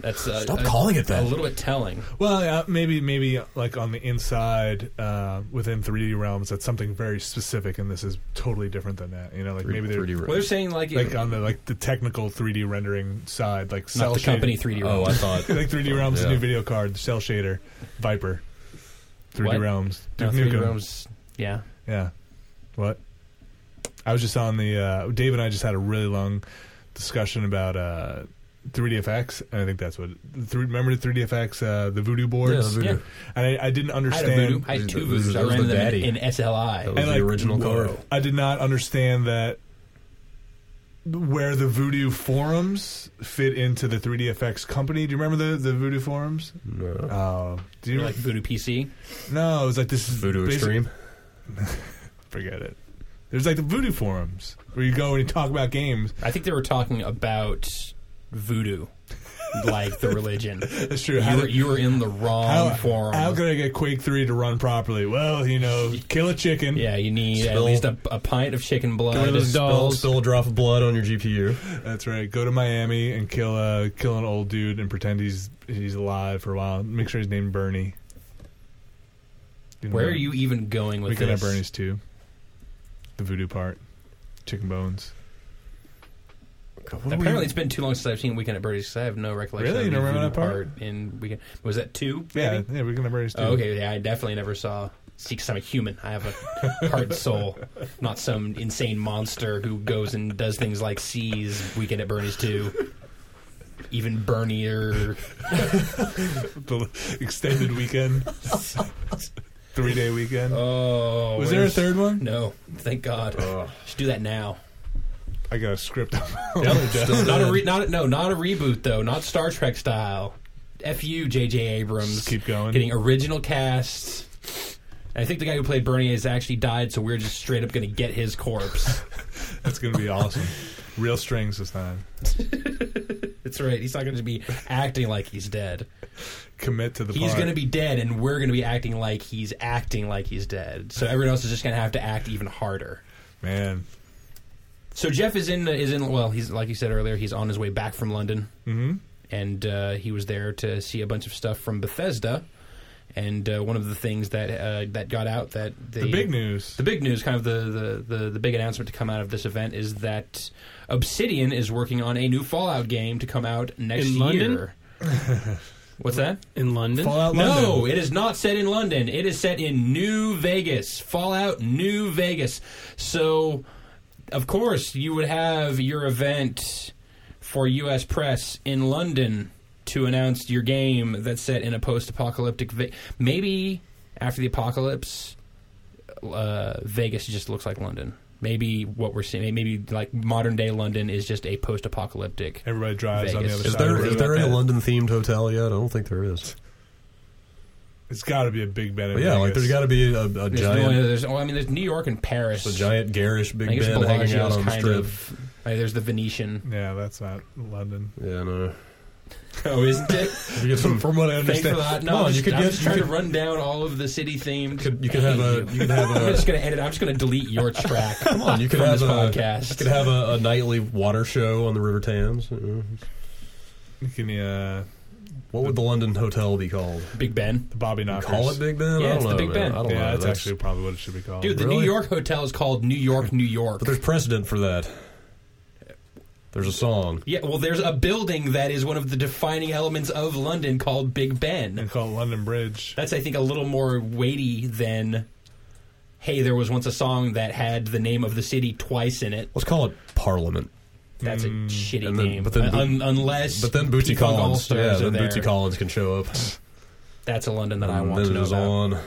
Speaker 1: That's uh,
Speaker 3: Stop
Speaker 1: a-
Speaker 3: calling it that.
Speaker 1: A little bit telling.
Speaker 2: Well, uh, maybe maybe like on the inside uh, within 3D realms, that's something very specific, and this is totally different than that. You know, like maybe they're
Speaker 3: 3D
Speaker 1: Well, they're saying like,
Speaker 2: like
Speaker 1: not
Speaker 2: on the like the technical 3D rendering side, like cell
Speaker 1: the company
Speaker 2: shading-
Speaker 1: 3D.
Speaker 3: Oh, I
Speaker 1: Realms.
Speaker 2: [LAUGHS]
Speaker 3: thought.
Speaker 2: like 3D Realms,
Speaker 3: Yeah.
Speaker 2: new video card, the cell shader, Viper, 3D
Speaker 1: What?
Speaker 2: Realms,
Speaker 1: No,
Speaker 2: Duke
Speaker 1: 3D
Speaker 2: Nukem.
Speaker 1: Realms. Yeah,
Speaker 2: Yeah. What? I was just on the uh, Dave and I just had a really long discussion about uh, 3DFX, and I think that's what. Three, remember the 3DFX, uh, the Voodoo
Speaker 3: Yeah,
Speaker 2: boards,
Speaker 3: the
Speaker 1: Yeah.
Speaker 3: voodoo.
Speaker 2: and I, I
Speaker 1: I
Speaker 2: didn't
Speaker 1: had a voodoo.
Speaker 2: understand.
Speaker 1: I had two
Speaker 3: Those-
Speaker 1: voodoos. I
Speaker 3: those
Speaker 1: ran
Speaker 3: the
Speaker 1: them
Speaker 3: daddy.
Speaker 1: in, in SLI.
Speaker 3: That was
Speaker 2: And,
Speaker 3: the original
Speaker 2: whoa.
Speaker 3: card.
Speaker 2: I did not understand that where the Voodoo forums fit into the 3DFX company. Do you remember the the Voodoo forums?
Speaker 3: No.
Speaker 2: Oh, do you
Speaker 1: You're like Voodoo PC.
Speaker 2: No, it was like this is
Speaker 3: Voodoo
Speaker 2: basic-
Speaker 3: Extreme.
Speaker 2: Forget it. There's like the Voodoo forums where you go and you talk about games.
Speaker 1: I think they were talking about voodoo, like the
Speaker 2: [LAUGHS]
Speaker 1: religion.
Speaker 2: That's true.
Speaker 1: You were, you were in the wrong
Speaker 2: How,
Speaker 1: forum.
Speaker 2: how could I get Quake 3 to run properly? Well, you know, kill a chicken.
Speaker 1: Yeah, you need at
Speaker 3: Spill.
Speaker 1: least a, a pint of chicken blood.
Speaker 4: rid of those
Speaker 3: Spill,
Speaker 4: dolls.
Speaker 3: spill a drop of blood on your GPU.
Speaker 2: That's right. Go to Miami and kill a kill an old dude and pretend he's he's alive for a while. Make sure he's named Bernie. You know,
Speaker 1: Where are you even going with
Speaker 2: We could have
Speaker 1: this?
Speaker 2: Bernie's too. The voodoo part. Chicken bones.
Speaker 1: Apparently, it's been too long since I've seen Weekend at Bernie's. 'cause I have no recollection.
Speaker 2: Really?
Speaker 1: of
Speaker 2: You don't
Speaker 1: the
Speaker 2: remember
Speaker 1: voodoo
Speaker 2: that part?
Speaker 1: part in Weekend. Was that two?
Speaker 2: Yeah,
Speaker 1: maybe?
Speaker 2: yeah, we can have Bernie's too.
Speaker 1: Oh, okay. Yeah, I definitely never saw. See, because I'm a human. I have
Speaker 2: [LAUGHS]
Speaker 1: a hard soul, not some insane monster who goes and does things like sees Weekend at Bernie's two. Even Bernier.
Speaker 2: The extended weekend.
Speaker 1: [LAUGHS]
Speaker 2: [LAUGHS] Three day weekend.
Speaker 1: Oh,
Speaker 2: Was there a
Speaker 1: where's-
Speaker 2: third one?
Speaker 1: No, thank God. Should do that now.
Speaker 2: I got a script.
Speaker 3: Still
Speaker 1: Not a
Speaker 3: dead.
Speaker 1: re- not a- no, not a reboot though. Not Star Trek style. F you, J.J. Abrams.
Speaker 2: Just keep going.
Speaker 1: Getting original casts. I think the guy who played Bernie has actually died, so we're just straight up going to get his
Speaker 2: [LAUGHS]
Speaker 1: corpse.
Speaker 2: That's gonna be awesome. Real strings this time.
Speaker 1: That's right. He's not going to be acting like he's dead.
Speaker 2: Commit to the.
Speaker 1: He's
Speaker 2: part.
Speaker 1: going to be dead, and we're going to be acting like he's acting like he's dead. So everyone else is just going to have to act even harder.
Speaker 2: man.
Speaker 1: So Jeff is in is in well he's like you said earlier he's on his way back from London
Speaker 2: hmm
Speaker 1: and uh, he was there to see a bunch of stuff from Bethesda and uh, one of the things that uh, that got out that they,
Speaker 2: The big news.
Speaker 1: the big news kind of the, the, the, the big announcement to come out of this event is that Obsidian is working on a new Fallout game to come out next
Speaker 4: In London? [LAUGHS]
Speaker 1: year. What's that?
Speaker 4: in London.
Speaker 1: Uh,
Speaker 2: Fallout
Speaker 1: No,
Speaker 2: London.
Speaker 1: it is not set in London. It is set in New Vegas. Fallout New Vegas. So, of course, you would have your event for U.S. press in London to announce your game that's set in a post-apocalyptic. Ve- Maybe after the apocalypse, uh, Vegas just looks like London. Maybe what we're seeing, maybe like modern day London is just a post-apocalyptic.
Speaker 2: Everybody drives on the
Speaker 1: Vegas.
Speaker 2: other
Speaker 1: Is
Speaker 3: Is
Speaker 2: side.
Speaker 3: there
Speaker 2: What
Speaker 3: is
Speaker 2: about
Speaker 3: there any
Speaker 2: that?
Speaker 3: London themed hotel yet? I don't think there is.
Speaker 2: It's got to be a big bet. in
Speaker 3: But Oh, yeah, like
Speaker 2: Vegas.
Speaker 3: there's got to be a, a
Speaker 1: There's no-
Speaker 3: giant,
Speaker 1: there's- oh, I mean, there's New York and Paris.
Speaker 3: a giant garish big
Speaker 1: I guess
Speaker 3: bed
Speaker 1: Bellagio's
Speaker 3: hanging out on the
Speaker 1: kind
Speaker 3: strip.
Speaker 1: of. Like, there's the
Speaker 3: [LAUGHS]
Speaker 1: Venetian.
Speaker 2: Yeah, that's not London.
Speaker 3: Yeah, no.
Speaker 1: Oh, isn't it?
Speaker 3: You get some,
Speaker 2: From what
Speaker 1: [LAUGHS]
Speaker 2: I
Speaker 1: Thanks for
Speaker 2: understand,
Speaker 1: that.
Speaker 3: Come
Speaker 1: No, I'm
Speaker 3: on, you
Speaker 1: just,
Speaker 3: could
Speaker 1: I'm
Speaker 3: get-
Speaker 1: just
Speaker 3: you
Speaker 1: trying
Speaker 3: could-
Speaker 1: to [LAUGHS] run down all of the city themed.
Speaker 3: could- you could have
Speaker 1: [LAUGHS]
Speaker 3: a you could have
Speaker 1: I'm
Speaker 3: a
Speaker 1: just gonna edit. I'm just gonna delete
Speaker 3: [LAUGHS]
Speaker 1: your track. Come
Speaker 3: on, you could
Speaker 1: from
Speaker 3: have
Speaker 1: this
Speaker 3: a- you
Speaker 1: podcast.
Speaker 3: could have a, a nightly water show on the River Thames. Yeah.
Speaker 2: you can uh,
Speaker 3: What would the London hotel be called?
Speaker 1: Big Ben.
Speaker 3: Oh,
Speaker 2: the Bobby knockers.
Speaker 3: Call it Big Oh, Ben?
Speaker 1: Yeah,
Speaker 3: I don't
Speaker 1: it's the
Speaker 3: know.
Speaker 1: Big
Speaker 3: man.
Speaker 1: Ben.
Speaker 3: I don't know.
Speaker 2: Yeah, that's actually probably what it should be called.
Speaker 1: Dude, the New
Speaker 3: Really?
Speaker 1: York hotel is called New York, New York.
Speaker 3: But there's precedent for that. There's a song.
Speaker 1: yeah, well, there's a building that is one of the defining elements of London called Big Ben.
Speaker 2: and call it London Bridge.
Speaker 1: That's, I think, a little more weighty than. Hey, there was once a song that had the name of the city twice in it.
Speaker 3: Let's call it Parliament.
Speaker 1: That's a
Speaker 2: Mm.
Speaker 1: shitty
Speaker 3: Hmm. And then-
Speaker 1: name. Uh,
Speaker 3: but then Bo-
Speaker 1: Un- unless,
Speaker 3: But then Bootsy
Speaker 1: P-Funk
Speaker 3: Collins, yeah,
Speaker 1: All-Stars are
Speaker 3: then
Speaker 1: there.
Speaker 3: Bootsy Collins Hmm. can show up.
Speaker 1: That's a London that I
Speaker 3: And
Speaker 1: want to
Speaker 3: then
Speaker 1: know
Speaker 3: it's
Speaker 1: about.
Speaker 3: on.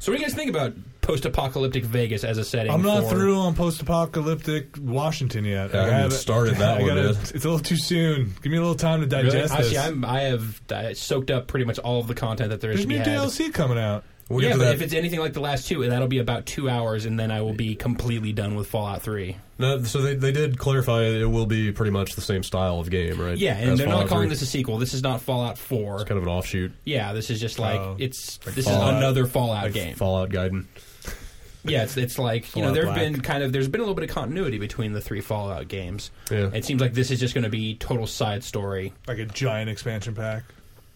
Speaker 1: So, what do you guys think about post-apocalyptic Vegas as a setting?
Speaker 2: I'm not
Speaker 1: for-
Speaker 2: through on post-apocalyptic Washington yet.
Speaker 3: Yeah, I haven't started that
Speaker 2: I
Speaker 3: one
Speaker 2: gotta-
Speaker 3: yet.
Speaker 2: It's a little too soon. Give me a little time to
Speaker 1: Really?
Speaker 2: digest
Speaker 1: Actually,
Speaker 2: this.
Speaker 1: I'm, I have uh, soaked up pretty much all of the content that there is
Speaker 2: There's
Speaker 1: to be
Speaker 2: new
Speaker 1: had.
Speaker 2: DLC coming out.
Speaker 3: We'll
Speaker 1: yeah,
Speaker 3: get to
Speaker 1: but
Speaker 3: that.
Speaker 1: if it's anything like the last two, that'll be about two hours, and then I will be completely done with Fallout Three.
Speaker 3: No, so they, they did clarify it will be pretty much the same style of game, right?
Speaker 1: Yeah, and
Speaker 3: As
Speaker 1: they're
Speaker 3: Fallout
Speaker 1: not calling
Speaker 3: 3.
Speaker 1: this a sequel. This is not Fallout Four.
Speaker 3: It's kind of an offshoot
Speaker 1: Yeah, this is just like
Speaker 2: Oh.
Speaker 1: it's
Speaker 3: Like
Speaker 1: this
Speaker 3: Fallout-
Speaker 1: is another Fallout game.
Speaker 3: Fallout Gaiden.
Speaker 1: yeah, it's it's like you know
Speaker 2: Fallout
Speaker 1: there've
Speaker 2: Black.
Speaker 1: been kind of there's been a little bit of continuity between the three Fallout games.
Speaker 3: Yeah.
Speaker 1: It seems like this is just going to be total side story.
Speaker 2: Like a giant expansion pack.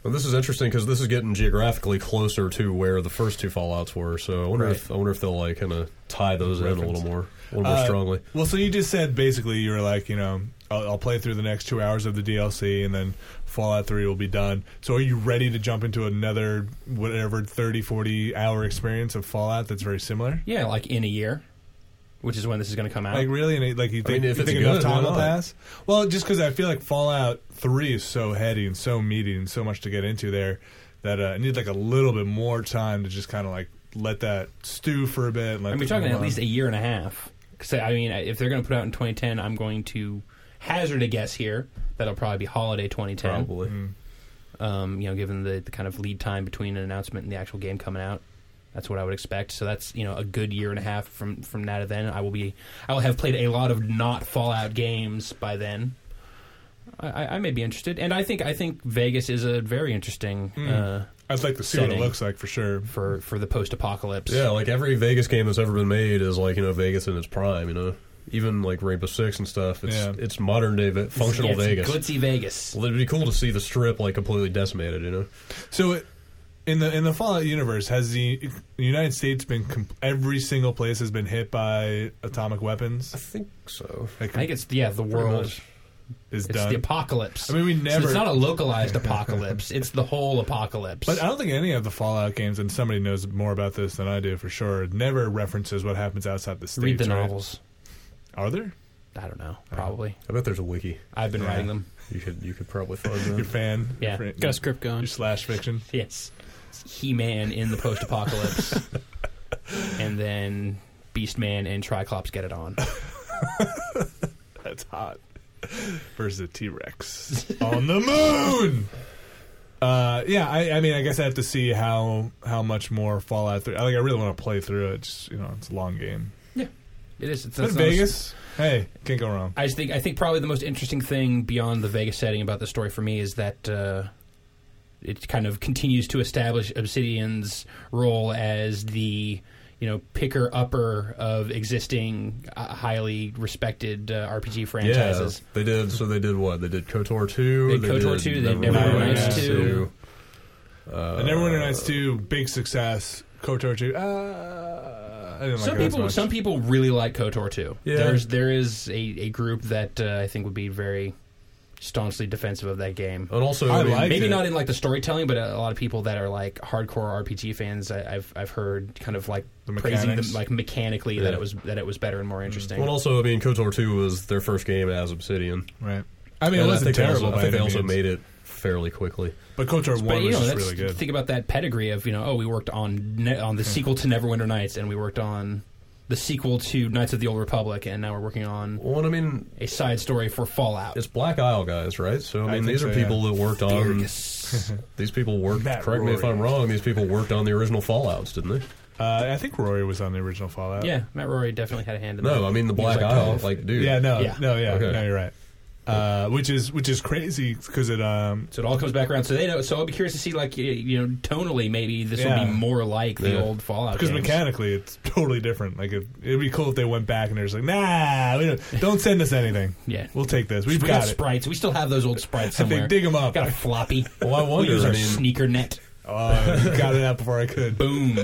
Speaker 3: Well, this is interesting because this is getting geographically closer to where the first two Fallout's were. So I wonder if I wonder if they'll like kind of tie those in a
Speaker 2: Reference.
Speaker 3: little more, a little more
Speaker 2: Uh,
Speaker 3: strongly.
Speaker 2: Well, so you just said basically you were like, you know, I'll, I'll play through the next two hours of the DLC and then Fallout 3 will be done. So are you ready to jump into another, whatever, 30, 40 hour experience of Fallout that's very similar?
Speaker 1: Yeah, like in a year, which is when this is going to come out.
Speaker 2: Like, really? And it- like, you think,
Speaker 3: mean, if
Speaker 2: you
Speaker 3: it's
Speaker 2: think
Speaker 3: good,
Speaker 2: enough time
Speaker 3: why
Speaker 2: will
Speaker 3: not?
Speaker 2: pass? Well, just because I feel like Fallout 3 is so heady and so meaty and so much to get into there that uh, I need like a little bit more time to just kind of like let that stew for a bit. And let
Speaker 1: I mean, we're
Speaker 2: things
Speaker 1: talking
Speaker 2: move
Speaker 1: at
Speaker 2: on.
Speaker 1: least a year and a half. Because I mean, if they're going to put out in 2010, I'm going to hazard a guess here that'll probably be holiday 2010.
Speaker 3: Probably.
Speaker 1: Um, you know, given the, the kind of lead time between an announcement and the actual game coming out, that's what I would expect. So that's you know a good year and a half from from now to then. I will be I will have played a lot of not Fallout games by then. I, I- I may be interested, and I think I think Vegas is a very interesting
Speaker 2: Mm.
Speaker 1: uh,
Speaker 2: I'd like to see what
Speaker 1: setting.
Speaker 2: it looks like for sure.
Speaker 1: for for the post apocalypse.
Speaker 3: Yeah, like every Vegas game that's ever been made is like you know Vegas in its prime. You know, even like Rainbow Six and stuff. It's
Speaker 2: Yeah.
Speaker 3: it's modern day ve- functional Vegas.
Speaker 1: glitzy Vegas.
Speaker 3: Well, it'd be cool to see the strip like completely decimated. You know,
Speaker 2: So, it, in the in the Fallout universe, has the the United States been comp- every single place has been hit by atomic weapons?
Speaker 3: think so.
Speaker 2: Like,
Speaker 1: I think it's yeah the
Speaker 3: Pretty
Speaker 1: world.
Speaker 3: much.
Speaker 2: is
Speaker 1: It's
Speaker 2: done.
Speaker 1: the apocalypse.
Speaker 2: I mean, we
Speaker 1: So
Speaker 2: never.
Speaker 1: it's not a
Speaker 2: [LAUGHS]
Speaker 1: localized apocalypse. It's the whole apocalypse.
Speaker 2: but I don't think any of the Fallout games, and somebody knows more about this than I do for sure. Never references what happens outside the states.
Speaker 1: read the
Speaker 2: right?
Speaker 1: novels.
Speaker 2: Are there?
Speaker 1: I don't know. Probably.
Speaker 3: I bet there's a wiki.
Speaker 1: I've been
Speaker 2: Yeah.
Speaker 1: writing them.
Speaker 3: You could you could probably find
Speaker 2: Your
Speaker 3: that.
Speaker 2: fan,
Speaker 1: Yeah.
Speaker 2: your,
Speaker 4: Got a
Speaker 2: your,
Speaker 4: script going.
Speaker 2: slash fiction.
Speaker 1: [LAUGHS] Yes. He Man in the post [LAUGHS] apocalypse. and then Beast Man and Triclops get it on.
Speaker 2: [LAUGHS] That's hot. Versus a T Rex on the moon. Uh, yeah, I, I mean, I guess I have to see how how much more Fallout 3. I like, I really want to play through it. Just you know, it's a long game.
Speaker 1: It is. It's,
Speaker 2: But
Speaker 1: it's not-
Speaker 2: Vegas, hey, can't go wrong.
Speaker 1: I just think I think probably the most interesting thing beyond the Vegas setting about the story for me is that uh, it kind of continues to establish Obsidian's role as the you know picker upper of existing uh, highly respected uh, RPG
Speaker 3: [LAUGHS] Yeah,
Speaker 1: franchises.
Speaker 3: they did. So they did what? They did KOTOR two.
Speaker 1: They did KOTOR 2, they did
Speaker 2: Neverwinter Nights
Speaker 1: 2.
Speaker 3: Uh,
Speaker 2: and Neverwinter Nights 2, big success. KOTOR 2, uh, I didn't like
Speaker 1: Some
Speaker 2: it as
Speaker 1: people
Speaker 2: much.
Speaker 1: some people really like Kotor too.
Speaker 3: Yeah.
Speaker 1: There's there is a, a group that uh, I think would be very staunchly defensive of that game.
Speaker 3: And also,
Speaker 2: Oh, I
Speaker 3: I mean,
Speaker 2: like
Speaker 1: Maybe
Speaker 2: it.
Speaker 1: not in like the storytelling, but a lot of people that are like hardcore RPG fans, I, I've I've heard kind of like
Speaker 2: The
Speaker 1: praising them
Speaker 2: mechanics. Mm.
Speaker 1: like mechanically that
Speaker 3: Yeah.
Speaker 1: it was that it was better and more interesting.
Speaker 3: Well, also, I mean, KOTOR 2 was their first game as Obsidian.
Speaker 2: Right. I mean, it
Speaker 3: And I
Speaker 2: wasn't
Speaker 3: think they
Speaker 2: terrible.
Speaker 3: Also,
Speaker 2: by
Speaker 3: I think they
Speaker 2: any
Speaker 3: also
Speaker 2: means.
Speaker 3: made it fairly quickly.
Speaker 2: But KOTOR 1
Speaker 1: but you
Speaker 2: was
Speaker 1: know,
Speaker 2: just
Speaker 1: that's,
Speaker 2: really good. Hmm.
Speaker 1: think about that pedigree of you know, oh, we worked on ne- on the sequel to Neverwinter Nights, and we worked on the sequel to Knights of the Old Republic, and now we're working on
Speaker 3: Well, and I mean,
Speaker 1: a side story for Fallout.
Speaker 3: it's Black Isle guys, right?
Speaker 2: I
Speaker 3: So I mean,
Speaker 2: think
Speaker 3: these
Speaker 2: so,
Speaker 3: are
Speaker 2: yeah.
Speaker 3: people that worked
Speaker 2: [LAUGHS]
Speaker 3: on.
Speaker 1: Furious.
Speaker 3: These people worked.
Speaker 2: Matt
Speaker 3: correct me if
Speaker 2: Rory.
Speaker 3: I'm wrong. These people worked on the original Fallout's, didn't they?
Speaker 2: Uh, I think Rory was on the original Fallout.
Speaker 1: yeah, Matt Rory definitely had a hand in that.
Speaker 3: No, I mean the
Speaker 1: He was,
Speaker 3: Black
Speaker 1: kind
Speaker 3: Isle,
Speaker 1: of-
Speaker 3: like dude.
Speaker 2: Yeah, no,
Speaker 1: Yeah.
Speaker 2: no, yeah,
Speaker 3: Okay.
Speaker 2: no, you're right. Uh, which is which is crazy because it um
Speaker 1: So it all comes back around. So they know. So I'll be curious to see, like y- you know, tonally, maybe this
Speaker 2: Yeah.
Speaker 1: will be more like the
Speaker 3: Yeah.
Speaker 1: old Fallout.
Speaker 2: because
Speaker 1: games.
Speaker 2: mechanically it's [LAUGHS] totally different. Like it, it'd be cool if they went back and they're just like, nah, we don't, don't send us anything.
Speaker 1: [LAUGHS] Yeah.
Speaker 2: We'll take this. We've
Speaker 1: we
Speaker 2: got,
Speaker 1: got
Speaker 2: it.
Speaker 1: sprites. We still have those old
Speaker 2: [LAUGHS]
Speaker 1: sprites
Speaker 2: I
Speaker 1: somewhere.
Speaker 2: think dig them up.
Speaker 1: got a floppy.
Speaker 3: [LAUGHS]
Speaker 2: [LAUGHS]
Speaker 3: Well, I
Speaker 1: we
Speaker 3: wonder.
Speaker 1: use
Speaker 3: I
Speaker 1: our
Speaker 3: mean,
Speaker 1: sneaker net.
Speaker 2: Oh, got it out before I could.
Speaker 1: [LAUGHS] Boom.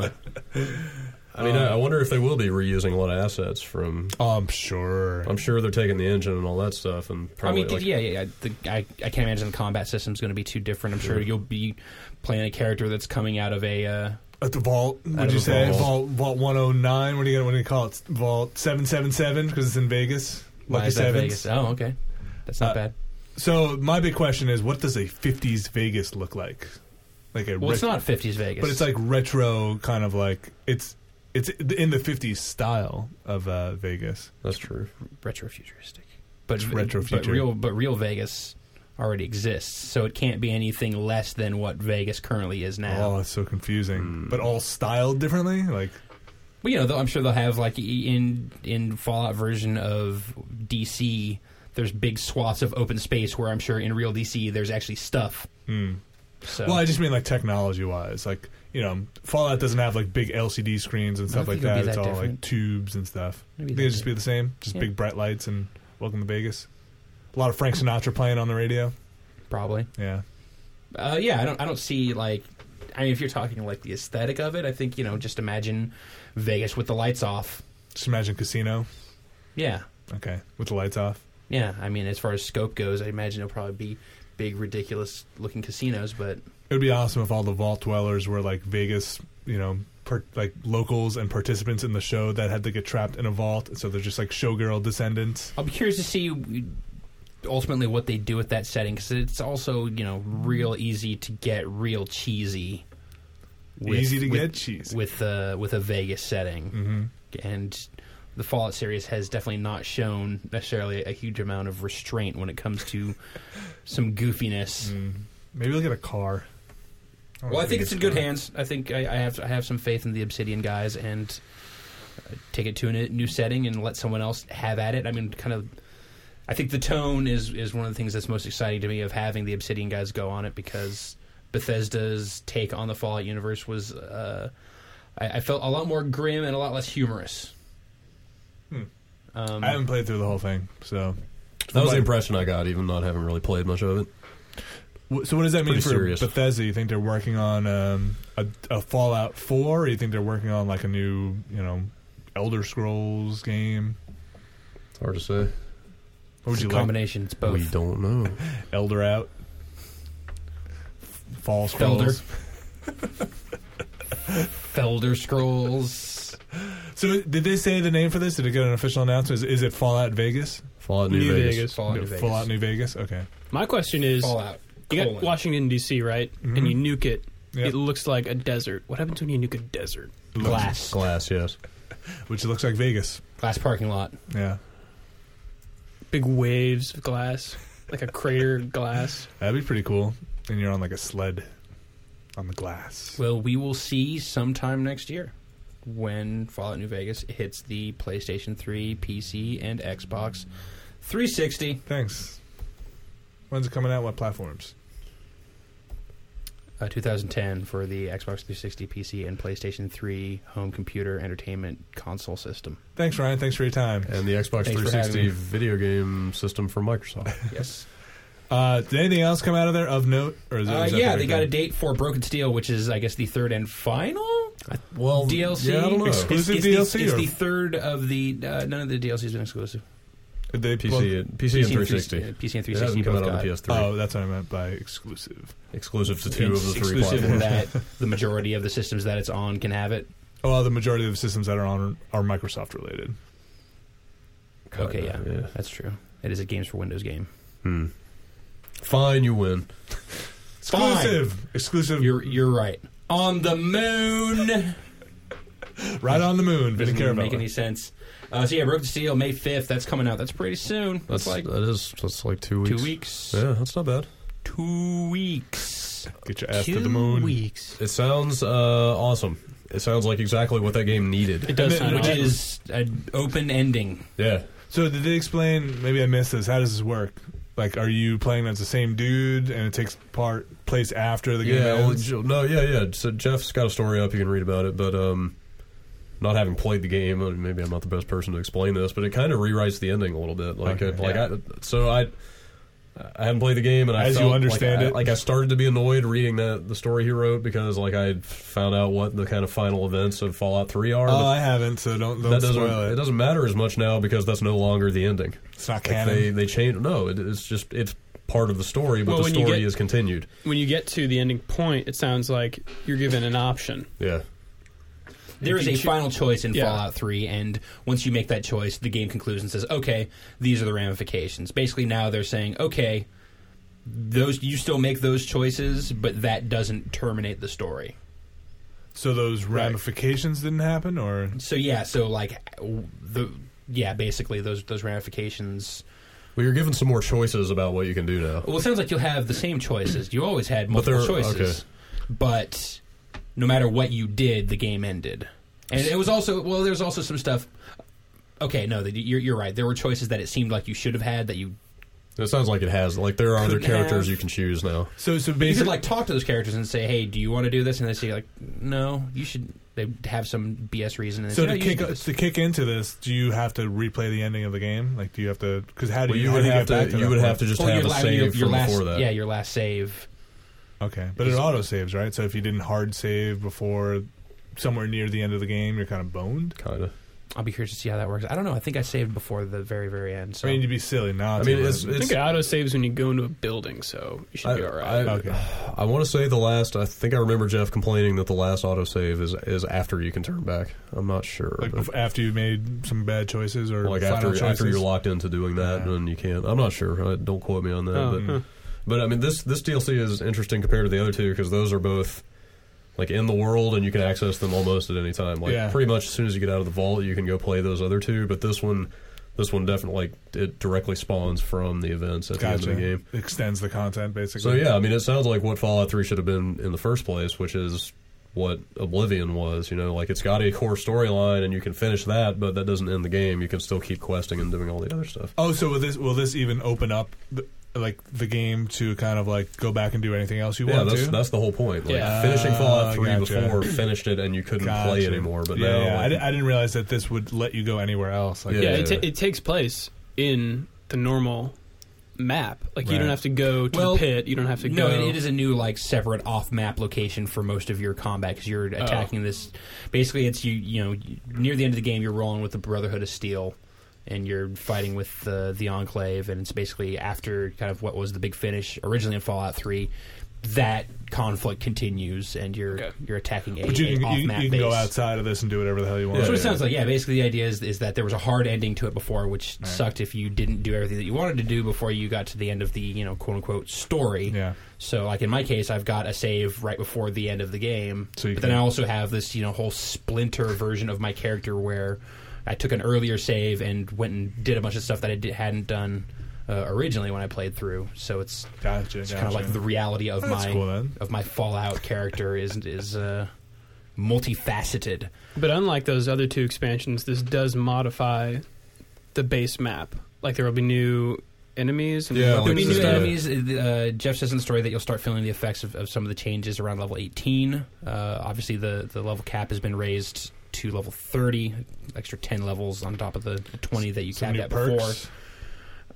Speaker 3: I mean, I I wonder if they will be reusing a lot of assets from.
Speaker 2: Oh, I'm sure.
Speaker 3: I'm sure they're taking the engine and all that stuff, and
Speaker 1: I
Speaker 3: probably
Speaker 1: mean,
Speaker 3: like,
Speaker 1: yeah, yeah. yeah. The, I, I can't imagine the combat system's going to be too different. I'm sure you'll be playing a character that's coming out of a. Uh,
Speaker 2: At the vault, would
Speaker 1: of
Speaker 2: you
Speaker 1: the
Speaker 2: say
Speaker 1: vault.
Speaker 2: vault vault 109? What are you gonna what do you call it? Vault 777 because it's in Vegas.
Speaker 1: why
Speaker 2: Lucky
Speaker 1: is that
Speaker 2: sevens.
Speaker 1: Vegas? Oh, okay. That's not
Speaker 2: Uh,
Speaker 1: bad.
Speaker 2: So my big question is, what does a 50s Vegas look like? Like a
Speaker 1: Well, it's
Speaker 2: ret-
Speaker 1: not 50s Vegas,
Speaker 2: but it's like retro kind of like it's it's in the 50s style of uh, Vegas.
Speaker 3: that's true.
Speaker 1: retro futuristic. But,
Speaker 2: It's retro
Speaker 1: but
Speaker 2: future.
Speaker 1: real, but real Vegas already exists, so it can't be anything less than what Vegas currently is now.
Speaker 2: Oh, it's so confusing.
Speaker 3: Hmm.
Speaker 2: But all styled differently, like
Speaker 1: Well, you know, though, I'm sure they'll have like e- in in Fallout version of DC. There's big swaths of open space where I'm sure in real DC there's actually stuff.
Speaker 2: hmm.
Speaker 1: So
Speaker 2: Well, I just mean like technology wise, like you know, Fallout doesn't have like big LCD screens and
Speaker 1: I don't
Speaker 2: stuff like
Speaker 1: think it'll
Speaker 2: that.
Speaker 1: be
Speaker 2: It's
Speaker 1: that
Speaker 2: all like
Speaker 1: different.
Speaker 2: tubes and stuff.
Speaker 1: Maybe
Speaker 2: Think
Speaker 1: that
Speaker 2: it'd just
Speaker 1: big.
Speaker 2: be the same, just
Speaker 1: Yeah.
Speaker 2: big bright lights and welcome to Vegas. A lot of Frank Sinatra playing on the radio.
Speaker 1: probably,
Speaker 2: Yeah,
Speaker 1: uh, yeah. I don't I don't see like. I mean, if you're talking like the aesthetic of it, I think you know. Just imagine Vegas with the lights off.
Speaker 2: just imagine casino.
Speaker 1: Yeah,
Speaker 2: Okay, with the lights off.
Speaker 1: yeah. I mean, as far as scope goes, I imagine it'll probably be big, ridiculous looking casinos. But
Speaker 2: It would be awesome if all the vault dwellers were like Vegas, you know, per, like locals and participants in the show that had to get trapped in a vault. So they're just like showgirl descendants.
Speaker 1: I'll be curious to see ultimately what they do with that setting because it's also you know real easy to get real cheesy.
Speaker 2: Easy to
Speaker 1: with,
Speaker 2: get cheese.
Speaker 1: with uh, with a Vegas setting,
Speaker 2: hmm
Speaker 1: and the Fallout series has definitely not shown necessarily a huge amount of restraint when it comes to [LAUGHS] some
Speaker 2: Mm.
Speaker 1: goofiness.
Speaker 2: Mm-hmm. Maybe they'll get a car. don't
Speaker 1: Well, I
Speaker 2: know
Speaker 1: think
Speaker 2: if
Speaker 1: it's
Speaker 2: they
Speaker 1: in
Speaker 2: get a
Speaker 1: good
Speaker 2: car.
Speaker 1: hands. I think I, I have I have some faith in the Obsidian guys and uh, take it to a new setting and let someone else have at it. I mean, kind of. I think the tone is is one of the things that's most exciting to me of having the Obsidian guys go on it because Bethesda's take on the Fallout universe was uh, I, I felt a lot more grim and a lot less humorous.
Speaker 2: Hmm.
Speaker 1: Um,
Speaker 2: I haven't played through the whole thing, so.
Speaker 3: That was
Speaker 2: Like-
Speaker 3: the impression I got, even not having really played much of it.
Speaker 2: Wh- So what does that mean
Speaker 3: Pretty
Speaker 2: for
Speaker 3: serious.
Speaker 2: Bethesda? You think they're working on um, a, a Fallout Four, or you think they're working on like a new, you know, Elder Scrolls game?
Speaker 3: It's hard to say.
Speaker 2: What would
Speaker 1: it's
Speaker 2: you
Speaker 1: a
Speaker 2: like?
Speaker 1: combination. It's both.
Speaker 3: We
Speaker 1: [LAUGHS]
Speaker 3: don't know.
Speaker 2: Elder out. Fall Scrolls.
Speaker 1: Felder. Felder Scrolls.
Speaker 2: So did they say the name for this? Did it get an official announcement? Is, is it Fallout Vegas?
Speaker 3: Fallout New,
Speaker 4: New
Speaker 3: Vegas.
Speaker 4: Vegas.
Speaker 1: Fallout
Speaker 2: No,
Speaker 1: New Vegas.
Speaker 2: Fallout New Vegas. Okay.
Speaker 4: My question is,
Speaker 1: Fallout.
Speaker 4: you got
Speaker 1: colon.
Speaker 4: Washington D.C. right,
Speaker 2: Mhm.
Speaker 3: Mm-hmm.
Speaker 4: and you nuke it.
Speaker 2: Yep.
Speaker 4: It looks like a desert. What happens when you nuke a desert?
Speaker 1: glass,
Speaker 3: Glass, yes.
Speaker 2: Which looks like Vegas.
Speaker 1: glass parking lot.
Speaker 2: Yeah.
Speaker 4: Big waves of glass, like a crater of glass.
Speaker 3: [LAUGHS]
Speaker 2: That'd be pretty cool. and you're on like a sled on the glass.
Speaker 1: Well, we will see sometime next year when Fallout New Vegas hits the PlayStation 3, PC, and Xbox 360.
Speaker 2: Thanks. When's it coming out? What platforms?
Speaker 1: Uh, 2010 for the Xbox 360, PC, and PlayStation 3 home computer entertainment console system.
Speaker 2: Thanks, Ryan. Thanks for your time.
Speaker 3: and the Xbox
Speaker 1: Thanks for
Speaker 3: 360
Speaker 1: having me.
Speaker 3: video game system
Speaker 1: [LAUGHS]
Speaker 3: from Microsoft.
Speaker 1: [LAUGHS] Yes.
Speaker 2: Uh, did anything else come out of there of note? Or is it,
Speaker 1: Uh,
Speaker 2: is that
Speaker 1: yeah,
Speaker 2: the
Speaker 1: they
Speaker 2: big
Speaker 1: got a
Speaker 2: thing?
Speaker 1: date for Broken Steel, which is, I guess, the third and final
Speaker 3: well,
Speaker 1: DLC.
Speaker 3: Oh, Yeah, I don't know.
Speaker 1: It's-
Speaker 2: Exclusive
Speaker 1: it's,
Speaker 2: DLC
Speaker 1: The, it's
Speaker 2: or-
Speaker 1: the third of the. Uh, none of the DLC has been exclusive.
Speaker 2: Did they plug-
Speaker 3: PC, and- PC and 360.
Speaker 1: uh, PC and 360.
Speaker 3: It hasn't come
Speaker 1: both
Speaker 3: out on
Speaker 1: got
Speaker 3: the
Speaker 1: it.
Speaker 3: PS3.
Speaker 2: Oh, that's what I meant by exclusive.
Speaker 3: exclusive to two
Speaker 1: it's
Speaker 3: of the three
Speaker 1: exclusive in
Speaker 3: platforms. [LAUGHS]
Speaker 1: that the majority of the systems that it's on can have it.
Speaker 2: Oh, well, the majority of the systems that are on are Microsoft related.
Speaker 3: [LAUGHS]
Speaker 1: Okay, yeah,
Speaker 3: Kinda, yeah.
Speaker 1: that's true. It is a games for Windows game.
Speaker 3: Hmm. Fine, you win.
Speaker 1: Fine.
Speaker 2: Exclusive, exclusive,
Speaker 1: You're you're right. On the moon
Speaker 2: right on the moon. Didn't
Speaker 1: doesn't
Speaker 2: care
Speaker 1: even
Speaker 2: about
Speaker 1: make any
Speaker 2: it.
Speaker 1: sense. Uh, so yeah, Broken Steel May fifth. That's coming out. That's pretty soon. That's,
Speaker 3: That's
Speaker 1: like
Speaker 3: that is that's like two
Speaker 1: two
Speaker 3: weeks.
Speaker 1: weeks.
Speaker 3: Yeah, that's not bad.
Speaker 1: Two weeks.
Speaker 2: Get your ass
Speaker 1: two
Speaker 2: to the moon.
Speaker 1: weeks.
Speaker 3: It sounds uh, awesome. It sounds like exactly what that game needed.
Speaker 4: It
Speaker 2: And
Speaker 4: does
Speaker 2: then-
Speaker 4: sound
Speaker 1: Which
Speaker 4: awesome.
Speaker 1: is an open ending.
Speaker 3: Yeah,
Speaker 2: So did they explain? Maybe I missed this. How does this work? Like, are you playing as the same dude, and it takes part place after the game
Speaker 3: yeah. well,
Speaker 2: ends?
Speaker 3: Je- no, yeah, yeah. So Jeff's got a story up. You can read about it, but um, not having played the game, uh, maybe I'm not the best person to explain this, but it kind of rewrites the ending a little bit. Like,
Speaker 2: Okay,
Speaker 3: uh, like
Speaker 2: yeah.
Speaker 3: I, so I. I hadn't played the game, and I
Speaker 2: As you
Speaker 3: felt
Speaker 2: understand
Speaker 3: like, I-
Speaker 2: it.
Speaker 3: like I started to be annoyed reading that the story he wrote because like I had found out what the kind of final events of Fallout Three are. but
Speaker 2: Oh, I haven't. So don't don't
Speaker 3: uh, that doesn't
Speaker 2: spoil
Speaker 3: it
Speaker 2: it.
Speaker 3: doesn't matter as much now because that's no longer the ending.
Speaker 2: It's not
Speaker 3: Like
Speaker 2: canon.
Speaker 3: they they change no, it, it's just it's part of the story, but
Speaker 4: Well,
Speaker 3: the
Speaker 4: when you
Speaker 3: story
Speaker 4: get-
Speaker 3: is continued.
Speaker 4: when you get to the ending point, it sounds like you're given an option.
Speaker 3: Yeah.
Speaker 1: There is
Speaker 4: If you
Speaker 1: a
Speaker 4: choo-
Speaker 1: final choice in
Speaker 4: Yeah.
Speaker 1: Fallout 3, and once you make that choice, the game concludes and says, "Okay, these are the ramifications." Basically, now they're saying, "Okay, those you still make those choices, but that doesn't terminate the story."
Speaker 2: so those ramifications didn't happen, or
Speaker 1: So yeah, so like w- the yeah, basically those those ramifications.
Speaker 3: Well, you're given some more choices about what you can do now.
Speaker 1: Well, it sounds like you'll have the same choices. You always had
Speaker 3: But
Speaker 1: multiple
Speaker 3: they're-
Speaker 1: choices, but no matter what you did, the game ended. And it was also well, there's also some stuff. Okay, no, that- you're you're right. There were choices that it seemed like you should have had that you
Speaker 3: It sounds like it has. Like there are other
Speaker 1: Couldn't
Speaker 3: characters
Speaker 1: have.
Speaker 3: you can choose now.
Speaker 2: so so
Speaker 1: you could
Speaker 2: basically
Speaker 1: like talk to those characters and say, "Hey, do you want to do this?" And they say, "Like, no, you should." They have some BS reason. And they
Speaker 2: So
Speaker 1: say,
Speaker 2: to
Speaker 1: "No, you should
Speaker 2: kick
Speaker 1: do this."
Speaker 2: to kick into this, do you have to replay the ending of the game? Like, do you have to? Because how do
Speaker 3: Well,
Speaker 2: you,
Speaker 3: you
Speaker 2: how
Speaker 3: would
Speaker 2: do you
Speaker 3: have
Speaker 2: get back
Speaker 3: to you
Speaker 2: that
Speaker 3: would
Speaker 2: point?
Speaker 3: have to just
Speaker 1: Well,
Speaker 3: have a
Speaker 1: Oh, la-
Speaker 3: save from
Speaker 1: last,
Speaker 3: before that.
Speaker 1: Yeah, your last save.
Speaker 2: Okay, but it auto saves, right? So if you didn't hard save before somewhere near the end of the game, you're kind of boned.
Speaker 3: Kind of.
Speaker 1: I'll be curious to see how that works. I don't know. I think I saved before the very, very end. So
Speaker 2: I mean, you'd be silly not. to,
Speaker 3: I mean,
Speaker 2: but-
Speaker 3: it's,
Speaker 4: I think
Speaker 3: it's
Speaker 4: it auto saves when you go into a building, so you should
Speaker 3: I,
Speaker 4: be all right.
Speaker 3: I,
Speaker 2: okay.
Speaker 3: I want to say the last. I think I remember Jeff complaining that the last autosave is is after you can turn back. I'm not sure.
Speaker 2: like
Speaker 3: but-
Speaker 2: bef- after you made some bad choices or
Speaker 3: like
Speaker 2: final
Speaker 3: after
Speaker 2: choices.
Speaker 3: after you're locked into doing that,
Speaker 2: Yeah.
Speaker 3: then you can't. I'm not sure. Uh, Don't quote me on that.
Speaker 4: Oh,
Speaker 1: hmm.
Speaker 3: but,
Speaker 4: huh.
Speaker 3: but I mean, this this DLC is interesting compared to the other two because those are both like in the world and you can access them almost at any time. Like
Speaker 2: Yeah.
Speaker 3: pretty much as soon as you get out of the vault, you can go play those other two. But this one, this one definitely like, it directly spawns from the events at the
Speaker 2: Gotcha.
Speaker 3: end of the game.
Speaker 2: Extends the content basically.
Speaker 3: So yeah, I mean, it sounds like what Fallout Three should have been in the first place, which is what Oblivion was. You know, like it's got a core storyline, and you can finish that, but that doesn't end the game. You can still keep questing and doing all the other stuff.
Speaker 2: Oh, so will this will this even open up the, like the game to kind of like go back and do anything else you
Speaker 3: Yeah,
Speaker 2: want
Speaker 3: that's,
Speaker 2: to?
Speaker 3: that's the whole point. Like
Speaker 4: Yeah.
Speaker 3: finishing Fallout
Speaker 2: Ah,
Speaker 3: Three
Speaker 2: gotcha.
Speaker 3: before finished it, and you couldn't
Speaker 2: Gotcha.
Speaker 3: play anymore. But
Speaker 2: yeah,
Speaker 3: now,
Speaker 2: yeah. I
Speaker 3: like,
Speaker 2: di- I didn't realize that this would let you go anywhere else. Like,
Speaker 3: Yeah.
Speaker 4: yeah, it, ta- it takes place in the normal map. Like you
Speaker 2: Right.
Speaker 4: don't have to go to
Speaker 1: Well,
Speaker 4: the pit. You don't have to
Speaker 1: no,
Speaker 4: go.
Speaker 1: it, it is a new like separate off-map location for most of your combat because you're
Speaker 4: Oh.
Speaker 1: attacking this. Basically, it's you. You know, you- near the end of the game, you're rolling with the Brotherhood of Steel, and you're fighting with the the Enclave, and it's basically after kind of what was the big finish originally in Fallout Three. That conflict continues, and you're
Speaker 4: Okay.
Speaker 1: you're attacking a,
Speaker 2: But you
Speaker 1: a
Speaker 2: can, you,
Speaker 1: off-map
Speaker 2: you can
Speaker 1: base.
Speaker 2: go outside of this and do whatever the hell you want.
Speaker 3: Yeah.
Speaker 1: That's what it sounds like. Yeah, basically the idea is is that there was a hard ending to it before, which
Speaker 2: Right.
Speaker 1: sucked if you didn't do everything that you wanted to do before you got to the end of the you know quote unquote story.
Speaker 2: Yeah.
Speaker 1: So like in my case, I've got a save right before the end of the game,
Speaker 2: So you
Speaker 1: but then
Speaker 2: can-
Speaker 1: I also have this you know whole splinter version of my character where I took an earlier save and went and did a bunch of stuff that I di- hadn't done. uh, originally when I played through. So it's
Speaker 2: Gotcha.
Speaker 1: it's kind of like the reality of
Speaker 2: That's
Speaker 1: my
Speaker 2: cool, then.
Speaker 1: of my Fallout character is is uh, multifaceted.
Speaker 4: But unlike those other two expansions, this does modify the base map. Like there will be new enemies and
Speaker 3: Yeah,
Speaker 4: weapons
Speaker 1: There'll
Speaker 3: like
Speaker 1: be
Speaker 4: and
Speaker 3: the-
Speaker 1: new
Speaker 4: stuff.
Speaker 1: enemies. Uh, Jeff says in the story that you'll start feeling the effects of, of some of the changes around level 18. Uh, obviously, the, the level cap has been raised to level 30, extra 10 levels on top of the 20 that you
Speaker 2: Some
Speaker 1: capped
Speaker 2: new
Speaker 1: at
Speaker 2: perks.
Speaker 1: before.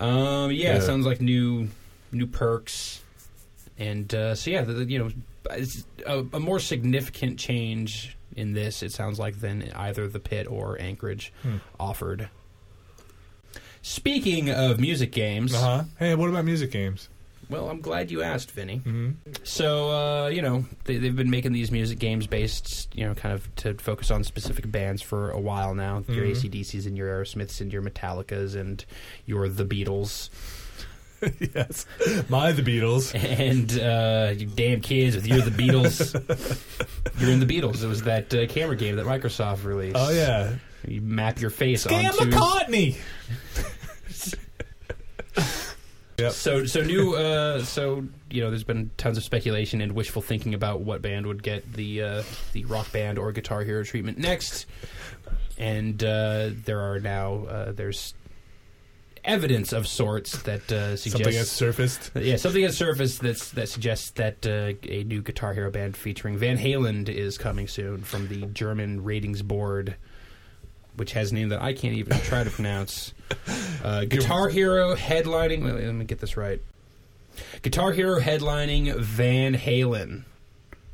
Speaker 1: Um, yeah,
Speaker 3: Yeah.
Speaker 1: sounds like new new perks. And uh, so, yeah, the, the- you know, it's a, a more significant change in this, it sounds like, than either the pit or Anchorage
Speaker 2: Hmm.
Speaker 1: offered. Speaking of music games,
Speaker 2: Uh huh. Hey, what about music games?
Speaker 1: well, I'm glad you asked, Vinny.
Speaker 2: Mm-hmm. [LAUGHS]
Speaker 1: So, uh, you know, they, they've been making these music games based, you know, kind of to focus on specific bands for a while now. Your
Speaker 2: Mhm.
Speaker 1: ACDCs and your Aerosmiths and your Metallicas and your The Beatles. [LAUGHS]
Speaker 2: yes. My the Beatles.
Speaker 1: And uh, you damn kids with You're the
Speaker 2: [LAUGHS]
Speaker 1: Beatles. You're in the Beatles. It was that uh, camera game that Microsoft released.
Speaker 2: Oh yeah.
Speaker 1: You map your face
Speaker 2: Scam
Speaker 1: onto...
Speaker 2: McCartney. Yep.
Speaker 1: So, so new. Uh, so, you know, there's been tons of speculation and wishful thinking about what band would get the uh, the rock band or guitar hero treatment next. And uh, there are now uh, there's evidence of sorts that uh,
Speaker 2: Something has
Speaker 1: suggests.
Speaker 2: surfaced.
Speaker 1: [LAUGHS] yeah, something has surfaced that's, that suggests that uh, a new Guitar Hero band featuring Van Halen is coming soon from the German ratings board, which has a name that I can't even try to pronounce.
Speaker 3: [LAUGHS]
Speaker 1: Uh, Guitar Hero headlining. Wait, wait, let me get this right. Guitar Hero headlining Van Halen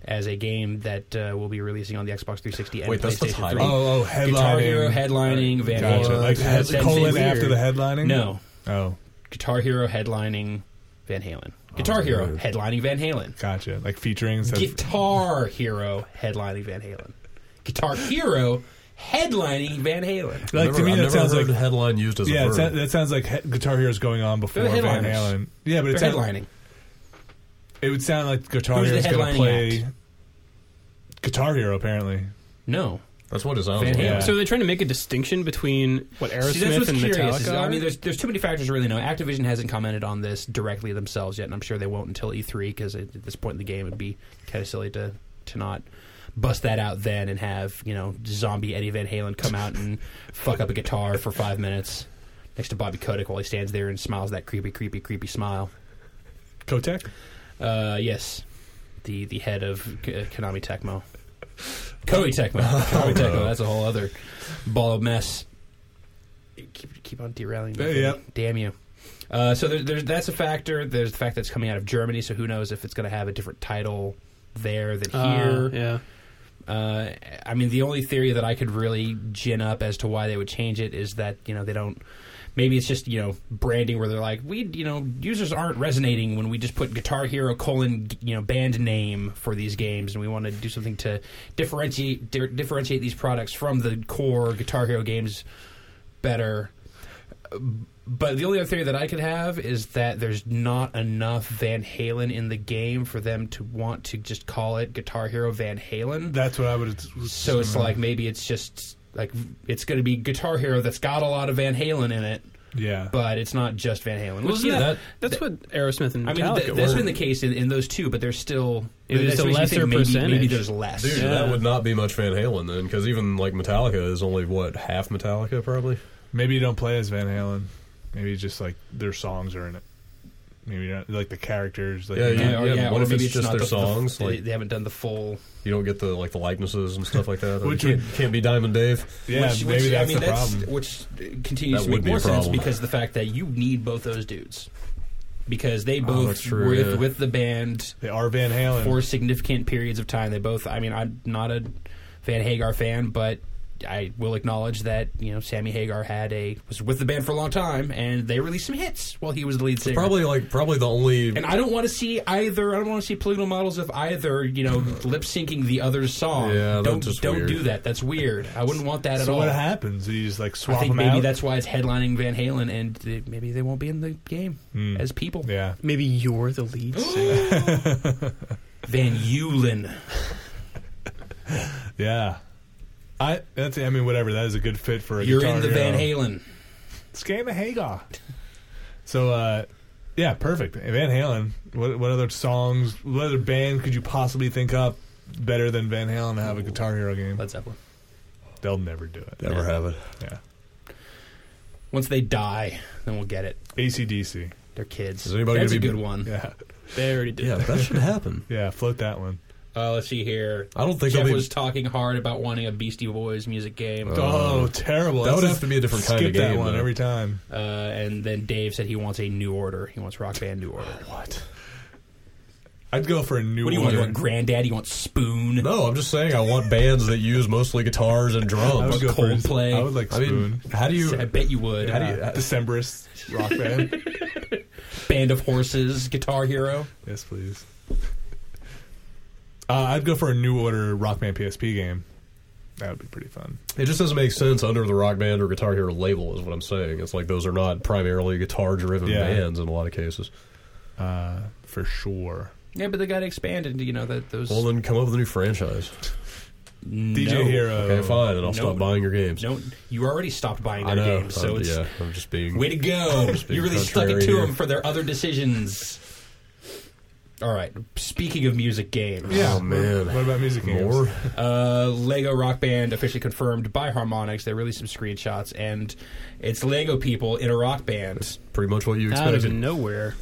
Speaker 1: as a game that uh, will be releasing on the Xbox 360 and
Speaker 3: Wait, that's the
Speaker 1: PlayStation
Speaker 3: title?
Speaker 1: 3.
Speaker 2: Oh, oh, headlining.
Speaker 1: Guitar Hero headlining Van
Speaker 2: Gotcha.
Speaker 1: Halen.
Speaker 2: Like head,
Speaker 1: That's
Speaker 2: colon
Speaker 1: weird.
Speaker 2: after the headlining.
Speaker 1: No,
Speaker 2: Oh,
Speaker 1: Guitar Hero headlining Van Halen. Guitar
Speaker 3: Oh,
Speaker 1: Hero
Speaker 3: weird.
Speaker 1: headlining Van Halen.
Speaker 2: gotcha. Like featuring instead of
Speaker 1: Guitar Hero headlining Van Halen. Guitar Hero headlining Van Halen.
Speaker 2: Like to me, that
Speaker 3: I've never
Speaker 2: sounds
Speaker 3: heard
Speaker 2: like
Speaker 3: headline used as
Speaker 2: yeah,
Speaker 3: a
Speaker 2: it
Speaker 3: verb.
Speaker 2: sa- that sounds like he- Guitar Hero's going on before
Speaker 1: They're
Speaker 2: Van
Speaker 1: headliners.
Speaker 2: Halen. Yeah, but
Speaker 1: They're
Speaker 2: it's
Speaker 1: headlining.
Speaker 2: It would sound like Guitar
Speaker 1: Who's the
Speaker 2: Hero's going
Speaker 1: headlining
Speaker 2: to play Guitar Hero. Apparently,
Speaker 1: No.
Speaker 3: That's what it sounds
Speaker 1: Van
Speaker 3: like.
Speaker 1: Halen.
Speaker 2: Yeah.
Speaker 4: So they're trying to make a distinction between what Aerosmith
Speaker 1: See, that's what's
Speaker 4: and
Speaker 1: curious.
Speaker 4: Metallica.
Speaker 1: is- I
Speaker 4: are?
Speaker 1: mean, there's there's too many factors to really know. Activision hasn't commented on this directly themselves yet, and I'm sure they won't until E3 because at at this point in the game, it'd be kind of silly to to not bust that out then and have you know zombie Eddie Van Halen come out
Speaker 4: [LAUGHS]
Speaker 1: and fuck up a guitar for five minutes next to Bobby Kotick while he stands there and smiles that creepy, creepy, creepy smile.
Speaker 2: Kotek.
Speaker 1: Uh, yes, the the head of K- uh, Konami Tecmo, Koei Tecmo, Konami Tecmo. That's a whole other ball of mess. Keep keep on derailing. me,
Speaker 2: Yeah,
Speaker 1: Vinny.
Speaker 2: yep.
Speaker 1: Damn you. Uh, so there, there's that's a factor. There's the fact that it's coming out of Germany, so who knows if it's going to have a different title there than here.
Speaker 4: Uh, yeah.
Speaker 1: Uh, I mean, the only theory that I could really gin up as to why they would change it is that you know they don't. Maybe it's just you know branding where they're like we you know users aren't resonating when we just put Guitar Hero colon you know band name for these games and we want to do something to differentiate di- differentiate these products from the core Guitar Hero games better. But the only other theory that I could have is that there's not enough Van Halen in the game for them to want to just call it Guitar Hero Van Halen.
Speaker 2: That's what I would.
Speaker 1: So it's like maybe it's just like it's going to be Guitar Hero that's got a lot of Van Halen in it,
Speaker 2: yeah,
Speaker 1: but it's not just Van Halen. Which,
Speaker 4: Well, isn't
Speaker 1: yeah,
Speaker 4: that, that's what Aerosmith and
Speaker 1: I mean,
Speaker 4: Metallica
Speaker 1: th-
Speaker 4: were.
Speaker 1: that's been the case in, in those two, but there's still
Speaker 4: It was
Speaker 1: that's
Speaker 4: a
Speaker 1: what makes me
Speaker 4: lesser
Speaker 1: think maybe, Maybe
Speaker 4: percentage.
Speaker 1: there's less.
Speaker 3: Dude,
Speaker 4: Yeah.
Speaker 3: that would not be much Van Halen then, because even like Metallica is only what half Metallica probably.
Speaker 2: maybe you don't play as Van Halen. Maybe just like their songs are in it. Maybe you're not, like the characters. Like,
Speaker 3: Yeah,
Speaker 2: you're
Speaker 3: yeah.
Speaker 2: not-
Speaker 1: or,
Speaker 3: what
Speaker 1: or
Speaker 3: if
Speaker 1: maybe
Speaker 3: it's just
Speaker 1: not
Speaker 3: their
Speaker 1: the- the-
Speaker 3: songs,
Speaker 1: they-
Speaker 3: like-
Speaker 1: they haven't done the full.
Speaker 3: You don't get the like the likenesses and
Speaker 2: [LAUGHS]
Speaker 3: stuff like that.
Speaker 2: Which
Speaker 3: Which can't, can't be Diamond Dave.
Speaker 2: yeah.
Speaker 1: which,
Speaker 2: maybe
Speaker 1: which,
Speaker 2: that's
Speaker 1: I mean,
Speaker 2: the
Speaker 1: that's,
Speaker 2: problem.
Speaker 1: Which uh, continues
Speaker 3: That
Speaker 1: to make
Speaker 3: would be a
Speaker 1: more sense
Speaker 3: problem.
Speaker 1: because the fact that you need both those dudes because they both
Speaker 3: Oh, that's true,
Speaker 1: were
Speaker 3: yeah.
Speaker 1: with the band
Speaker 2: They are Van Halen.
Speaker 1: for significant periods of time. They both. I mean, I'm not a Van Hagar fan, but I will acknowledge that you know Sammy Hagar had a was with the band for a long time, and they released some hits while he was the lead singer.
Speaker 3: Probably like probably the only
Speaker 1: And I don't want to see either. I don't want to see polygonal models of either. You know, lip syncing the other's song.
Speaker 3: Yeah, that's
Speaker 1: don't
Speaker 3: just
Speaker 1: don't
Speaker 3: weird.
Speaker 1: do that. That's weird. I wouldn't want that at
Speaker 2: so
Speaker 1: all.
Speaker 2: what happens? Do you just like
Speaker 1: I
Speaker 2: swap
Speaker 1: think
Speaker 2: them
Speaker 1: maybe
Speaker 2: out?
Speaker 1: that's why it's headlining Van Halen, and they, maybe they won't be in the game
Speaker 2: Hmm.
Speaker 1: as people.
Speaker 2: yeah.
Speaker 4: Maybe you're
Speaker 1: [GASPS]
Speaker 4: the lead singer.
Speaker 1: Van Heulen.
Speaker 2: Yeah. I that's I mean whatever that is a good fit for a
Speaker 1: You're
Speaker 2: guitar
Speaker 1: in the
Speaker 2: hero.
Speaker 1: Van Halen.
Speaker 2: Scam a Hagar. [LAUGHS] So, uh, yeah, perfect. Van Halen. What, what other songs? What other band could you possibly think up better than Van Halen to have a Guitar Hero game?
Speaker 1: Led Zeppelin.
Speaker 2: They'll never do it.
Speaker 3: Never have it.
Speaker 2: Yeah.
Speaker 1: Once they die, then we'll get it.
Speaker 2: ACDC.
Speaker 1: They're kids.
Speaker 3: Is anybody
Speaker 1: That's
Speaker 3: gonna be-
Speaker 1: a good one.
Speaker 2: Yeah.
Speaker 4: They already did.
Speaker 3: Yeah, that should happen.
Speaker 2: Yeah. Float that one.
Speaker 1: Uh, let's see here.
Speaker 3: I don't think
Speaker 1: Jeff
Speaker 3: they'll be.
Speaker 1: was talking hard about wanting a Beastie Boys music game,
Speaker 3: Uh,
Speaker 2: Oh, terrible.
Speaker 3: that would
Speaker 2: That's
Speaker 3: have to be a different
Speaker 2: skip
Speaker 3: kind of
Speaker 2: that
Speaker 3: game,
Speaker 2: one
Speaker 3: though.
Speaker 2: every time.
Speaker 1: uh, and then Dave said he wants a New Order. He wants Rock Band New Order.
Speaker 2: What? I'd go for a new
Speaker 1: What do you want?
Speaker 2: order.
Speaker 1: You want Granddad? You want Spoon?
Speaker 3: no, I'm just saying I want bands that use mostly guitars
Speaker 2: [LAUGHS]
Speaker 3: and
Speaker 2: I
Speaker 3: drums.
Speaker 2: would go for
Speaker 1: Coldplay.
Speaker 2: I would like
Speaker 3: I
Speaker 2: Spoon.
Speaker 3: mean, how do you?
Speaker 1: I bet you would.
Speaker 3: How do you-
Speaker 2: Uh, Decemberists rock band.
Speaker 1: Band of Horses, Guitar Hero.
Speaker 2: [LAUGHS] yes, please. [LAUGHS] Uh, I'd go for a New Order Rock Band PSP game. That would be pretty fun.
Speaker 3: It just doesn't make sense under the rock band or guitar hero label, is what I'm saying. It's like those are not primarily guitar driven
Speaker 2: Yeah.
Speaker 3: bands in a lot of cases.
Speaker 2: Uh, for sure.
Speaker 1: Yeah, but they got expanded. You know that those
Speaker 3: Well, then come up with a new franchise.
Speaker 2: DJ Hero.
Speaker 3: Okay, fine, and I'll stop buying your games.
Speaker 1: Oh, No, you already stopped buying
Speaker 3: I
Speaker 1: their
Speaker 3: know.
Speaker 1: games, so
Speaker 3: I'm-
Speaker 1: it's
Speaker 3: yeah, I'm just being.
Speaker 1: way to go.
Speaker 3: Just being
Speaker 1: you really stuck it
Speaker 3: contrary
Speaker 1: to
Speaker 3: here.
Speaker 1: them for their other decisions. All right. Speaking of music games,
Speaker 2: Yeah.
Speaker 3: Oh, man.
Speaker 2: What about music games?
Speaker 3: more.
Speaker 1: uh, Lego Rock Band officially confirmed by Harmonix. They released some screenshots, and it's Lego people in a rock band.
Speaker 3: Pretty much what you
Speaker 4: Out of
Speaker 3: expected.
Speaker 4: nowhere.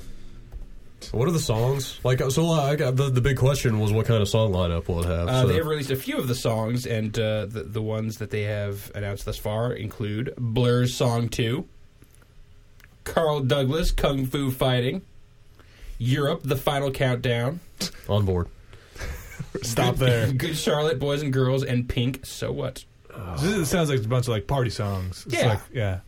Speaker 3: What are the songs like? So uh, I got the, the big question was what kind of song lineup will it have?
Speaker 1: Uh,
Speaker 3: so.
Speaker 1: they have released a few of the songs, and uh, the, the ones that they have announced thus far include Blur's Song 2, Carl Douglas Kung Fu Fighting, Europe The Final Countdown,
Speaker 3: on board.
Speaker 2: Stop there.
Speaker 1: Good Charlotte Boys and Girls, and Pink So What.
Speaker 2: This is- it sounds like a bunch of like party songs. It's
Speaker 1: Yeah.
Speaker 2: Like, yeah.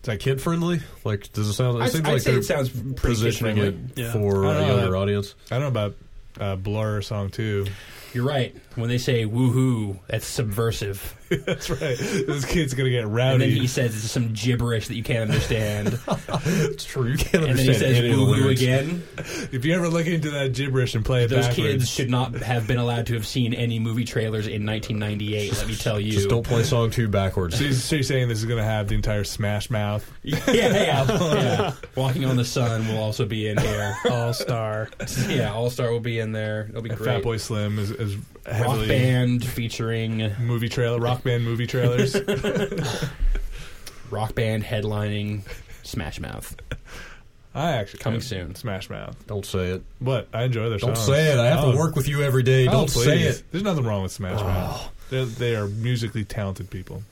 Speaker 2: It's like
Speaker 3: Kid friendly? Like, does it sound? It
Speaker 1: I'd,
Speaker 3: seems
Speaker 1: I'd
Speaker 3: like
Speaker 1: say
Speaker 3: they're
Speaker 1: it sounds pretty
Speaker 3: positioning it
Speaker 1: kid-friendly.
Speaker 4: Yeah.
Speaker 3: for
Speaker 2: I
Speaker 3: a
Speaker 2: don't know
Speaker 3: younger
Speaker 2: that-
Speaker 3: audience.
Speaker 2: I don't know about uh, Blur song too. [LAUGHS]
Speaker 1: You're right. When they say woohoo, that's subversive.
Speaker 2: That's right. This kid's gonna get
Speaker 1: And then
Speaker 2: rowdy.
Speaker 1: he says it's some gibberish that you can't
Speaker 3: [LAUGHS]
Speaker 1: understand.
Speaker 3: It's true. You can't
Speaker 1: and then he
Speaker 3: understand
Speaker 1: says
Speaker 3: any of the
Speaker 1: woo-woo
Speaker 3: lyrics.
Speaker 1: again.
Speaker 2: if you ever look into that gibberish and play it
Speaker 1: Those
Speaker 2: backwards,
Speaker 1: kids should not have been allowed to have seen any movie trailers in 1998. Let me tell you.
Speaker 3: Just don't play song two backwards.
Speaker 2: So you're, so you're saying this is gonna have the entire Smash Mouth?
Speaker 1: [LAUGHS] yeah, yeah, yeah. Walking on the Sun will also be in
Speaker 3: [LAUGHS]
Speaker 1: here.
Speaker 4: All star.
Speaker 1: Yeah, All Star will be in there. It'll be
Speaker 2: And
Speaker 1: great.
Speaker 2: Fat Boy Slim is, is
Speaker 1: Rock
Speaker 2: heavily
Speaker 1: band featuring
Speaker 2: movie trailer, rock band movie [LAUGHS] trailers.
Speaker 1: rock band headlining Smash Mouth
Speaker 2: I actually
Speaker 1: coming soon.
Speaker 2: Smash Mouth,
Speaker 3: Don't say it.
Speaker 2: but I enjoy their
Speaker 3: Don't
Speaker 2: songs.
Speaker 3: say it. I have
Speaker 2: Oh.
Speaker 3: to work with you every day.
Speaker 2: Oh,
Speaker 3: Don't say
Speaker 2: please.
Speaker 3: it.
Speaker 2: There's nothing wrong with Smash Mouth. They're, they are musically talented people.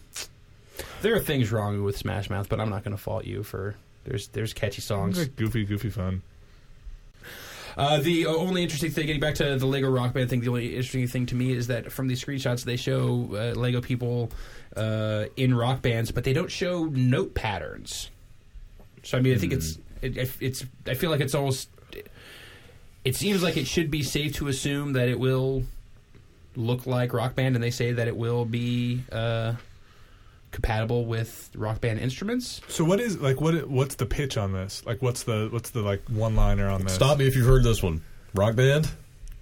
Speaker 1: There are things wrong with Smash Mouth, but I'm not going to fault you for. There's there's catchy songs.
Speaker 2: They're goofy, goofy fun.
Speaker 1: Uh, the only interesting thing, getting back to the Lego Rock Band thing, the only interesting thing to me is that from these screenshots, they show uh, Lego people uh, in rock bands, but they don't show note patterns. So I mean, I think it's it, it- it's I feel like it's almost it seems like it should be safe to assume that it will look like Rock Band, and they say that it will be uh, compatible with Rock Band instruments.
Speaker 2: So what is like what what's the pitch on this? Like what's the what's the like one liner on this?
Speaker 3: Stop me if you've heard this one. Rock band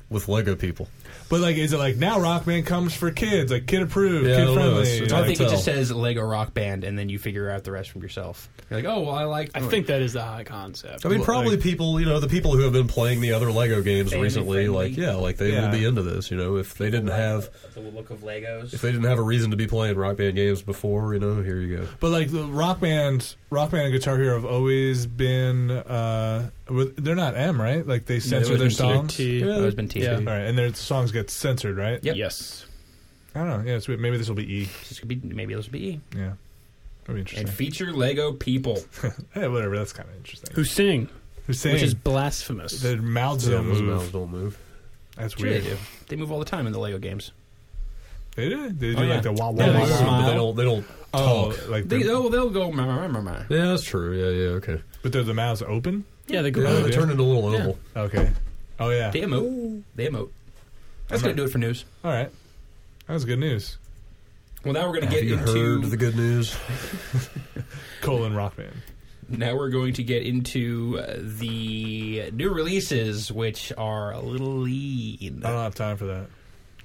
Speaker 3: with Lego people.
Speaker 2: But like, is it like now Rock Band comes for kids, like kid approved,
Speaker 3: Yeah, I
Speaker 2: kid
Speaker 3: don't know.
Speaker 2: friendly?
Speaker 3: It's- it's
Speaker 1: I
Speaker 3: hard
Speaker 2: like-
Speaker 1: think it
Speaker 3: tell.
Speaker 1: just says Lego Rock Band, and then you figure out the rest from yourself. You're like, oh well, I like.
Speaker 4: I think that is the high concept.
Speaker 3: I mean,
Speaker 2: Like-
Speaker 3: probably people, you know, the people who have been playing the other Lego games
Speaker 1: Family
Speaker 3: recently,
Speaker 1: friendly.
Speaker 3: like, yeah, like they
Speaker 2: Yeah.
Speaker 3: will be into this, you know, if they didn't have,
Speaker 1: the look of Legos.
Speaker 3: if they didn't have a reason to be playing Rock Band games before, you know, here you go.
Speaker 2: But like the rock band, rock band and Guitar Hero have always been. Uh, with, they're not M, right? Like they censor
Speaker 1: they've
Speaker 2: their
Speaker 1: been
Speaker 2: songs.
Speaker 4: T.
Speaker 1: That has been
Speaker 4: Yeah.
Speaker 1: TV.
Speaker 2: All right, and their songs get censored, right?
Speaker 1: Yep.
Speaker 4: Yes.
Speaker 2: I don't know. Yeah, it's weird. maybe this will be E.
Speaker 1: This could be maybe those be E.
Speaker 2: Yeah, that'd be
Speaker 1: and
Speaker 2: interesting.
Speaker 1: feature Lego people.
Speaker 2: Hey, whatever. That's kind of interesting.
Speaker 4: Who sing,
Speaker 2: Who's saying
Speaker 4: which is blasphemous.
Speaker 2: their mouths
Speaker 3: Yeah,
Speaker 2: don't
Speaker 3: those
Speaker 2: move?
Speaker 3: mouths don't move.
Speaker 2: That's
Speaker 1: Sure they
Speaker 2: weird.
Speaker 1: do. They move all the time in the Lego games.
Speaker 2: They do. They do
Speaker 1: Oh, yeah.
Speaker 2: like the wah wah
Speaker 1: Yeah,
Speaker 2: wah.
Speaker 1: they
Speaker 2: wah.
Speaker 1: smile.
Speaker 3: but they don't, they don't
Speaker 2: Oh,
Speaker 3: talk.
Speaker 2: like
Speaker 1: They,
Speaker 2: their-
Speaker 1: oh, they'll go. "Meh, meh, meh, meh, meh."
Speaker 3: Yeah, that's true. Yeah, yeah, okay.
Speaker 2: but their the mouths open.
Speaker 4: yeah, they go.
Speaker 3: Yeah,
Speaker 2: yeah.
Speaker 3: they turned into a little oval.
Speaker 2: Okay. Oh yeah.
Speaker 1: They emote. They emote. That's
Speaker 2: I'm
Speaker 1: gonna
Speaker 2: not-
Speaker 1: do it for news.
Speaker 2: All right. That was good news.
Speaker 1: Well, now we're gonna
Speaker 3: Have
Speaker 1: get
Speaker 3: you
Speaker 1: into
Speaker 3: heard the good news?
Speaker 2: Colon rock band.
Speaker 1: now we're going to get into uh, the new releases, which are a little lean.
Speaker 2: I don't have time for that.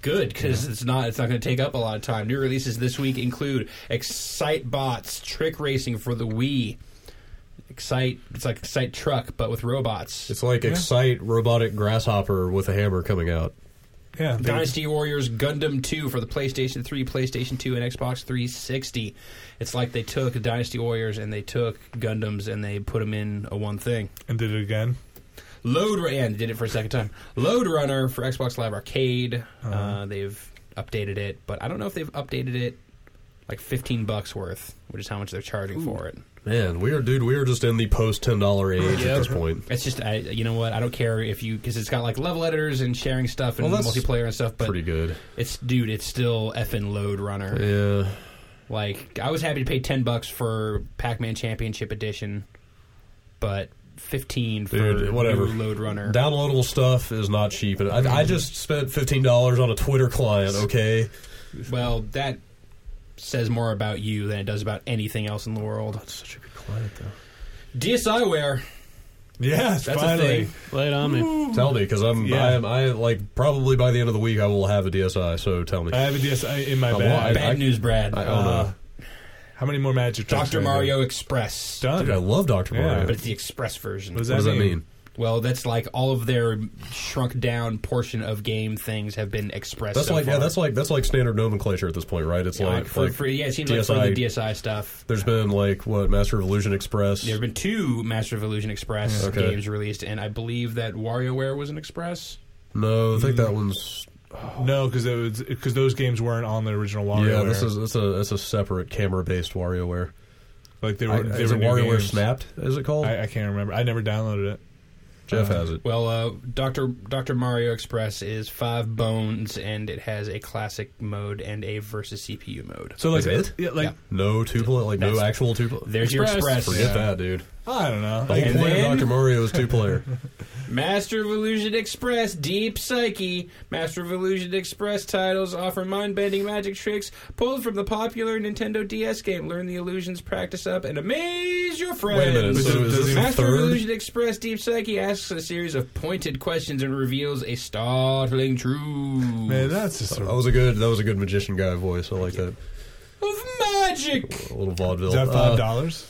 Speaker 1: Good, because it's not it's not going to take up a lot of time. New releases this week include Excite Bots Trick Racing for the Wii, Excite. It's like Excite Truck, but with robots.
Speaker 3: It's like Excite robotic grasshopper with a hammer coming out.
Speaker 2: Yeah, they-
Speaker 1: Dynasty Warriors Gundam 2 for the PlayStation 3, PlayStation 2, and Xbox 360. It's like they took Dynasty Warriors and they took Gundams and they put them in a one thing.
Speaker 2: and did it again.
Speaker 1: Load Runner, and did it for a second time. Load Runner for Xbox Live Arcade. uh
Speaker 2: Uh-huh.
Speaker 1: they've updated it, but I don't know if they've updated it like 15 bucks worth, which is how much they're charging for it.
Speaker 3: Man, we are, dude, we are just in the post $10 age at this point.
Speaker 1: It's just, I, you know what? I don't care if you, because it's got like level editors and sharing stuff and
Speaker 2: Well, that's
Speaker 1: multiplayer and stuff, but
Speaker 3: Pretty good.
Speaker 1: it's, dude, it's still effing Load Runner.
Speaker 3: Yeah.
Speaker 1: Like I was happy to pay ten bucks for Pac-Man Championship Edition, but fifteen for
Speaker 3: Dude, whatever.
Speaker 1: new Load Runner.
Speaker 3: Downloadable stuff is not cheap. And I, I just spent $15 on a Twitter client, okay?
Speaker 1: well, that says more about you than it does about anything else in the world.
Speaker 3: Such a good client, though.
Speaker 1: DSiWare,
Speaker 2: Yes,
Speaker 1: that's a
Speaker 2: finally.
Speaker 1: thing.
Speaker 4: Lay it on me.
Speaker 3: Tell me, because I'm,
Speaker 2: Yeah.
Speaker 3: I am, I like probably by the end of the week I will have a DSI. So tell me.
Speaker 2: I have a DSi in my
Speaker 3: Oh,
Speaker 2: bag.
Speaker 3: I-
Speaker 1: Bad
Speaker 3: I-
Speaker 1: news, Brad.
Speaker 3: I-
Speaker 2: Uh,
Speaker 3: don't know.
Speaker 2: How many more magic tricks?
Speaker 1: Doctor
Speaker 2: can I do?
Speaker 1: Mario Express,
Speaker 2: done.
Speaker 3: Dude, I love Doctor
Speaker 2: Yeah.
Speaker 3: Mario.
Speaker 1: but it's the Express version.
Speaker 2: Was
Speaker 3: What does that mean?
Speaker 1: Well, that's like all of their shrunk down portion of game things have been expressed.
Speaker 3: That's
Speaker 1: so
Speaker 3: like yeah,
Speaker 1: far.
Speaker 3: that's like that's like standard nomenclature at this point, right? It's
Speaker 1: Yeah,
Speaker 3: like,
Speaker 1: for,
Speaker 3: like
Speaker 1: for- yeah, it seems like for the
Speaker 3: DSi
Speaker 1: DSi stuff.
Speaker 3: There's been like what Master of Illusion Express.
Speaker 1: There have been two Master of Illusion Express
Speaker 3: Yeah. Okay.
Speaker 1: games released, and I believe that WarioWare was an Express.
Speaker 3: No, I think that one's
Speaker 2: Oh. No, because because those games weren't on the original WarioWare.
Speaker 3: yeah. This is it's a it's a separate camera based WarioWare.
Speaker 2: like they
Speaker 3: I,
Speaker 2: were. they
Speaker 3: is
Speaker 2: were
Speaker 3: it
Speaker 2: new
Speaker 3: WarioWare
Speaker 2: games.
Speaker 3: Snapped? Is it called?
Speaker 2: I, I can't remember. I never downloaded it.
Speaker 3: Jeff
Speaker 2: uh,
Speaker 3: has it.
Speaker 1: Well, uh, Doctor Doctor Mario Express is five bones, and it has a classic mode and a versus CPU mode.
Speaker 2: So like
Speaker 3: Is it?
Speaker 2: Yeah, like
Speaker 1: Yeah.
Speaker 3: No tuplet, like no
Speaker 1: That's-
Speaker 3: actual tuplet.
Speaker 1: There's your Express.
Speaker 4: Express.
Speaker 3: Forget that, dude.
Speaker 2: I don't know.
Speaker 3: The whole
Speaker 1: And
Speaker 3: point
Speaker 1: then-
Speaker 3: of Doctor Mario is
Speaker 2: [LAUGHS]
Speaker 3: two player.
Speaker 1: Master of Illusion Express, Deep Psyche. Master of Illusion Express titles offer mind-bending magic tricks pulled from the popular Nintendo DS game. Learn the illusions, practice up, and amaze your friends.
Speaker 3: Wait a minute.
Speaker 2: But
Speaker 3: So
Speaker 2: does-
Speaker 3: is
Speaker 2: does
Speaker 3: this
Speaker 2: he-
Speaker 3: the
Speaker 1: Master of
Speaker 3: third?
Speaker 1: Illusion Express Deep Psyche asks a series of pointed questions and reveals a startling truth
Speaker 2: man, that's just
Speaker 3: That
Speaker 2: a,
Speaker 3: was a good. That was a good magician guy voice. I like that.
Speaker 1: of magic.
Speaker 3: A little vaudeville.
Speaker 2: is that five
Speaker 3: Uh,
Speaker 2: dollars.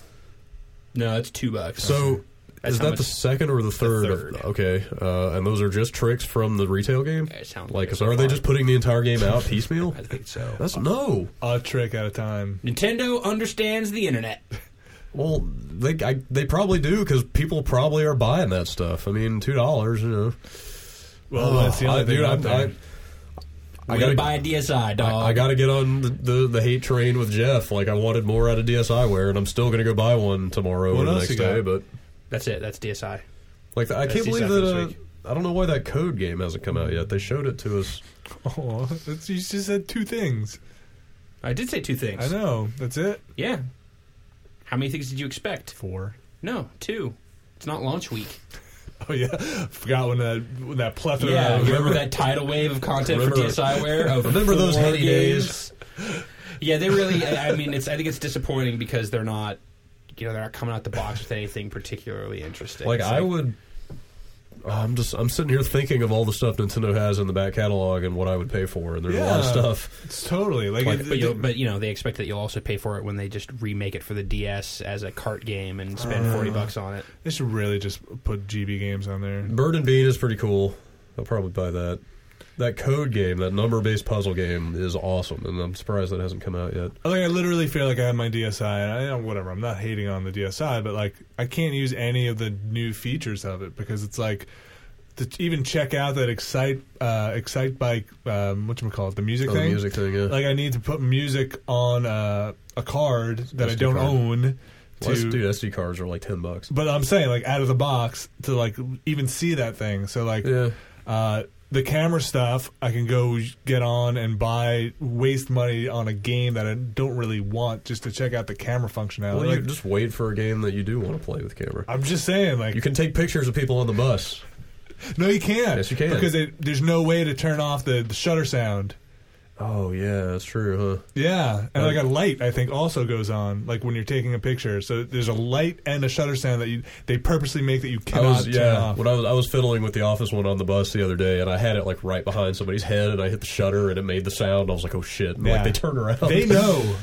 Speaker 1: No, it's two bucks.
Speaker 3: So
Speaker 1: That's
Speaker 3: is
Speaker 1: how
Speaker 3: that
Speaker 1: much-
Speaker 3: the second or the third? of-
Speaker 1: third.
Speaker 3: okay, uh, and those are just tricks from the retail game.
Speaker 1: Yeah, it sounds
Speaker 3: Like,
Speaker 1: good
Speaker 3: so
Speaker 1: so
Speaker 3: are they
Speaker 1: far.
Speaker 3: just putting the entire game out
Speaker 2: [LAUGHS]
Speaker 3: piecemeal?
Speaker 1: I think so.
Speaker 3: That's no.
Speaker 2: a trick at a time.
Speaker 1: Nintendo understands the internet.
Speaker 3: [LAUGHS] Well, they I, they probably do because people probably are buying that stuff. I mean, two dollars, you know.
Speaker 2: Well,
Speaker 3: Oh,
Speaker 2: that's the only
Speaker 3: I-
Speaker 2: thing.
Speaker 3: dude,
Speaker 2: out
Speaker 3: I, I,
Speaker 2: there.
Speaker 3: I
Speaker 1: Way
Speaker 3: gotta
Speaker 1: to buy a DSI, dog.
Speaker 3: I, I gotta get on the, the the hate train with Jeff. Like, I wanted more out of DSiWare, and I'm still gonna go buy one tomorrow
Speaker 2: What
Speaker 3: or the
Speaker 2: else
Speaker 3: next
Speaker 2: you got?
Speaker 3: day. But
Speaker 1: That's it. That's DSI.
Speaker 3: like, I
Speaker 1: That's
Speaker 3: can't believe
Speaker 1: exactly
Speaker 3: that.
Speaker 1: this
Speaker 3: Uh,
Speaker 1: week.
Speaker 3: I don't know why that code game hasn't come out yet. They showed it to us.
Speaker 2: [LAUGHS] oh, that's, you just said two things.
Speaker 1: I did say two things.
Speaker 2: I know. That's it.
Speaker 1: Yeah. How many things did you expect?
Speaker 2: Four.
Speaker 1: No, two. It's not launch week.
Speaker 2: Oh yeah, [LAUGHS] forgot when that when that plethora.
Speaker 1: Yeah,
Speaker 2: of,
Speaker 1: remember that tidal wave of content for
Speaker 3: uh, Remember-
Speaker 1: DSiWare? Of
Speaker 3: remember those
Speaker 1: four
Speaker 3: heady
Speaker 1: games?
Speaker 3: [LAUGHS]
Speaker 1: Yeah, they really. I I mean, it's. I think it's disappointing because they're not. You know, they're not coming out the box with anything particularly interesting.
Speaker 3: Like
Speaker 1: It's
Speaker 3: I would. oh, I'm just I'm sitting here thinking of all the stuff Nintendo has in the back catalog and what I would pay for, and there's a lot of
Speaker 2: Yeah.
Speaker 3: stuff.
Speaker 2: It's totally like,
Speaker 1: Like,
Speaker 2: it-
Speaker 1: but,
Speaker 2: it-
Speaker 1: you'll, but you know they expect that you'll also pay for it when they just remake it for the DS as a cart game and spend
Speaker 3: Uh.
Speaker 1: forty bucks on it.
Speaker 2: they should really just put GB games on there.
Speaker 3: Bird and Bean is pretty cool. I'll probably buy that. That code game, that number-based puzzle game, is awesome, and I'm surprised that hasn't come out yet.
Speaker 2: Like I literally feel like I have my DSi, and I know whatever. I'm not hating on the DSi, but like I can't use any of the new features of it because it's like to even check out that excite uh, excite bike um, what call it the music
Speaker 3: Oh, the
Speaker 2: thing.
Speaker 3: music thing, yeah.
Speaker 2: Like I need to put music on uh, a card that I
Speaker 3: SD
Speaker 2: don't
Speaker 3: card.
Speaker 2: own.
Speaker 3: Well, that's-
Speaker 2: To,
Speaker 3: dude, SD cards are like ten bucks.
Speaker 2: but I'm saying like out of the box to like even see that thing. So like
Speaker 3: Yeah,
Speaker 2: uh, the camera stuff, I can go get on and buy waste money on a game that I don't really want just to check out the camera functionality.
Speaker 3: well, you
Speaker 2: Like,
Speaker 3: just wait for a game that you do want to play with camera.
Speaker 2: I'm just saying, like,
Speaker 3: You can take pictures of people on the bus.
Speaker 2: no, you can't.
Speaker 3: Yes, you can.
Speaker 2: because it, there's no way to turn off the, the shutter sound.
Speaker 3: Oh yeah, that's true. Huh?
Speaker 2: Yeah, and like a light, I think also goes on, like when you're taking a picture. So there's a light and a shutter sound that you they purposely make that you
Speaker 3: I
Speaker 2: cannot
Speaker 3: was
Speaker 2: turn
Speaker 3: yeah.
Speaker 2: off.
Speaker 3: When I was I was fiddling with the office one on the bus the other day, and I had it like right behind somebody's head, and I hit the shutter, and it made the sound. I was like, oh shit! And,
Speaker 2: Yeah.
Speaker 3: Like they turn around. [LAUGHS]
Speaker 2: They know.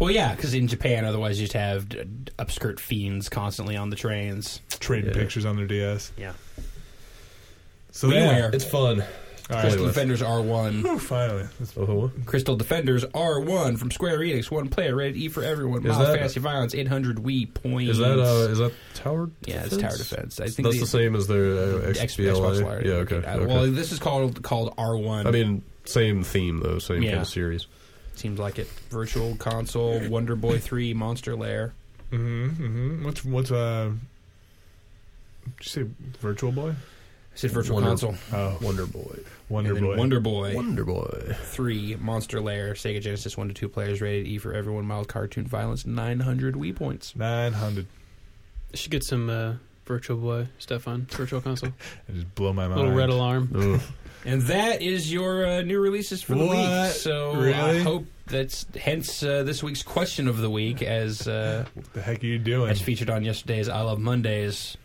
Speaker 1: Well, yeah, because in Japan, otherwise you'd have d- d- upskirt fiends constantly on the trains.
Speaker 2: Trading
Speaker 3: Yeah.
Speaker 2: pictures on their DS.
Speaker 1: Yeah.
Speaker 2: So
Speaker 1: We
Speaker 2: yeah.
Speaker 1: wear-
Speaker 3: It's fun.
Speaker 2: All right.
Speaker 1: Crystal Defenders R1.
Speaker 2: Whew, finally. That's-
Speaker 3: Oh,
Speaker 1: Crystal Defenders R1 from Square Enix. One player, rated E for everyone.
Speaker 3: Is
Speaker 1: Mild
Speaker 3: that-
Speaker 1: fantasy violence, 800 Wii points.
Speaker 3: is that uh, is that tower?
Speaker 1: yeah,
Speaker 3: defense?
Speaker 1: it's tower defense. I think
Speaker 3: That's
Speaker 1: they-
Speaker 3: the same as the uh,
Speaker 1: X- Xbox
Speaker 3: XBLA.
Speaker 1: Live.
Speaker 3: Yeah, okay.
Speaker 1: Uh,
Speaker 3: okay.
Speaker 1: Well, this is called called R1.
Speaker 3: I mean, same theme though, same
Speaker 1: Yeah.
Speaker 3: kind of series.
Speaker 1: seems like it. Virtual console, Wonder Boy 3, Monster Lair.
Speaker 2: hmm hmm What's what's uh? Did you say Virtual Boy?
Speaker 1: I said Virtual
Speaker 3: Wonder-
Speaker 1: Console.
Speaker 2: Oh,
Speaker 3: Wonder Boy.
Speaker 2: Wonder
Speaker 1: and then
Speaker 2: Boy.
Speaker 1: Wonder Boy
Speaker 3: Wonder Boy.
Speaker 1: 3, Monster Lair, Sega Genesis 1 to 2 players, rated E for everyone, mild cartoon violence, 900 Wii points.
Speaker 2: Nine hundred.
Speaker 4: Should get some uh, Virtual Boy stuff on Virtual [LAUGHS] Console.
Speaker 2: It just blow my mind.
Speaker 4: Little red alarm.
Speaker 3: Oh,
Speaker 1: And that is your uh, new releases for the
Speaker 2: What?
Speaker 1: week. So I
Speaker 2: Really?
Speaker 1: hope that's hence uh, this week's question of the week as uh,
Speaker 2: What the heck are you doing?
Speaker 1: as featured on yesterday's I Love Mondays.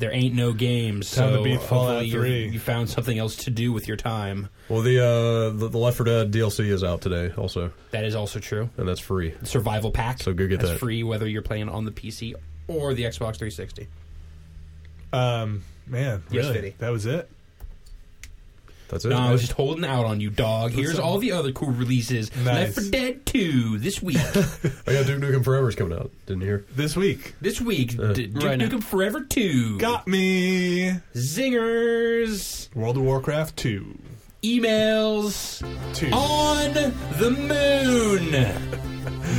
Speaker 1: There ain't no games,
Speaker 2: Time to
Speaker 1: so
Speaker 2: beat Fallout
Speaker 1: hopefully you-
Speaker 2: 3.
Speaker 1: you found something else to do with your time.
Speaker 3: well, the, uh, the the Left 4 Dead DLC is out today, also,
Speaker 1: That is also true.
Speaker 3: and that's free.
Speaker 1: Survival pack.
Speaker 3: So go get
Speaker 1: that's
Speaker 3: that.
Speaker 1: free whether you're playing on the PC or the Xbox 360.
Speaker 2: um, man,
Speaker 1: Yes,
Speaker 2: really?
Speaker 1: Vinny.
Speaker 2: That was it.
Speaker 3: That's it.
Speaker 1: No, I was just holding out on you, dog. Here's
Speaker 2: What's up?
Speaker 1: all the other cool releases. Left
Speaker 2: Nice.
Speaker 1: 4 Dead 2 this week.
Speaker 3: I got Duke Nukem Forever's coming out. Didn't hear.
Speaker 2: This week
Speaker 1: this week,
Speaker 3: Uh,
Speaker 1: D- Duke
Speaker 4: right now.
Speaker 1: Nukem Forever 2.
Speaker 2: got me.
Speaker 1: zingers,
Speaker 2: World of Warcraft two.
Speaker 1: emails
Speaker 2: Two.
Speaker 1: on the moon.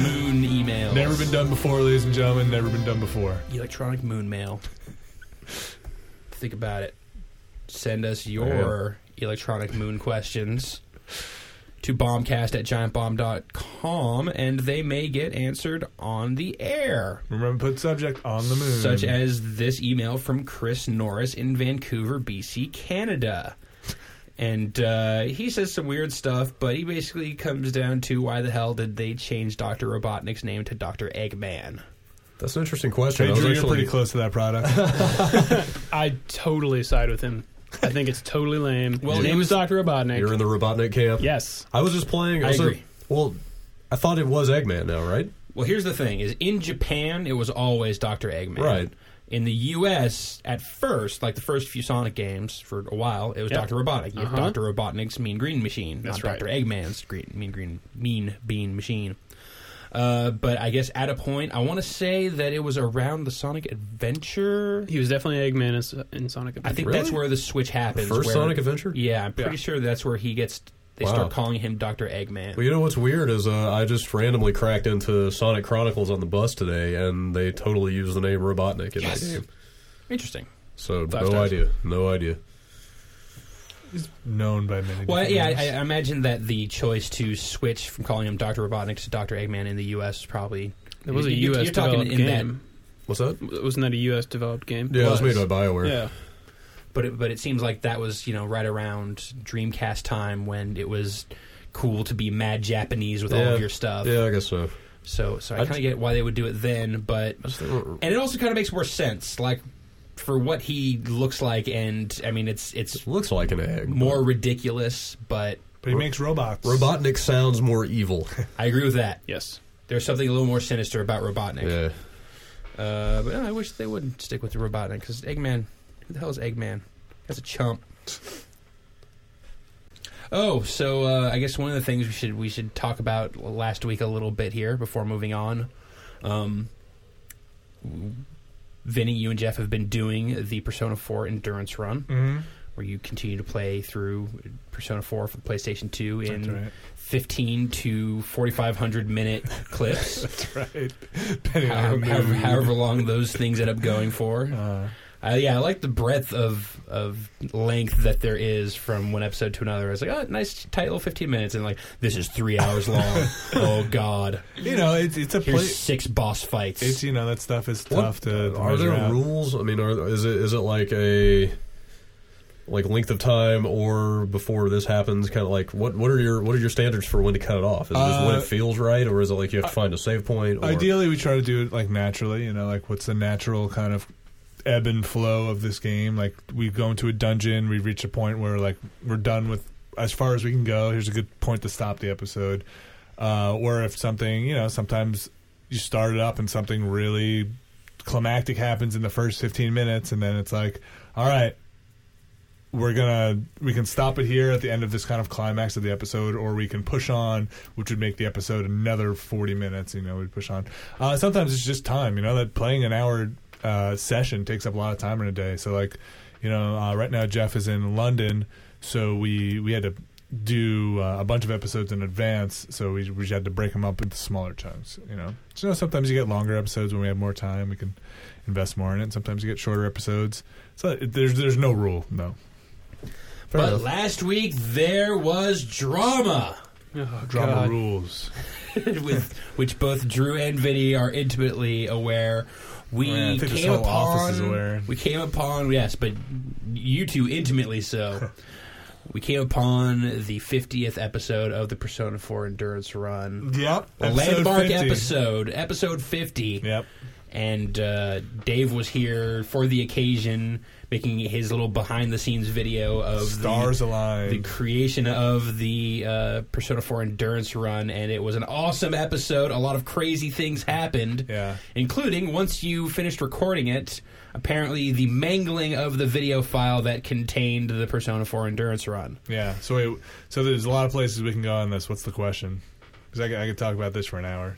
Speaker 1: moon emails.
Speaker 2: Never been done before, ladies and gentlemen. Never been done before.
Speaker 1: Electronic moon mail. [LAUGHS] Think about it. Send us your electronic moon questions to bombcast at giantbomb.com and they may get answered on the air.
Speaker 2: Remember, put subject on the moon.
Speaker 1: Such as this email from Chris Norris in Vancouver, BC, Canada. And uh, he says some weird stuff, but he basically comes down to why the hell did they change Dr. Robotnik's name to Dr. Eggman?
Speaker 3: That's an interesting question. I
Speaker 2: Hey,
Speaker 3: was
Speaker 2: Drew, you're
Speaker 3: actually-
Speaker 2: pretty close to
Speaker 1: [LAUGHS]
Speaker 2: that product.
Speaker 4: I totally side with him. I think it's totally lame.
Speaker 1: Well,
Speaker 4: His
Speaker 1: it
Speaker 4: name
Speaker 1: was-
Speaker 4: is Doctor Robotnik.
Speaker 3: You're in the Robotnik camp.
Speaker 4: yes,
Speaker 3: I was just playing.
Speaker 1: I
Speaker 3: also-
Speaker 1: agree.
Speaker 3: Well, I thought it was Eggman now, right?
Speaker 1: Well, here's the thing: is in Japan, it was always Doctor Eggman.
Speaker 3: Right.
Speaker 1: In the U.S., at first, like the first few Sonic games, for a while, it was
Speaker 4: Yeah.
Speaker 1: Doctor Robotnik. You had
Speaker 4: Uh-huh.
Speaker 1: Doctor Robotnik's Mean Green Machine, not
Speaker 4: That's right.
Speaker 1: Doctor Eggman's green, Mean Green Mean Bean Machine. Uh, but I guess at a point, I want to say that it was around the Sonic Adventure.
Speaker 4: he was definitely Eggman in S- in
Speaker 1: I
Speaker 4: Sonic Adventure.
Speaker 1: think
Speaker 3: Really?
Speaker 1: that's where the switch happens.
Speaker 3: First
Speaker 1: where-
Speaker 3: Sonic Adventure.
Speaker 1: Yeah, I'm pretty sure that's where he gets. They
Speaker 3: Wow.
Speaker 1: start calling him Doctor Eggman.
Speaker 3: Well, you know what's weird is uh, I just randomly cracked into Sonic Chronicles on the bus today, and they totally used the name Robotnik in
Speaker 1: Yes.
Speaker 3: that game.
Speaker 1: Interesting.
Speaker 3: So
Speaker 4: Five
Speaker 3: no
Speaker 4: stars.
Speaker 3: idea, no idea.
Speaker 2: He's known by many.
Speaker 1: Well,
Speaker 2: different
Speaker 1: yeah, I,
Speaker 2: names.
Speaker 1: I imagine that the choice to switch from calling him Doctor Robotnik to Doctor Eggman in the U.S. probably
Speaker 4: it was a
Speaker 1: You're-
Speaker 4: U.S.
Speaker 1: you're talking
Speaker 4: developed
Speaker 1: in that-
Speaker 4: game.
Speaker 3: What's that?
Speaker 4: Wasn't that a U.S. developed game?
Speaker 3: Yeah, it was
Speaker 1: Was.
Speaker 3: made by Bioware.
Speaker 4: Yeah.
Speaker 1: but it, but it seems like that was you know right around Dreamcast time when it was cool to be mad Japanese with all
Speaker 3: Yeah.
Speaker 1: of your stuff.
Speaker 3: Yeah, I guess so.
Speaker 1: So so I
Speaker 3: I'd-
Speaker 1: kind of get why they would do it then, but and it also kind of makes more sense like for what he looks like and I mean it's it's
Speaker 3: Looks like an egg.
Speaker 1: more ridiculous, but
Speaker 2: but he makes robots.
Speaker 3: Robotnik sounds
Speaker 2: [LAUGHS]
Speaker 3: more evil.
Speaker 1: I agree with that.
Speaker 4: Yes.
Speaker 1: There's something a little more sinister about Robotnik.
Speaker 3: yeah.
Speaker 1: Uh, but no, I wish they would stick with the Robotnik because Eggman, who the hell is Eggman? That's a chump. Oh, so uh, I guess one of the things we should we should talk about last week a little bit here before moving on. Um, Vinny, you and Jeff have been doing the Persona 4 endurance run,
Speaker 2: hmm
Speaker 1: where you continue to play through Persona 4 for the PlayStation 2
Speaker 2: That's
Speaker 1: in
Speaker 2: right.
Speaker 1: 15 to 4,500 minute
Speaker 2: [LAUGHS]
Speaker 1: clips.
Speaker 2: That's right. Depending on
Speaker 1: however,
Speaker 2: your
Speaker 1: however,
Speaker 2: mood. [LAUGHS]
Speaker 1: however long those things end up going for.
Speaker 2: Uh,
Speaker 1: Uh, yeah, I like the breadth of of length that there is from one episode to another. It's like, oh, nice tight little fifteen minutes, and like this is three hours
Speaker 2: [LAUGHS]
Speaker 1: long. oh God,
Speaker 2: you know, it's it's a
Speaker 1: here's
Speaker 2: play.
Speaker 1: six boss fights.
Speaker 2: It's you know that stuff is
Speaker 3: What-
Speaker 2: tough to, to
Speaker 3: are
Speaker 2: measure
Speaker 3: there
Speaker 2: out.
Speaker 3: rules? I mean, are is it is it like a like length of time or before this happens? Kind of like what what are your what are your standards for when to cut it off? Is it just when
Speaker 2: Uh,
Speaker 3: it feels right, or is it like you have to find a save point? Or,
Speaker 2: Ideally, we try to do it like naturally. You know, like what's the natural kind of ebb and flow of this game? Like we go into a dungeon, we reach a point where like we're done with as far as we can go. Here's a good point to stop the episode. Uh, or if something, you know, sometimes you start it up and something really climactic happens in the first 15 minutes, and then it's like, all right, we're gonna we can stop it here at the end of this kind of climax of the episode or we can push on which would make the episode another 40 minutes you know we'd push on uh, sometimes it's just time you know that playing an hour uh, session takes up a lot of time in a day so like you know uh, right now jeff is in london so we we had to do uh, a bunch of episodes in advance so we, we had to break them up into smaller chunks you know so you know, sometimes you get longer episodes when we have more time we can invest more in it sometimes you get shorter episodes so it, there's there's no rule no
Speaker 3: Fair
Speaker 1: but
Speaker 3: enough.
Speaker 1: last week there was drama.
Speaker 4: Oh,
Speaker 2: Drama
Speaker 4: God.
Speaker 2: rules.
Speaker 1: [LAUGHS] with which both Drew and Vinny are intimately aware. We
Speaker 2: Oh, Yeah, I think this
Speaker 1: came
Speaker 2: whole office
Speaker 1: upon
Speaker 2: is aware.
Speaker 1: we came upon yes, but you two intimately so. we came upon the 50th episode of the Persona 4 Endurance Run.
Speaker 2: Yep.
Speaker 1: A landmark episode, episode 50.
Speaker 2: Yep.
Speaker 1: And uh, Dave was here for the occasion, making his little behind the scenes video of the,
Speaker 2: Stars aligned.
Speaker 1: the creation of the uh, Persona 4 Endurance Run, and it was an awesome episode. A lot of crazy things happened,
Speaker 2: Yeah.
Speaker 1: including once you finished recording it, apparently the mangling of the video file that contained the Persona 4 Endurance Run.
Speaker 2: Yeah. So wait, so there's a lot of places we can go on this. What's the question? Because I, could- I could talk about this for an hour.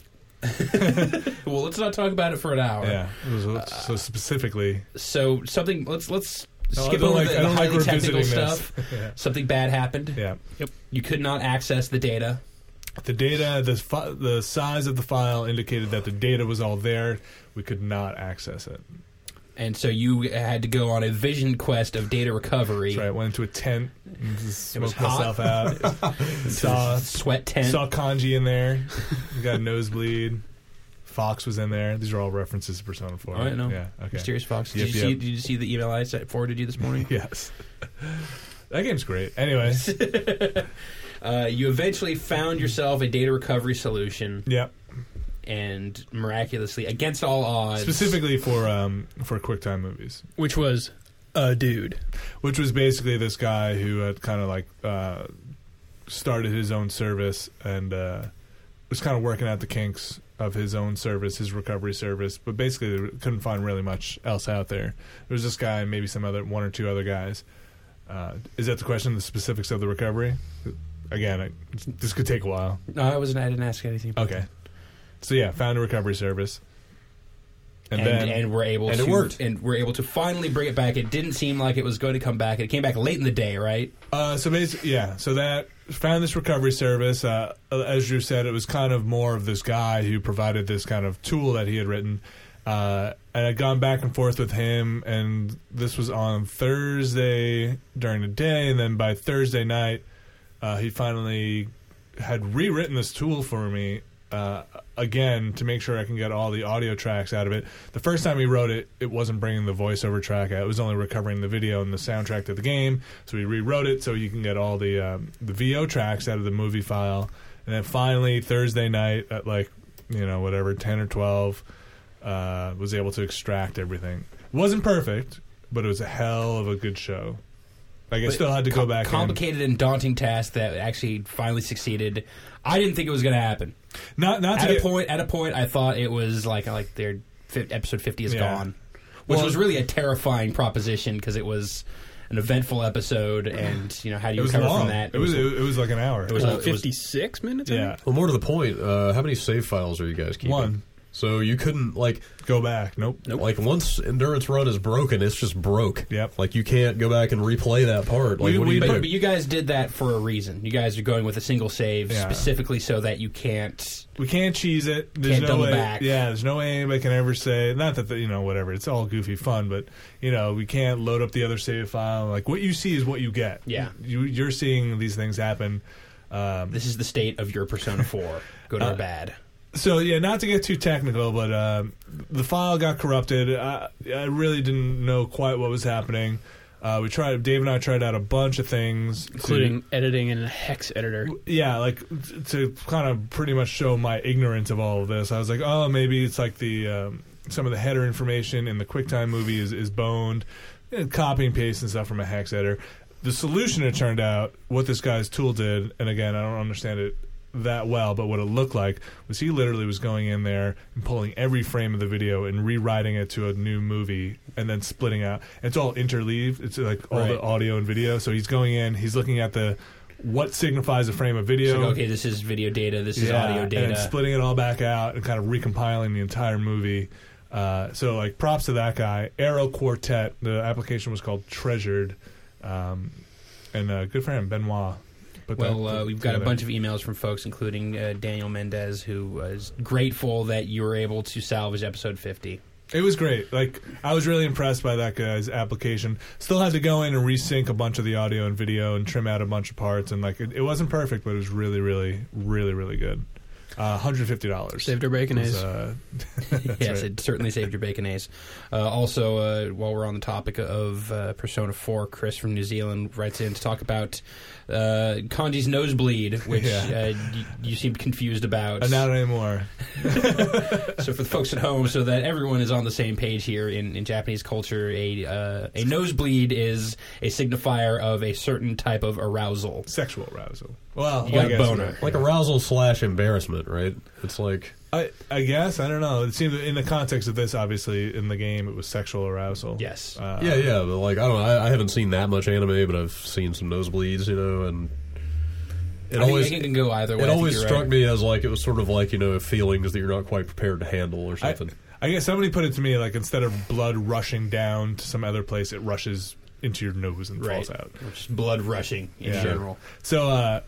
Speaker 1: Well, let's not talk about it for an hour.
Speaker 2: Yeah. It was-
Speaker 1: Uh,
Speaker 2: so specifically,
Speaker 1: So something. Let's let's
Speaker 2: No, Oh, I
Speaker 1: skip
Speaker 2: don't
Speaker 1: over
Speaker 2: like-
Speaker 1: the,
Speaker 2: I don't
Speaker 1: the
Speaker 2: like
Speaker 1: highly technical
Speaker 2: revisiting this.
Speaker 1: stuff.
Speaker 2: [LAUGHS] Yeah.
Speaker 1: Something bad happened.
Speaker 2: yeah.
Speaker 1: You could not access the data.
Speaker 2: The data, the fi- the size of the file indicated that the data was all there. We could not access it.
Speaker 1: And so you had to go on a vision quest of data recovery.
Speaker 2: That's right. Went into a tent, and just
Speaker 1: It was
Speaker 2: smoked myself
Speaker 1: [LAUGHS]
Speaker 2: out. saw
Speaker 1: Sweat tent.
Speaker 2: saw Kanji in there. got a nosebleed. Fox was in there. These are all references to Persona Four.
Speaker 1: All right, no.
Speaker 2: Yeah. Okay.
Speaker 1: Mysterious Fox. Did,
Speaker 2: Yep,
Speaker 1: you See,
Speaker 2: yep.
Speaker 1: did you see the email I sent forwarded you this morning?
Speaker 2: [LAUGHS] Yes. That game's great. Anyway,
Speaker 1: Uh, you eventually found yourself a data recovery solution,
Speaker 2: yeah.
Speaker 1: and miraculously, against all odds,
Speaker 2: Specifically for um for QuickTime movies,
Speaker 4: Which was a dude.
Speaker 2: which was basically this guy who had kind of like uh, started his own service and uh, was kind of working out the kinks of his own service, his recovery service. But basically, they couldn't find really much else out there. There was this guy and maybe some other one or two other guys. Uh, is that the question? The specifics of the recovery? Again, I, this could take a while.
Speaker 1: No, I wasn't. I didn't ask anything.
Speaker 2: Okay. So yeah, found a recovery service.
Speaker 1: And, and, we're able
Speaker 2: and
Speaker 1: to
Speaker 2: it worked.
Speaker 1: and we're able to finally bring it back. It didn't seem like it was going to come back. It came back late in the day, right?
Speaker 2: Uh, so basically, yeah. So that found this recovery service. Uh, as Drew said, it was kind of more of this guy who provided this kind of tool that he had written. Uh, and I'd gone back and forth with him, and this was on Thursday during the day, and then by Thursday night, uh, he finally had rewritten this tool for me uh, again to make sure I can get all the audio tracks out of it. The first time he wrote it, it wasn't bringing the voiceover track out; it was only recovering the video and the soundtrack to the game. So he rewrote it so you can get all the um, the VO tracks out of the movie file. And then finally Thursday night at like you know whatever ten or twelve, uh, was able to extract everything. It wasn't perfect, but it was a hell of a good show. Like I
Speaker 1: But
Speaker 2: still had to
Speaker 1: com-
Speaker 2: go back. in.
Speaker 1: Complicated and daunting task that actually finally succeeded. I didn't think it was going to happen.
Speaker 2: Not not to
Speaker 1: at a
Speaker 2: get-
Speaker 1: point at a point I thought it was like like their fif- episode 50 is
Speaker 2: Yeah.
Speaker 1: gone which
Speaker 2: Well-
Speaker 1: was really a terrifying proposition because it was an eventful episode and you know how do
Speaker 2: It
Speaker 1: you
Speaker 2: was
Speaker 1: recover
Speaker 2: long.
Speaker 1: from that
Speaker 2: It was it, was like an hour.
Speaker 1: It was
Speaker 4: Well,
Speaker 1: a-
Speaker 4: 56 Uh, minutes? I
Speaker 2: yeah.
Speaker 4: think?
Speaker 3: well, more to the point, uh, how many save files are you guys keeping?
Speaker 2: One.
Speaker 3: So you couldn't like
Speaker 2: Go back. Nope.
Speaker 3: Like once endurance run is broken, it's just broke.
Speaker 2: Yep.
Speaker 3: Like you can't go back and replay that part. Like
Speaker 2: We-
Speaker 3: what do
Speaker 2: we-
Speaker 3: you
Speaker 1: but,
Speaker 3: do?
Speaker 1: but you guys did that for a reason you guys are going with a single save
Speaker 2: Yeah.
Speaker 1: specifically so that you can't
Speaker 2: We can't cheese it. There's
Speaker 1: Can't
Speaker 2: no
Speaker 1: double
Speaker 2: way.
Speaker 1: back.
Speaker 2: Yeah. There's no way anybody can ever say not that the, you know whatever. It's all goofy fun, but you know we can't load up the other save file. Like what you see is what you get.
Speaker 1: Yeah.
Speaker 2: You you're seeing these things happen. Um,
Speaker 1: this is the state of your persona 4 good
Speaker 2: Uh,
Speaker 1: or bad
Speaker 2: so yeah, not to get too technical, but uh, um the file got corrupted. I, I really didn't know quite what was happening. Uh, we tried. Dave and I tried out a bunch of things, to-
Speaker 4: including editing in a hex editor.
Speaker 2: yeah, like t- to kind of pretty much show my ignorance of all of this. I was like, oh, maybe it's like the um, some of the header information in the QuickTime movie is is boned, and copy and paste and stuff from a hex editor. The solution it turned out what this guy's tool did, and again, I don't understand it that well, but what it looked like was he literally was going in there and pulling every frame of the video and rewriting it to a new movie and then splitting out. It's all interleaved. It's like all the
Speaker 1: Right.
Speaker 2: audio and video. So he's going in, he's looking at the what signifies a frame of
Speaker 1: It's
Speaker 2: video.
Speaker 1: like, okay, this is video data, this is
Speaker 2: Yeah,
Speaker 1: audio
Speaker 2: And
Speaker 1: data.
Speaker 2: then splitting it all back out and kind of recompiling the entire movie. Uh, so, like, props to that guy. Arrow Quartet, the application was called Treasured. Um, and uh, good for him, Benoit. But
Speaker 1: well, uh, we've got a bunch of emails from folks, including uh, Daniel Mendez, who was grateful that you were able to salvage episode 50.
Speaker 2: It was great. Like I was really impressed by that guy's application. Still had to go in and resync a bunch of the audio and video and trim out a bunch of parts and like it, it wasn't perfect, but it was really, really, really, really good. Uh, Hundred fifty dollars.
Speaker 4: Saved our bacon is
Speaker 2: Uh,
Speaker 1: yes,
Speaker 2: right.
Speaker 1: it certainly saved your bacon ace. Uh, also, uh, while we're on the topic of uh, Persona 4, Chris from New Zealand writes in to talk about uh, Kanji's nosebleed, which
Speaker 2: Yeah.
Speaker 1: uh, y- you seemed confused about.
Speaker 2: uh, not anymore.
Speaker 1: so for the folks at home, so that everyone is on the same page here in, in Japanese culture, a uh, a nosebleed is a signifier of a certain type of arousal.
Speaker 2: Sexual arousal. Well,
Speaker 1: You got
Speaker 2: I
Speaker 1: a
Speaker 2: guess,
Speaker 1: boner.
Speaker 3: Like arousal slash embarrassment, right? It's like
Speaker 2: I, I guess I don't know. It seemed in the context of this, obviously, in the game, it was sexual arousal.
Speaker 1: Yes.
Speaker 2: Uh,
Speaker 3: yeah, yeah, but like I don't know. I, I haven't seen that much anime, but I've seen some nosebleeds, you know, and it
Speaker 1: I
Speaker 3: always
Speaker 1: think it can go either way. I
Speaker 3: it
Speaker 1: think
Speaker 3: always
Speaker 1: you're
Speaker 3: struck
Speaker 1: right.
Speaker 3: me as like it was sort of like you know feelings that you're not quite prepared to handle or
Speaker 2: I,
Speaker 3: something.
Speaker 2: I guess somebody put it to me like instead of blood rushing down to some other place, it rushes into your nose and
Speaker 1: Right.
Speaker 2: falls out.
Speaker 1: Just blood rushing in
Speaker 2: Yeah.
Speaker 1: general.
Speaker 2: So, uh,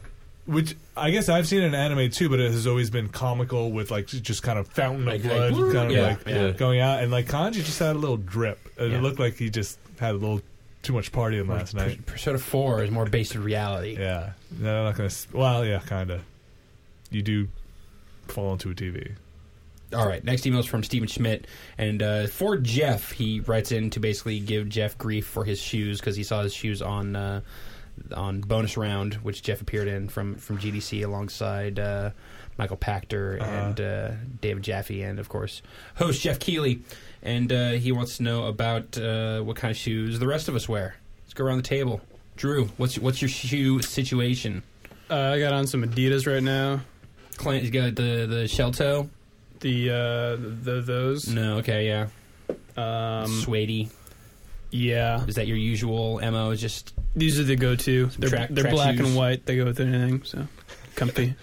Speaker 2: which I guess I've seen in anime too, but it has always been comical with like just kind of fountain
Speaker 1: Like-
Speaker 2: of blood,
Speaker 1: like,
Speaker 2: kind of
Speaker 1: yeah,
Speaker 2: like
Speaker 1: yeah.
Speaker 2: going out, and like Kanji just had a little drip. And
Speaker 1: Yeah.
Speaker 2: It looked like he just had a little too much partying last night.
Speaker 1: Persona 4 is more based in reality.
Speaker 2: Yeah, no, I'm not gonna. s- Well, yeah, kind of. You do fall onto a TV.
Speaker 1: All right, next email is from Steven Schmidt. And uh, for Jeff, he writes in to basically give Jeff grief for his shoes because he saw his shoes on uh, on Bonus Round, which Jeff appeared in from, from GDC alongside uh, Michael Pachter and uh, David Jaffe, and of course, host Jeff Keeley. And uh, he wants to know about uh, what kind of shoes the rest of us wear. Let's go around the table. Drew, what's what's your shoe situation?
Speaker 4: Uh, I got on some Adidas right now.
Speaker 1: Clint, you got the the shell toe?
Speaker 4: The uh, the those.
Speaker 1: No, okay, yeah.
Speaker 4: Um,
Speaker 1: Suede.
Speaker 4: yeah,
Speaker 1: Is that your usual mo? Is just
Speaker 4: these are the go-to. They're,
Speaker 1: track-
Speaker 4: they're
Speaker 1: track
Speaker 4: black
Speaker 1: shoes.
Speaker 4: and white. They go with anything. So comfy.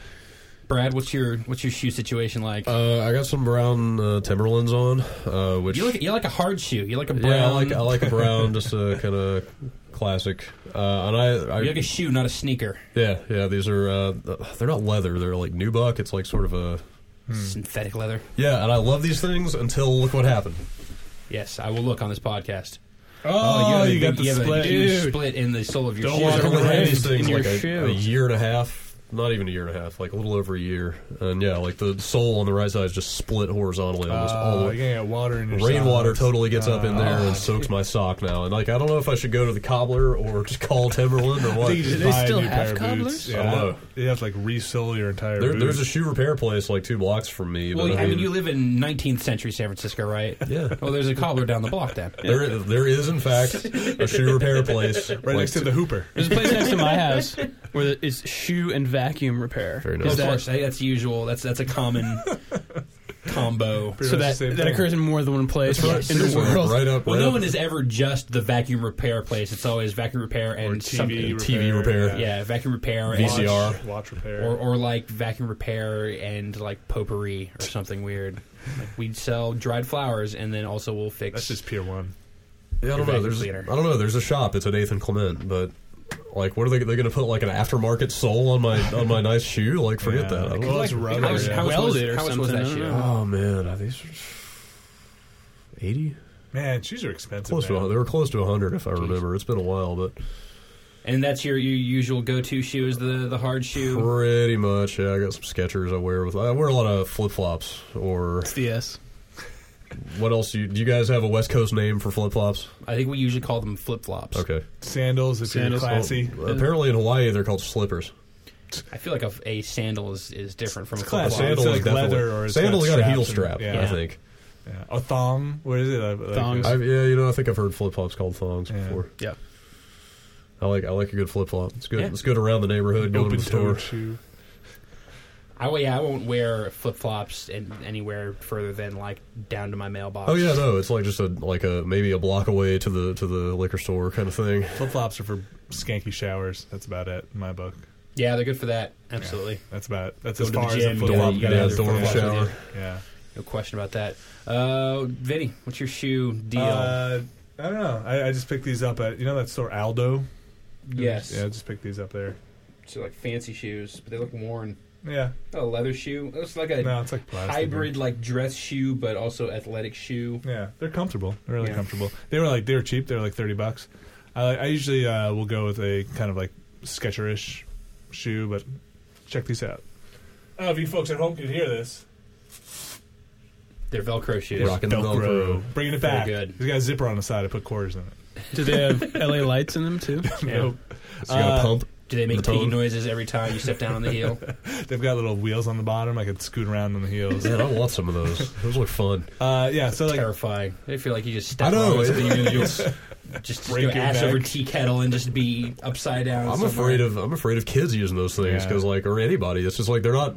Speaker 1: Brad? What's your what's your shoe situation like?
Speaker 3: Uh, I got some brown uh, Timberlands on, uh, which
Speaker 1: you like you like a hard shoe. You like a brown.
Speaker 3: yeah, I like I like
Speaker 1: [LAUGHS]
Speaker 3: a brown, just a kind of classic. Uh, and I, I
Speaker 1: you like a shoe, not a sneaker.
Speaker 3: yeah, yeah, these are uh, they're not leather, they're like nubuck. It's like sort of a
Speaker 1: Synthetic leather.
Speaker 3: yeah, and I love these things until look what happened.
Speaker 1: Yes, I will look on this podcast.
Speaker 2: [LAUGHS] Oh,
Speaker 1: have a
Speaker 2: you got
Speaker 1: big-
Speaker 2: the
Speaker 1: you have
Speaker 2: split.
Speaker 1: A huge
Speaker 4: Dude.
Speaker 1: split in the sole of your
Speaker 2: Don't
Speaker 1: shoe.
Speaker 2: walk
Speaker 3: I've
Speaker 2: on
Speaker 3: only
Speaker 2: the
Speaker 3: had these
Speaker 4: raised in
Speaker 3: things
Speaker 4: your
Speaker 3: like a,
Speaker 4: shoe.
Speaker 3: a year and a half, not even a year and a half, like a little over a year. And yeah, like the sole on the right side is just split horizontally almost all the
Speaker 2: Uh,
Speaker 3: way.
Speaker 2: you get water in your
Speaker 3: Rainwater
Speaker 2: socks.
Speaker 3: totally gets up in there
Speaker 2: Uh,
Speaker 3: and soaks my sock now. And like, I don't know if I should go to the cobbler or just call Timberland or
Speaker 2: I [LAUGHS]
Speaker 3: what.
Speaker 2: think you just
Speaker 4: Do
Speaker 2: buy
Speaker 4: they
Speaker 2: a
Speaker 4: still
Speaker 2: new
Speaker 4: have
Speaker 2: pair of
Speaker 4: cobblers?
Speaker 2: boots.
Speaker 4: I
Speaker 2: Yeah,
Speaker 3: don't know.
Speaker 2: you have to like resell your entire.
Speaker 3: There,
Speaker 2: boot.
Speaker 3: there's a shoe repair place like two blocks from me. But
Speaker 1: Well,
Speaker 3: I mean,
Speaker 1: you live in 19th century San Francisco, right?
Speaker 3: yeah.
Speaker 1: Well, there's a cobbler down the block then.
Speaker 3: There, there is in fact a shoe repair place right
Speaker 2: right next to the Hooper.
Speaker 4: There's a place next to
Speaker 1: [LAUGHS]
Speaker 4: my house where the- it's shoe and vacuum repair.
Speaker 3: Very
Speaker 1: Well, of
Speaker 3: nice.
Speaker 4: Is that-
Speaker 1: course, I- that's usual. That's that's a common combo.
Speaker 2: Pretty
Speaker 4: so
Speaker 2: much
Speaker 4: that
Speaker 2: the same
Speaker 4: that
Speaker 2: thing.
Speaker 4: occurs in more than one place
Speaker 1: That's right.
Speaker 4: in the
Speaker 1: Seriously.
Speaker 4: world.
Speaker 3: right up.
Speaker 1: Well,
Speaker 3: right
Speaker 1: no
Speaker 3: up-
Speaker 1: one is ever just the vacuum repair place. It's always vacuum repair
Speaker 2: Or
Speaker 1: and some-
Speaker 2: TV,
Speaker 3: TV repair.
Speaker 1: Yeah, vacuum repair and
Speaker 3: VCR.
Speaker 2: Watch, watch repair.
Speaker 1: or, or like vacuum repair and like potpourri or something weird. Like we'd sell dried flowers and then also we'll fix.
Speaker 2: That's just Pier One.
Speaker 3: Yeah, I
Speaker 1: Your
Speaker 3: don't know.
Speaker 1: vacuum
Speaker 3: There's, I
Speaker 1: cleaner.
Speaker 3: don't know. There's a shop. It's at Nathan Clement, but like, what are they? They're going to put like an aftermarket sole on my on my nice shoe? Like, forget
Speaker 2: Yeah.
Speaker 3: that. I don't-
Speaker 2: Well, it's
Speaker 1: how
Speaker 2: rubber.
Speaker 1: much,
Speaker 2: yeah.
Speaker 1: how much was,
Speaker 4: Welded or
Speaker 1: how much was that
Speaker 4: something, I
Speaker 1: shoe?
Speaker 4: don't
Speaker 3: Oh man, are these eighty?
Speaker 2: Man, shoes are expensive.
Speaker 3: Close to
Speaker 2: man.
Speaker 3: a- they were close to hundred if I remember. It's been a while, but
Speaker 1: And that's your, your usual go-to shoe is the the hard shoe.
Speaker 3: pretty much. Yeah, I got some Skechers I wear with. I wear a lot of flip flops or
Speaker 4: It's the S.
Speaker 3: What else do you, do you guys have a West Coast name for flip flops?
Speaker 1: I think we usually call them flip flops.
Speaker 3: Okay.
Speaker 2: Sandals, if
Speaker 4: Sandals.
Speaker 2: you're classy.
Speaker 3: Well, apparently in Hawaii they're called slippers.
Speaker 1: I feel like a, a sandal is, is different from a flip
Speaker 2: classy.
Speaker 1: flop.
Speaker 2: Sandal.
Speaker 3: Sandals
Speaker 2: like
Speaker 3: definitely-
Speaker 2: leather or it's
Speaker 3: sandals
Speaker 2: got
Speaker 3: got a heel
Speaker 2: straps
Speaker 3: strap.
Speaker 2: and-
Speaker 1: yeah.
Speaker 3: I think.
Speaker 2: Yeah. A thong. What is it? Like- like-
Speaker 4: Thongs.
Speaker 3: I, yeah, you know, I think I've heard flip flops called thongs
Speaker 2: Yeah.
Speaker 3: before.
Speaker 1: Yeah.
Speaker 3: I like I like a good flip flop. It's good.
Speaker 1: Yeah.
Speaker 3: It's good around the neighborhood. Go to
Speaker 2: Open
Speaker 3: the store.
Speaker 2: toed shoe.
Speaker 1: I, well, yeah, I won't wear flip flops in anywhere further than like down to my mailbox.
Speaker 3: Oh yeah, no, it's like just a like a maybe a block away to the to the liquor store kind of thing.
Speaker 2: Flip flops are for skanky showers. That's about it in my book.
Speaker 1: yeah, they're good for that. Absolutely,
Speaker 2: That's about that's
Speaker 1: Go
Speaker 2: as
Speaker 1: to the
Speaker 2: far as
Speaker 1: gym,
Speaker 2: a
Speaker 1: you
Speaker 2: flip
Speaker 1: gotta-
Speaker 2: flop.
Speaker 1: you
Speaker 3: Dorm-
Speaker 1: gotta
Speaker 3: yeah,
Speaker 1: have your
Speaker 3: dorm
Speaker 1: flip-flops
Speaker 3: shower.
Speaker 1: with you.
Speaker 2: Yeah.
Speaker 1: No question about that. Uh, Vinny, what's your shoe deal?
Speaker 2: Uh, I don't know. I, I just picked these up at you know that store Aldo.
Speaker 1: yes,
Speaker 2: Yeah, I just picked these up there.
Speaker 1: so like fancy shoes, but they look worn.
Speaker 2: Yeah.
Speaker 1: A leather shoe. It's like a
Speaker 2: No, it's like plastic.
Speaker 1: hybrid like dress shoe, but also athletic shoe.
Speaker 2: Yeah, they're comfortable. They're really
Speaker 1: Yeah.
Speaker 2: comfortable. They were like they were cheap. They were like thirty bucks. I like, I usually uh, will go with a kind of like Skecherish shoe, but check these out. I don't know if you folks at home can hear this.
Speaker 1: They're Velcro shoes.
Speaker 3: Rock- Rocking the Velcro.
Speaker 2: bringing it back.
Speaker 1: Very good.
Speaker 2: It's got a zipper on the side. I put quarters in it.
Speaker 3: [LAUGHS]
Speaker 4: Do they have LA lights in
Speaker 1: [LAUGHS]
Speaker 4: them too?
Speaker 1: Yeah.
Speaker 2: Nope.
Speaker 3: It's got
Speaker 2: Uh,
Speaker 3: a pump.
Speaker 1: Do they make
Speaker 3: The
Speaker 1: piggy
Speaker 3: toe.
Speaker 1: noises every time you step down
Speaker 3: [LAUGHS]
Speaker 1: on the heel?
Speaker 2: They've got little wheels on the bottom. I could scoot around on the
Speaker 3: [LAUGHS]
Speaker 2: heels.
Speaker 3: Man, I want some of those. Those look fun.
Speaker 2: uh, yeah. So like
Speaker 1: Terrifying. They feel like you just step
Speaker 3: I know,
Speaker 1: on
Speaker 3: it-
Speaker 1: something and you'll s- just, just
Speaker 2: Break
Speaker 1: go
Speaker 2: your
Speaker 1: ash
Speaker 2: neck.
Speaker 1: over tea kettle and just be upside down.
Speaker 3: I'm
Speaker 1: somewhere.
Speaker 3: afraid of I'm afraid of kids using those things
Speaker 2: Yeah.
Speaker 3: because like or anybody. It's just like they're not.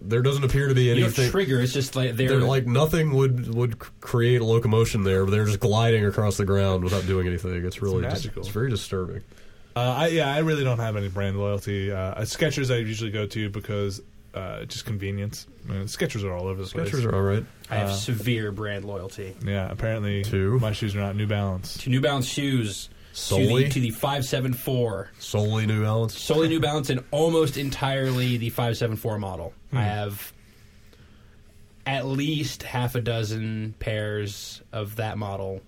Speaker 3: There doesn't appear to be
Speaker 1: you don't
Speaker 3: anything.
Speaker 1: trigger. It's just like they're,
Speaker 3: They're like nothing would would c- create a locomotion there, but they're just gliding across the ground without doing anything. It's really dis-
Speaker 2: magical.
Speaker 3: it's very disturbing.
Speaker 2: Uh, I, yeah, I really don't have any brand loyalty. Uh, uh, Skechers I usually go to because uh, just convenience. I mean, Skechers are all over the place.
Speaker 3: Skechers are all right.
Speaker 1: I have
Speaker 2: uh,
Speaker 1: severe brand loyalty
Speaker 2: yeah, apparently
Speaker 3: Two.
Speaker 2: my shoes are not New Balance.
Speaker 1: to New Balance shoes. To the,
Speaker 3: Solely
Speaker 1: to the 574,
Speaker 3: solely New Balance.
Speaker 1: [LAUGHS] solely New Balance, and almost entirely the 574 model. I have at least half a dozen pairs of that model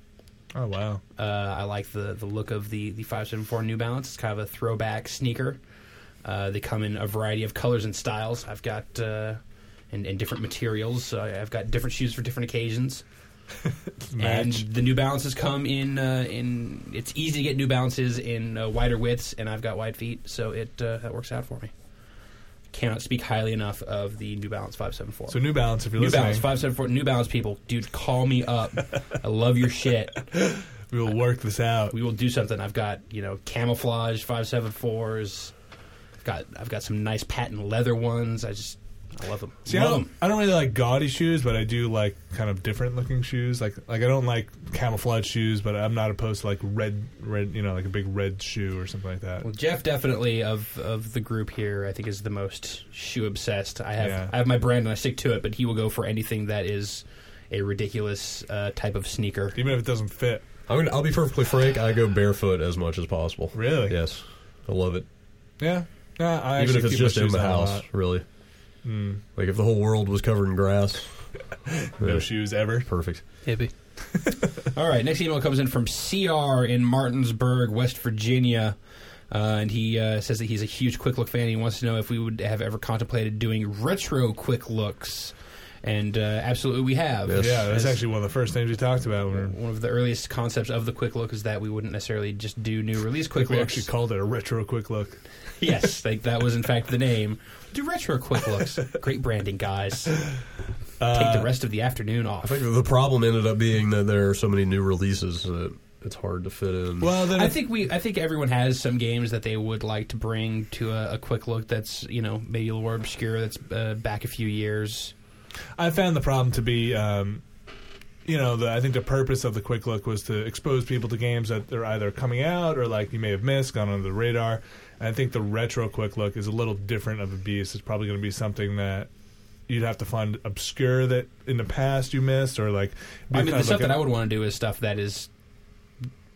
Speaker 2: Oh wow,
Speaker 1: Uh, I like the, the look of the, the 574 New Balance. It's kind of a throwback sneaker. Uh, they come in a variety of colors and styles. I've got uh, and, and different materials. So I- I've got different shoes for different
Speaker 2: [LAUGHS]
Speaker 1: occasions. and
Speaker 2: match.
Speaker 1: the New Balances come in uh, in. It's easy to get New Balances in uh, wider widths, and I've got wide feet, so it uh, that works out for me. Cannot speak highly enough of the New Balance 574.
Speaker 2: So New Balance, if you're
Speaker 1: New
Speaker 2: listening,
Speaker 1: Balance 574. New Balance people, dude, call me up. I love your shit
Speaker 2: we will work this out.
Speaker 1: we will do something. I've got you know camouflage five seven fours. I've got I've got some nice patent leather ones. I just I love them.
Speaker 2: See, I
Speaker 1: love
Speaker 2: don't,
Speaker 1: 'em.
Speaker 2: I don't really like gaudy shoes, but I do like kind of different looking shoes. Like like I don't like camouflage shoes, but I'm not opposed to like red red you know like a big red shoe or something like that.
Speaker 1: Well, Jeff definitely of of the group here, I think is the most shoe obsessed. I have
Speaker 2: Yeah.
Speaker 1: I have my brand and I stick to it, but he will go for anything that is a ridiculous uh, type of sneaker.
Speaker 2: Even if it doesn't fit,
Speaker 3: I mean, I'll be perfectly frank. I go barefoot as much as possible.
Speaker 2: really.
Speaker 3: Yes, I love it.
Speaker 2: Yeah. Yeah, I
Speaker 3: Even
Speaker 2: actually
Speaker 3: if it's
Speaker 2: keep my
Speaker 3: just in
Speaker 2: shoes
Speaker 3: the
Speaker 2: on a
Speaker 3: house,
Speaker 2: lot.
Speaker 3: really.
Speaker 2: Mm.
Speaker 3: Like if the whole world was covered in grass,
Speaker 2: [LAUGHS] No
Speaker 3: yeah,
Speaker 2: shoes ever.
Speaker 3: perfect.
Speaker 4: Hippie.
Speaker 1: All right, next email comes in from CR in Martinsburg, West Virginia. Uh, and he uh, says that he's a huge Quick Look fan. He wants to know if we would have ever contemplated doing retro Quick Looks. And uh, absolutely, we have.
Speaker 3: Yes.
Speaker 2: Yeah, that's
Speaker 1: As-
Speaker 2: actually one of the first things we talked about. When we were-
Speaker 1: One of the earliest concepts of the Quick Look is that we wouldn't necessarily just do new release Quick
Speaker 2: we
Speaker 1: Looks.
Speaker 2: actually called it a retro quick look. [LAUGHS]
Speaker 1: yes, like that was in fact the name. Do retro Quick Looks. Great branding,
Speaker 2: [LAUGHS]
Speaker 1: guys.
Speaker 2: Uh,
Speaker 1: Take the rest of the afternoon
Speaker 3: I
Speaker 1: off.
Speaker 3: think the problem ended up being that there are so many new releases that it's hard to fit in.
Speaker 2: Well, then
Speaker 1: I think we. I think everyone has some games that they would like to bring to a, a quick look. That's you know maybe a little more obscure. That's uh, back a few years.
Speaker 2: I found the problem to be, um, you know, the, I think the purpose of the quick look was to expose people to games that they're either coming out or like you may have missed, gone under the radar. And I think the retro quick look is a little different of a beast. It's probably going to be something that you'd have to find obscure that in the past you missed or like. be
Speaker 1: I mean,
Speaker 2: kind
Speaker 1: the
Speaker 2: of
Speaker 1: stuff
Speaker 2: like,
Speaker 1: that I would want to do is stuff that is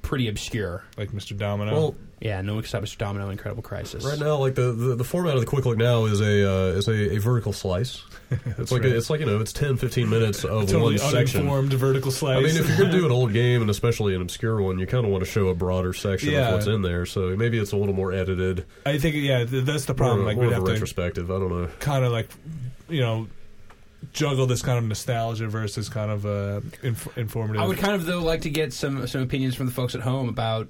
Speaker 1: pretty obscure.
Speaker 2: like Mr. Domino.
Speaker 3: Well,
Speaker 1: Yeah, no except Mr. Domino, Incredible Crisis.
Speaker 3: right now, like the, the, the format of the quick look now is a uh, is a, a
Speaker 2: [LAUGHS]
Speaker 3: vertical slice. It's like a, it's like you know it's 10, 15 minutes of
Speaker 2: totally
Speaker 3: one section.
Speaker 2: uninformed vertical slice.
Speaker 3: I mean, if you're going to
Speaker 2: [LAUGHS]
Speaker 3: do an old game and especially an obscure one, you kind of want to show a broader section
Speaker 2: Yeah.
Speaker 3: of what's in there. So maybe it's a little more edited,
Speaker 2: I think yeah, th- that's the problem.
Speaker 3: more,
Speaker 2: like
Speaker 3: more
Speaker 2: we'd
Speaker 3: of a
Speaker 2: have to
Speaker 3: retrospective. I don't know.
Speaker 2: kind of like you know juggle this kind of nostalgia versus kind of uh, inf- informative.
Speaker 1: I would kind of though like to get some some opinions from the folks at home about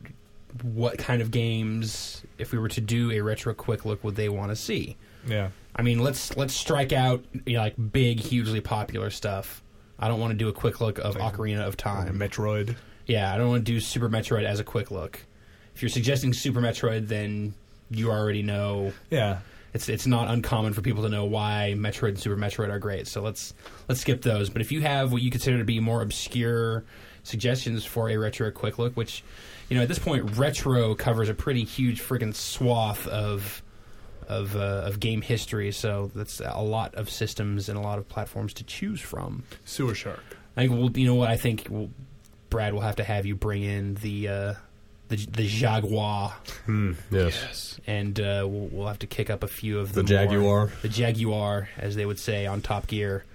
Speaker 1: what kind of games, if we were to do a retro quick look, would they want to see?
Speaker 2: yeah.
Speaker 1: I mean, let's let's strike out you know, like big, hugely popular stuff. I don't want to do a quick look of
Speaker 2: Like-
Speaker 1: Ocarina of Time.
Speaker 2: Metroid.
Speaker 1: Yeah, I don't want to do Super Metroid as a quick look. If you're suggesting Super Metroid, then you already know
Speaker 2: Yeah.
Speaker 1: it's it's not uncommon for people to know why Metroid and Super Metroid are great. So let's let's skip those. But if you have what you consider to be more obscure suggestions for a retro quick look, which you know at this point retro covers a pretty huge friggin' swath of of uh, of game history, so that's a lot of systems and a lot of platforms to choose from.
Speaker 2: Sewer Shark.
Speaker 1: I think we'll, you know what I think. We'll, Brad will have to have you bring in the uh, the the Jaguar,
Speaker 3: Hmm, yes.
Speaker 4: Yes.
Speaker 1: and uh, we'll, we'll have to kick up a few of
Speaker 3: The
Speaker 1: the, more-
Speaker 3: Jaguar.
Speaker 1: the Jaguar, as they would say on Top Gear,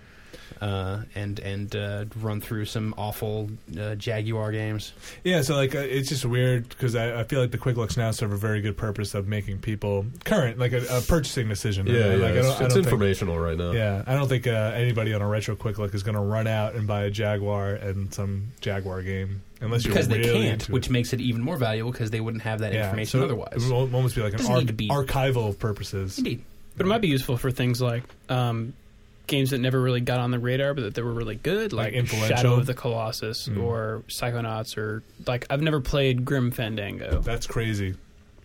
Speaker 1: uh, and and uh, run through some awful uh, Jaguar games.
Speaker 2: Yeah, so like uh, it's just weird because I, I feel like the quick looks now serve a very good purpose of making people current, like a, a purchasing decision. like,
Speaker 3: Yeah, yeah.
Speaker 2: I don't,
Speaker 3: it's
Speaker 2: I
Speaker 3: it's
Speaker 2: don't think-
Speaker 3: informational right now.
Speaker 2: Yeah, I don't think uh, anybody on a retro quick look is going to run out and buy a Jaguar and some Jaguar game unless you're
Speaker 1: Because they
Speaker 2: really
Speaker 1: can't,
Speaker 2: into
Speaker 1: which
Speaker 2: it.
Speaker 1: makes it even more valuable because they wouldn't have that
Speaker 2: Yeah,
Speaker 1: information
Speaker 2: so
Speaker 1: otherwise.
Speaker 2: It will almost be like an
Speaker 1: Doesn't need
Speaker 2: arch-
Speaker 1: to be.
Speaker 2: archival purposes.
Speaker 1: Indeed.
Speaker 4: But it might be useful for things like um, games that never really got on the radar, but that they were really good,
Speaker 2: Like
Speaker 4: like,
Speaker 2: influential?
Speaker 4: Shadow of the Colossus
Speaker 2: Mm.
Speaker 4: or Psychonauts, or like I've never played Grim Fandango.
Speaker 2: That's crazy.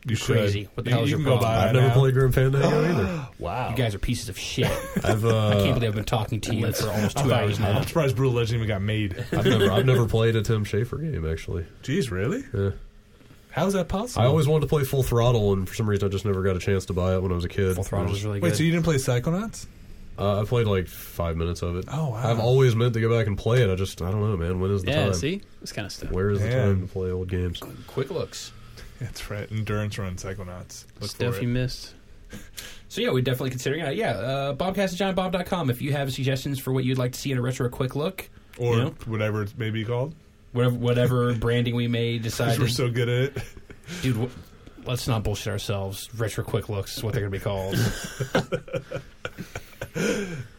Speaker 2: You should.
Speaker 1: crazy. What the
Speaker 2: You-
Speaker 1: hell is
Speaker 2: you
Speaker 1: your
Speaker 2: can go
Speaker 1: problem?
Speaker 2: buy
Speaker 3: I've
Speaker 2: it
Speaker 3: never
Speaker 2: now.
Speaker 3: played Grim Fandango
Speaker 1: [GASPS]
Speaker 2: [LAUGHS]
Speaker 3: either.
Speaker 2: Wow.
Speaker 1: You guys are pieces of shit.
Speaker 2: [LAUGHS]
Speaker 3: I've
Speaker 1: I can't
Speaker 3: uh,
Speaker 1: believe I've been talking to you for almost
Speaker 2: I'm,
Speaker 1: two hours now.
Speaker 2: I'm surprised Brutal Legend even got made.
Speaker 3: I've never I've never played a Tim Schafer game actually.
Speaker 2: Jeez, really?
Speaker 3: Yeah.
Speaker 2: How is that possible?
Speaker 3: I always wanted to play Full Throttle, and for some reason I just never got a chance to buy it when I was a kid.
Speaker 1: Full throttle was really
Speaker 2: wait.
Speaker 1: good.
Speaker 2: So you didn't play Psychonauts?
Speaker 3: Uh, I played like five minutes of it.
Speaker 2: Oh wow.
Speaker 3: I've always meant to go back and play it. I just I don't know, man. When is the
Speaker 4: Yeah,
Speaker 3: time?
Speaker 4: see, this kind of stuff.
Speaker 3: Where is the
Speaker 2: Man.
Speaker 3: time to play old games?
Speaker 1: Quick looks.
Speaker 2: That's right. Endurance run Psychonauts. Look
Speaker 4: stuff
Speaker 2: for
Speaker 4: you
Speaker 2: it.
Speaker 4: missed.
Speaker 1: So yeah, we're definitely considering it. Yeah, uh, bobcast@giantbob.com. If you have suggestions for what you'd like to see in a retro quick look,
Speaker 2: Or
Speaker 1: you know?
Speaker 2: whatever it's maybe called.
Speaker 1: whatever, whatever
Speaker 2: [LAUGHS]
Speaker 1: branding we may decide,
Speaker 2: Because we're
Speaker 1: to,
Speaker 2: so good at it. [LAUGHS]
Speaker 1: dude, w- let's not bullshit ourselves. Retro quick looks is what they're going to be
Speaker 2: [LAUGHS]
Speaker 1: called.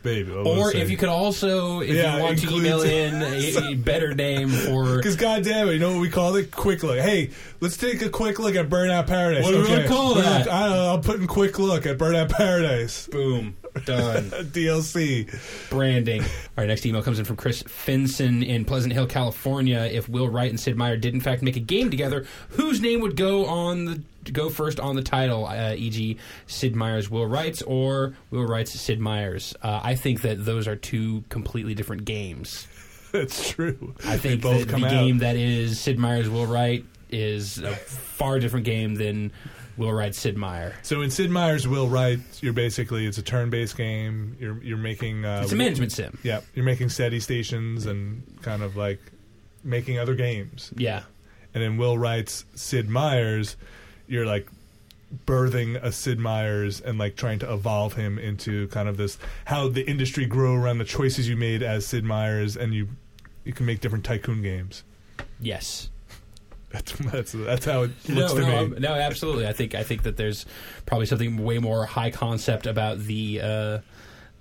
Speaker 2: Baby. what was I
Speaker 1: or
Speaker 2: saying?
Speaker 1: if you could also, if
Speaker 2: Yeah,
Speaker 1: you want to
Speaker 2: include- [LAUGHS]
Speaker 1: email in a, a better name for.
Speaker 2: Because goddamn it, you know what we call it? Quick look. Hey, let's take a quick look at Burnout Paradise.
Speaker 1: What do we wanna call
Speaker 2: We're gonna-
Speaker 1: that?
Speaker 2: I don't know. I'm putting quick look at Burnout Paradise [LAUGHS] uh,
Speaker 1: Boom. Done.
Speaker 2: DLC. [LAUGHS]
Speaker 1: Branding. All right, next email comes in from Chris Finson in Pleasant Hill, California. If Will Wright and Sid Meier did in fact make a game together, whose name would go on the go first on the title? Uh, e.g., Sid Meier's Will Wright's or Will Wright's Sid Meier's? Uh, I think that those are two completely different games.
Speaker 2: [LAUGHS] That's true.
Speaker 1: I think
Speaker 2: both
Speaker 1: that the
Speaker 2: come out.
Speaker 1: game that is Sid Meier's Will Wright is a far different game than Will Wright's Sid Meier.
Speaker 2: So in Sid Meier's Will Wright, you're basically it's a turn-based game. You're you're making uh,
Speaker 1: It's a management sim.
Speaker 2: Yeah, you're making steady stations and kind of like making other games.
Speaker 1: Yeah.
Speaker 2: And in Will Wright's Sid Meier's, you're like birthing a Sid Meier's and like trying to evolve him into kind of this how the industry grew around the choices you made as Sid Meier's, and you you can make different tycoon games. [LAUGHS]
Speaker 1: Yes.
Speaker 2: That's that's that's how it
Speaker 1: No,
Speaker 2: looks to
Speaker 1: no,
Speaker 2: me.
Speaker 1: I'm- no, absolutely. I think I think that there's probably something way more high concept about the uh,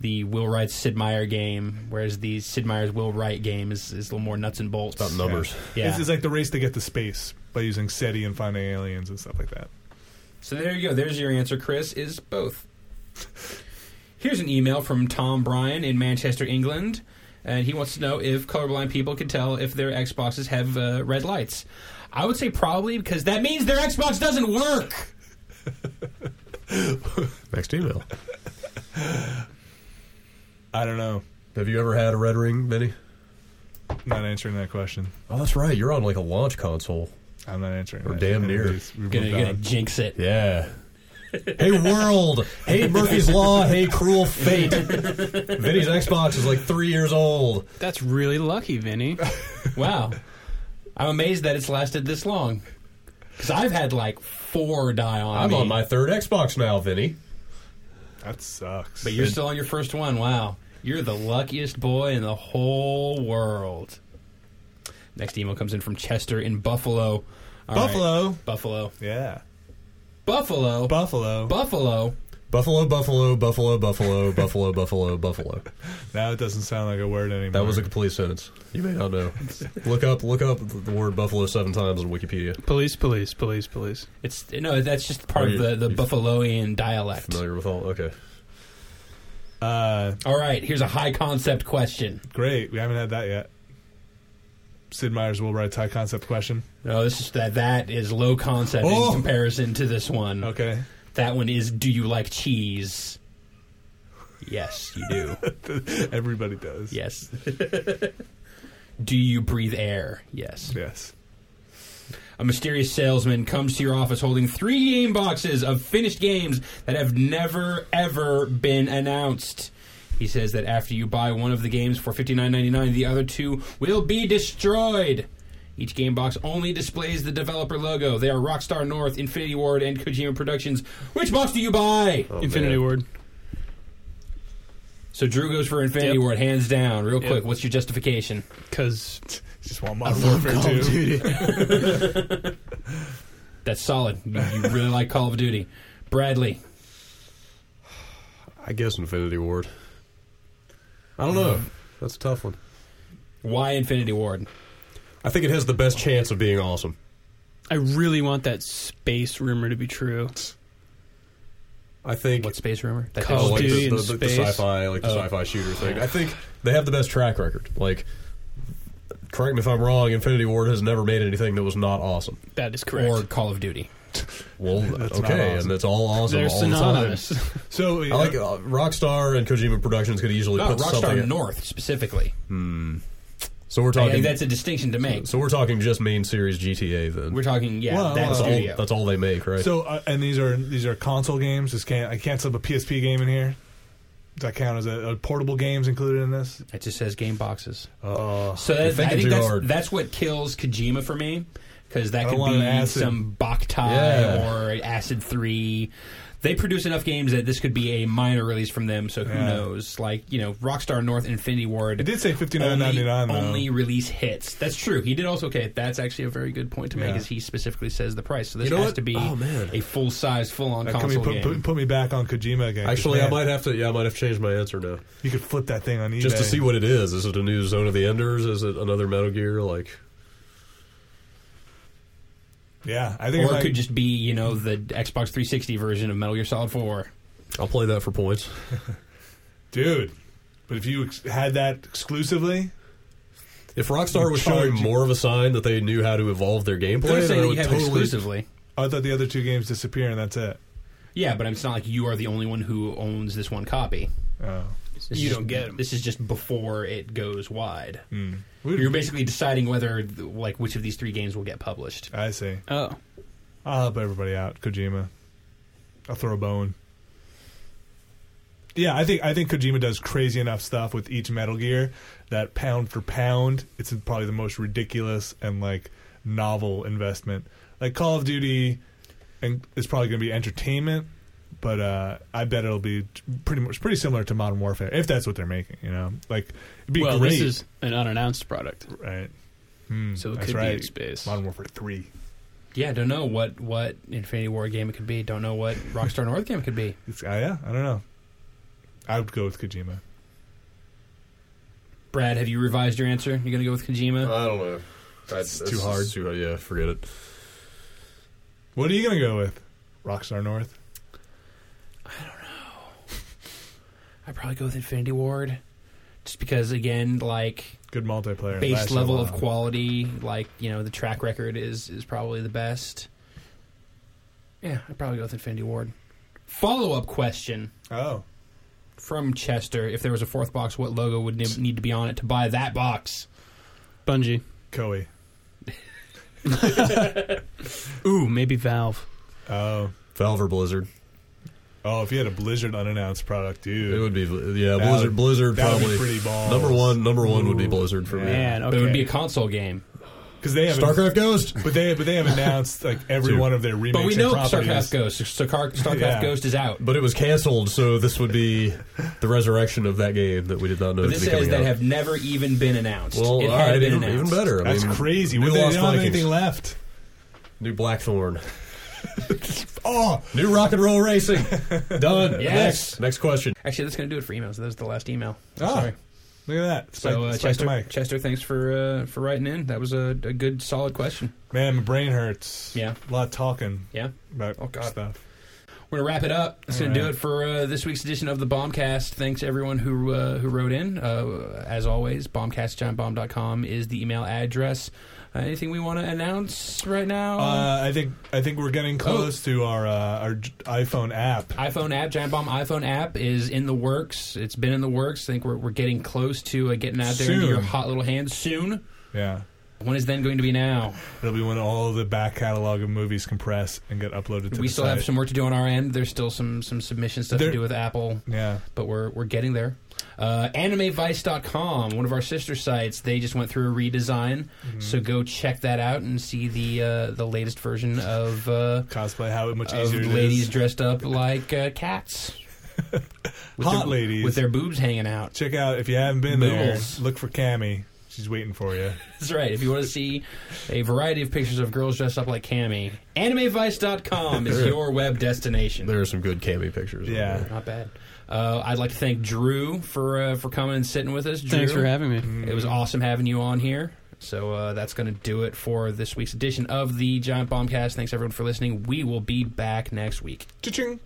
Speaker 1: the Will Wright Sid Meier game, whereas the Sid Meier's Will Wright game is, is a little more nuts and bolts.
Speaker 3: About numbers.
Speaker 1: Yeah.
Speaker 2: It's, it's like the race to get to space by using SETI and finding aliens and stuff like that.
Speaker 1: So there you go. There's your answer, Chris, is both. Here's an email from Tom Bryan in Manchester, England. And he wants to know if colorblind people can tell if their Xboxes have uh, red lights. I would say probably because that means their Xbox doesn't work.
Speaker 3: Next email.
Speaker 2: I don't know.
Speaker 3: [LAUGHS] Have you ever had a red ring, Benny?
Speaker 2: Not answering that question.
Speaker 3: Oh, that's right. You're on like a launch console.
Speaker 2: I'm not answering.
Speaker 3: Or
Speaker 2: that.
Speaker 3: damn near.
Speaker 2: Anyways, we've
Speaker 1: Gonna,
Speaker 2: moved
Speaker 1: gonna
Speaker 2: on.
Speaker 1: jinx it.
Speaker 3: Yeah. hey world! Hey Murphy's Law! Hey cruel fate! Vinny's Xbox is like three years old.
Speaker 4: That's really
Speaker 2: [LAUGHS]
Speaker 4: lucky, Vinny.
Speaker 1: Wow. I'm amazed that it's lasted this long. Because I've had like four die on
Speaker 3: I'm
Speaker 1: me.
Speaker 3: on my [LAUGHS] third Xbox now, Vinny.
Speaker 2: That sucks.
Speaker 1: But you're still on your first one. Wow. You're the luckiest boy in the whole world. Next email comes in from Chester in Buffalo. All right.
Speaker 2: Buffalo.
Speaker 1: Buffalo.
Speaker 2: Yeah.
Speaker 1: Buffalo.
Speaker 2: Buffalo.
Speaker 1: Buffalo.
Speaker 3: Buffalo, Buffalo, Buffalo, Buffalo, Buffalo, Buffalo, Buffalo.
Speaker 2: Now it doesn't sound like a word anymore.
Speaker 3: That was a complete sentence. You may not know. Look up, look up the word Buffalo seven times on Wikipedia.
Speaker 4: Police, police, police, police.
Speaker 1: It's no, that's just part
Speaker 3: Are
Speaker 1: of
Speaker 3: you-
Speaker 1: the the
Speaker 3: you-
Speaker 1: Buffaloian dialect.
Speaker 3: Familiar with all? Okay.
Speaker 2: uh,
Speaker 1: All right, here's a high concept question.
Speaker 2: great. We haven't had that yet. Sid Meier's will write high concept question.
Speaker 1: No, this is that that is low concept
Speaker 2: Oh!
Speaker 1: in comparison to this one.
Speaker 2: Okay, [LAUGHS]
Speaker 1: That one is do you like cheese? Yes, you do.
Speaker 2: everybody does.
Speaker 1: yes. do you breathe air? Yes.
Speaker 2: Yes.
Speaker 1: A mysterious salesman comes to your office holding three game boxes of finished games that have never ever been announced. He says that after you buy one of the games for fifty nine ninety nine, the other two will be destroyed. Each game box only displays the developer logo. They are Rockstar North, Infinity Ward, and Kojima Productions. Which box do you buy?
Speaker 3: Oh,
Speaker 4: Infinity
Speaker 3: man.
Speaker 4: Ward.
Speaker 1: So Drew goes for Infinity
Speaker 4: Yep.
Speaker 1: Ward, hands down. Real
Speaker 4: Yep.
Speaker 1: quick, what's your justification?
Speaker 4: Because
Speaker 2: Just want Modern Warfare 2.
Speaker 3: [LAUGHS]
Speaker 1: That's solid. You you really like Call of Duty. Bradley,
Speaker 3: I guess Infinity Ward. I don't know. That's a tough one.
Speaker 1: why Infinity Ward?
Speaker 3: I think it has the best chance of being awesome.
Speaker 4: I really want that space rumor to be true.
Speaker 3: I think
Speaker 1: What space rumor? That
Speaker 4: Call
Speaker 3: Oh,
Speaker 4: of
Speaker 3: like the,
Speaker 4: Duty in
Speaker 3: the, the, the
Speaker 4: space.
Speaker 3: sci-fi, like the
Speaker 1: Oh.
Speaker 3: sci-fi shooter thing. I think they have the best track record. Like, correct me if I'm wrong. Infinity Ward has never made anything that was not awesome.
Speaker 4: That is correct.
Speaker 1: or Call of Duty.
Speaker 3: [LAUGHS] Well,
Speaker 2: That's not
Speaker 3: okay,
Speaker 2: awesome.
Speaker 3: and it's all awesome.
Speaker 4: They're
Speaker 2: [LAUGHS]
Speaker 3: all
Speaker 4: synonymous.
Speaker 2: So
Speaker 3: The time. I like uh, Rockstar and Kojima Productions could easily
Speaker 1: No,
Speaker 3: put something.
Speaker 1: Rockstar North specifically.
Speaker 3: So we're
Speaker 1: I
Speaker 3: talking.
Speaker 1: think that's a distinction to make.
Speaker 3: so we're talking just main series GTA then.
Speaker 1: We're talking, yeah, that
Speaker 2: Well, well,
Speaker 3: that's all.
Speaker 1: studio.
Speaker 3: That's all they make, right?
Speaker 2: So uh, and these are these are console games. This can't I can't slip a PSP game in here. Does that count as a, a portable games included in this?
Speaker 1: it just says game boxes.
Speaker 3: uh,
Speaker 1: So
Speaker 3: You're
Speaker 1: that,
Speaker 3: thinking
Speaker 1: I think
Speaker 3: too
Speaker 1: that's,
Speaker 3: hard.
Speaker 1: that's what kills Kojima for me because that
Speaker 2: I
Speaker 1: could
Speaker 2: want
Speaker 1: be
Speaker 2: an acid.
Speaker 1: some Boktai
Speaker 3: Yeah.
Speaker 1: or Acid Three. They produce enough games that this could be a minor release from them. So who
Speaker 2: Yeah.
Speaker 1: knows? Like you know, Rockstar North, Infinity Ward.
Speaker 2: It did say fifty nine
Speaker 1: only,
Speaker 2: ninety nine though.
Speaker 1: only release hits. That's true. He did also. Okay, that's actually a very good point to make.
Speaker 2: Yeah.
Speaker 1: Is he specifically says the price? So this
Speaker 3: You know
Speaker 1: has
Speaker 3: what?
Speaker 1: to be
Speaker 3: Oh, man.
Speaker 1: a full size, full on
Speaker 2: Now, Come
Speaker 1: console
Speaker 2: and put,
Speaker 1: game.
Speaker 2: put, put me back on Kojima again. 'cause,
Speaker 3: actually, I
Speaker 2: man,
Speaker 3: might have to. Yeah, I might have to change my answer now.
Speaker 2: You could flip that thing on eBay
Speaker 3: Just to see what it is. Is it a new Zone of the Enders? Is it another Metal Gear? Like,
Speaker 2: Yeah, I think.
Speaker 1: or
Speaker 2: I
Speaker 1: it
Speaker 2: might-
Speaker 1: could just be you know the Xbox 360 version of Metal Gear Solid 4.
Speaker 3: I'll play that for points.
Speaker 2: dude. But if you ex- had that exclusively,
Speaker 3: If Rockstar was
Speaker 2: Charge.
Speaker 3: showing more of a sign that they knew how to evolve their
Speaker 1: They're
Speaker 3: gameplay,
Speaker 1: saying
Speaker 3: then I
Speaker 1: that you
Speaker 3: would
Speaker 1: have
Speaker 3: totally.
Speaker 1: exclusively.
Speaker 2: I thought the other two games disappear and that's it.
Speaker 1: Yeah, but it's not like you are the only one who owns this one copy.
Speaker 2: Oh,
Speaker 1: This
Speaker 4: You
Speaker 1: is just-
Speaker 4: don't get 'em.
Speaker 1: This is just before it goes wide.
Speaker 2: Hmm. We'd-
Speaker 1: You're basically deciding whether like which of these three games will get published.
Speaker 2: I see.
Speaker 4: oh,
Speaker 2: I'll help everybody out, Kojima. I'll throw a bone. Yeah, I think I think Kojima does crazy enough stuff with each Metal Gear that pound for pound, it's probably the most ridiculous and like novel investment. Like Call of Duty, and it's probably going to be entertainment, but uh, I bet it'll be pretty much pretty similar to Modern Warfare if that's what they're making. You know, like it'd be
Speaker 4: well,
Speaker 2: great,
Speaker 4: this is an unannounced product,
Speaker 2: right? Hmm,
Speaker 4: so it
Speaker 2: that's
Speaker 4: could be
Speaker 2: right.
Speaker 4: in space.
Speaker 2: Modern Warfare Three.
Speaker 1: Yeah, don't know what what Infinity War game it could be. Don't know what Rockstar North game it could be.
Speaker 2: It's, uh, yeah, I don't know. I would go with Kojima.
Speaker 1: Brad, have you revised your answer? You're gonna go with Kojima.
Speaker 3: I don't know. That's
Speaker 2: too hard.
Speaker 3: Too hard. Yeah, forget it.
Speaker 2: What are you gonna go with? Rockstar North.
Speaker 1: I'd probably go with Infinity Ward, just because again, like
Speaker 2: Good multiplayer.
Speaker 1: base
Speaker 2: Lasts a
Speaker 1: level
Speaker 2: while.
Speaker 1: of quality, like you know, the track record is is probably the best. Yeah, I'd probably go with Infinity Ward. Follow up question
Speaker 2: Oh,
Speaker 1: from Chester: If there was a fourth box, what logo would ne- need to be on it to buy that box?
Speaker 4: Bungie.
Speaker 2: Koei.
Speaker 4: Ooh, maybe Valve.
Speaker 2: Oh,
Speaker 3: Valve or Blizzard.
Speaker 2: oh. If you had a Blizzard unannounced product,
Speaker 3: It
Speaker 2: dude,
Speaker 3: would be. Yeah,
Speaker 2: That
Speaker 3: Blizzard.
Speaker 2: would-
Speaker 3: Blizzard
Speaker 2: that would
Speaker 3: probably.
Speaker 2: be pretty balls.
Speaker 3: number one. Number one would be
Speaker 2: Ooh,
Speaker 3: Blizzard for
Speaker 2: yeah.
Speaker 4: Man, okay.
Speaker 1: But it would be a console game.
Speaker 2: because they
Speaker 3: me.
Speaker 2: have
Speaker 3: Starcraft Ghost.
Speaker 2: But they but they have announced like every
Speaker 3: Dude.
Speaker 2: one of their remakes.
Speaker 1: But we know
Speaker 2: and properties.
Speaker 1: StarCraft Ghost. Starcraft,
Speaker 3: [LAUGHS]
Speaker 1: Starcraft
Speaker 2: Yeah.
Speaker 1: Ghost is out.
Speaker 3: But it was canceled, so this would be the resurrection of that game that we did not know.
Speaker 1: But
Speaker 3: to
Speaker 1: this
Speaker 3: be
Speaker 1: says
Speaker 3: coming
Speaker 1: that
Speaker 3: out.
Speaker 1: have never even been announced.
Speaker 3: well,
Speaker 1: it
Speaker 3: all
Speaker 1: had
Speaker 3: right,
Speaker 1: been
Speaker 3: even, even
Speaker 1: announced.
Speaker 3: better. I
Speaker 2: That's
Speaker 3: mean,
Speaker 2: crazy.
Speaker 3: New
Speaker 2: Well, they
Speaker 3: Lost
Speaker 2: don't have
Speaker 3: Vikings.
Speaker 2: anything left.
Speaker 3: New Black Thorn.
Speaker 2: oh,
Speaker 3: New rock and roll
Speaker 2: [LAUGHS]
Speaker 3: racing. Done.
Speaker 1: Yes.
Speaker 3: Next. Next question.
Speaker 1: Actually, that's going to do it for emails. That was the last email.
Speaker 2: ah,
Speaker 1: Sorry.
Speaker 2: look at that. Spike,
Speaker 1: So, uh,
Speaker 2: Spike
Speaker 1: Chester,
Speaker 2: the mic.
Speaker 1: Chester, thanks for uh, for writing in. That was a, a good, solid question.
Speaker 2: Man, my brain hurts.
Speaker 1: Yeah.
Speaker 2: A lot of talking
Speaker 1: Yeah.
Speaker 2: about
Speaker 1: Oh, God.
Speaker 2: stuff.
Speaker 1: We're gonna wrap it up. That's
Speaker 2: All
Speaker 1: gonna do
Speaker 2: right.
Speaker 1: it for uh, this week's edition of the Bombcast. Thanks everyone who uh, who wrote in. Uh, as always, bombcastgiantbomb.com is the email address. Uh, anything we want to announce right now?
Speaker 2: Uh, I think I think we're getting
Speaker 1: Oh.
Speaker 2: close to our uh, our j- iPhone app.
Speaker 1: iPhone app, Giant Bomb iPhone app is in the works. It's been in the works. I think we're, we're getting close to uh, getting out there into
Speaker 2: Soon.
Speaker 1: your hot little hands soon.
Speaker 2: Yeah.
Speaker 1: When is then going to be now?
Speaker 2: It'll be when all the back catalog of movies compress and get uploaded to
Speaker 1: we
Speaker 2: the
Speaker 1: still
Speaker 2: site.
Speaker 1: have some work to do on our end. There's still some some submission stuff
Speaker 2: There-
Speaker 1: to do with Apple.
Speaker 2: Yeah.
Speaker 1: but we're we're getting there. Uh, AnimeVice.com, one of our sister sites, they just went through a redesign. So go check that out and see the uh, the latest version of, uh,
Speaker 2: Cosplay, how much
Speaker 1: of
Speaker 2: easier it is.
Speaker 1: ladies dressed up like uh, cats. With
Speaker 2: Hot
Speaker 1: their,
Speaker 2: ladies.
Speaker 1: with their boobs hanging out. [LAUGHS]
Speaker 2: Check out if you haven't been
Speaker 1: Boobs.
Speaker 2: there. Look for Cammy. She's waiting for you.
Speaker 1: That's right. If you want to see a variety of pictures of girls dressed up like Cammy, AnimeVice.com is your web destination.
Speaker 3: There are some good cami pictures. on
Speaker 2: Yeah.
Speaker 3: there.
Speaker 1: Not bad. Uh, I'd like to thank Drew for uh, for coming and sitting with us. Drew. Mm.
Speaker 4: Thanks for having me.
Speaker 1: It was awesome having you on here. So uh, that's going to do it for this week's edition of the Giant Bombcast. Thanks everyone for listening. We will be back next week.
Speaker 2: Cha-ching.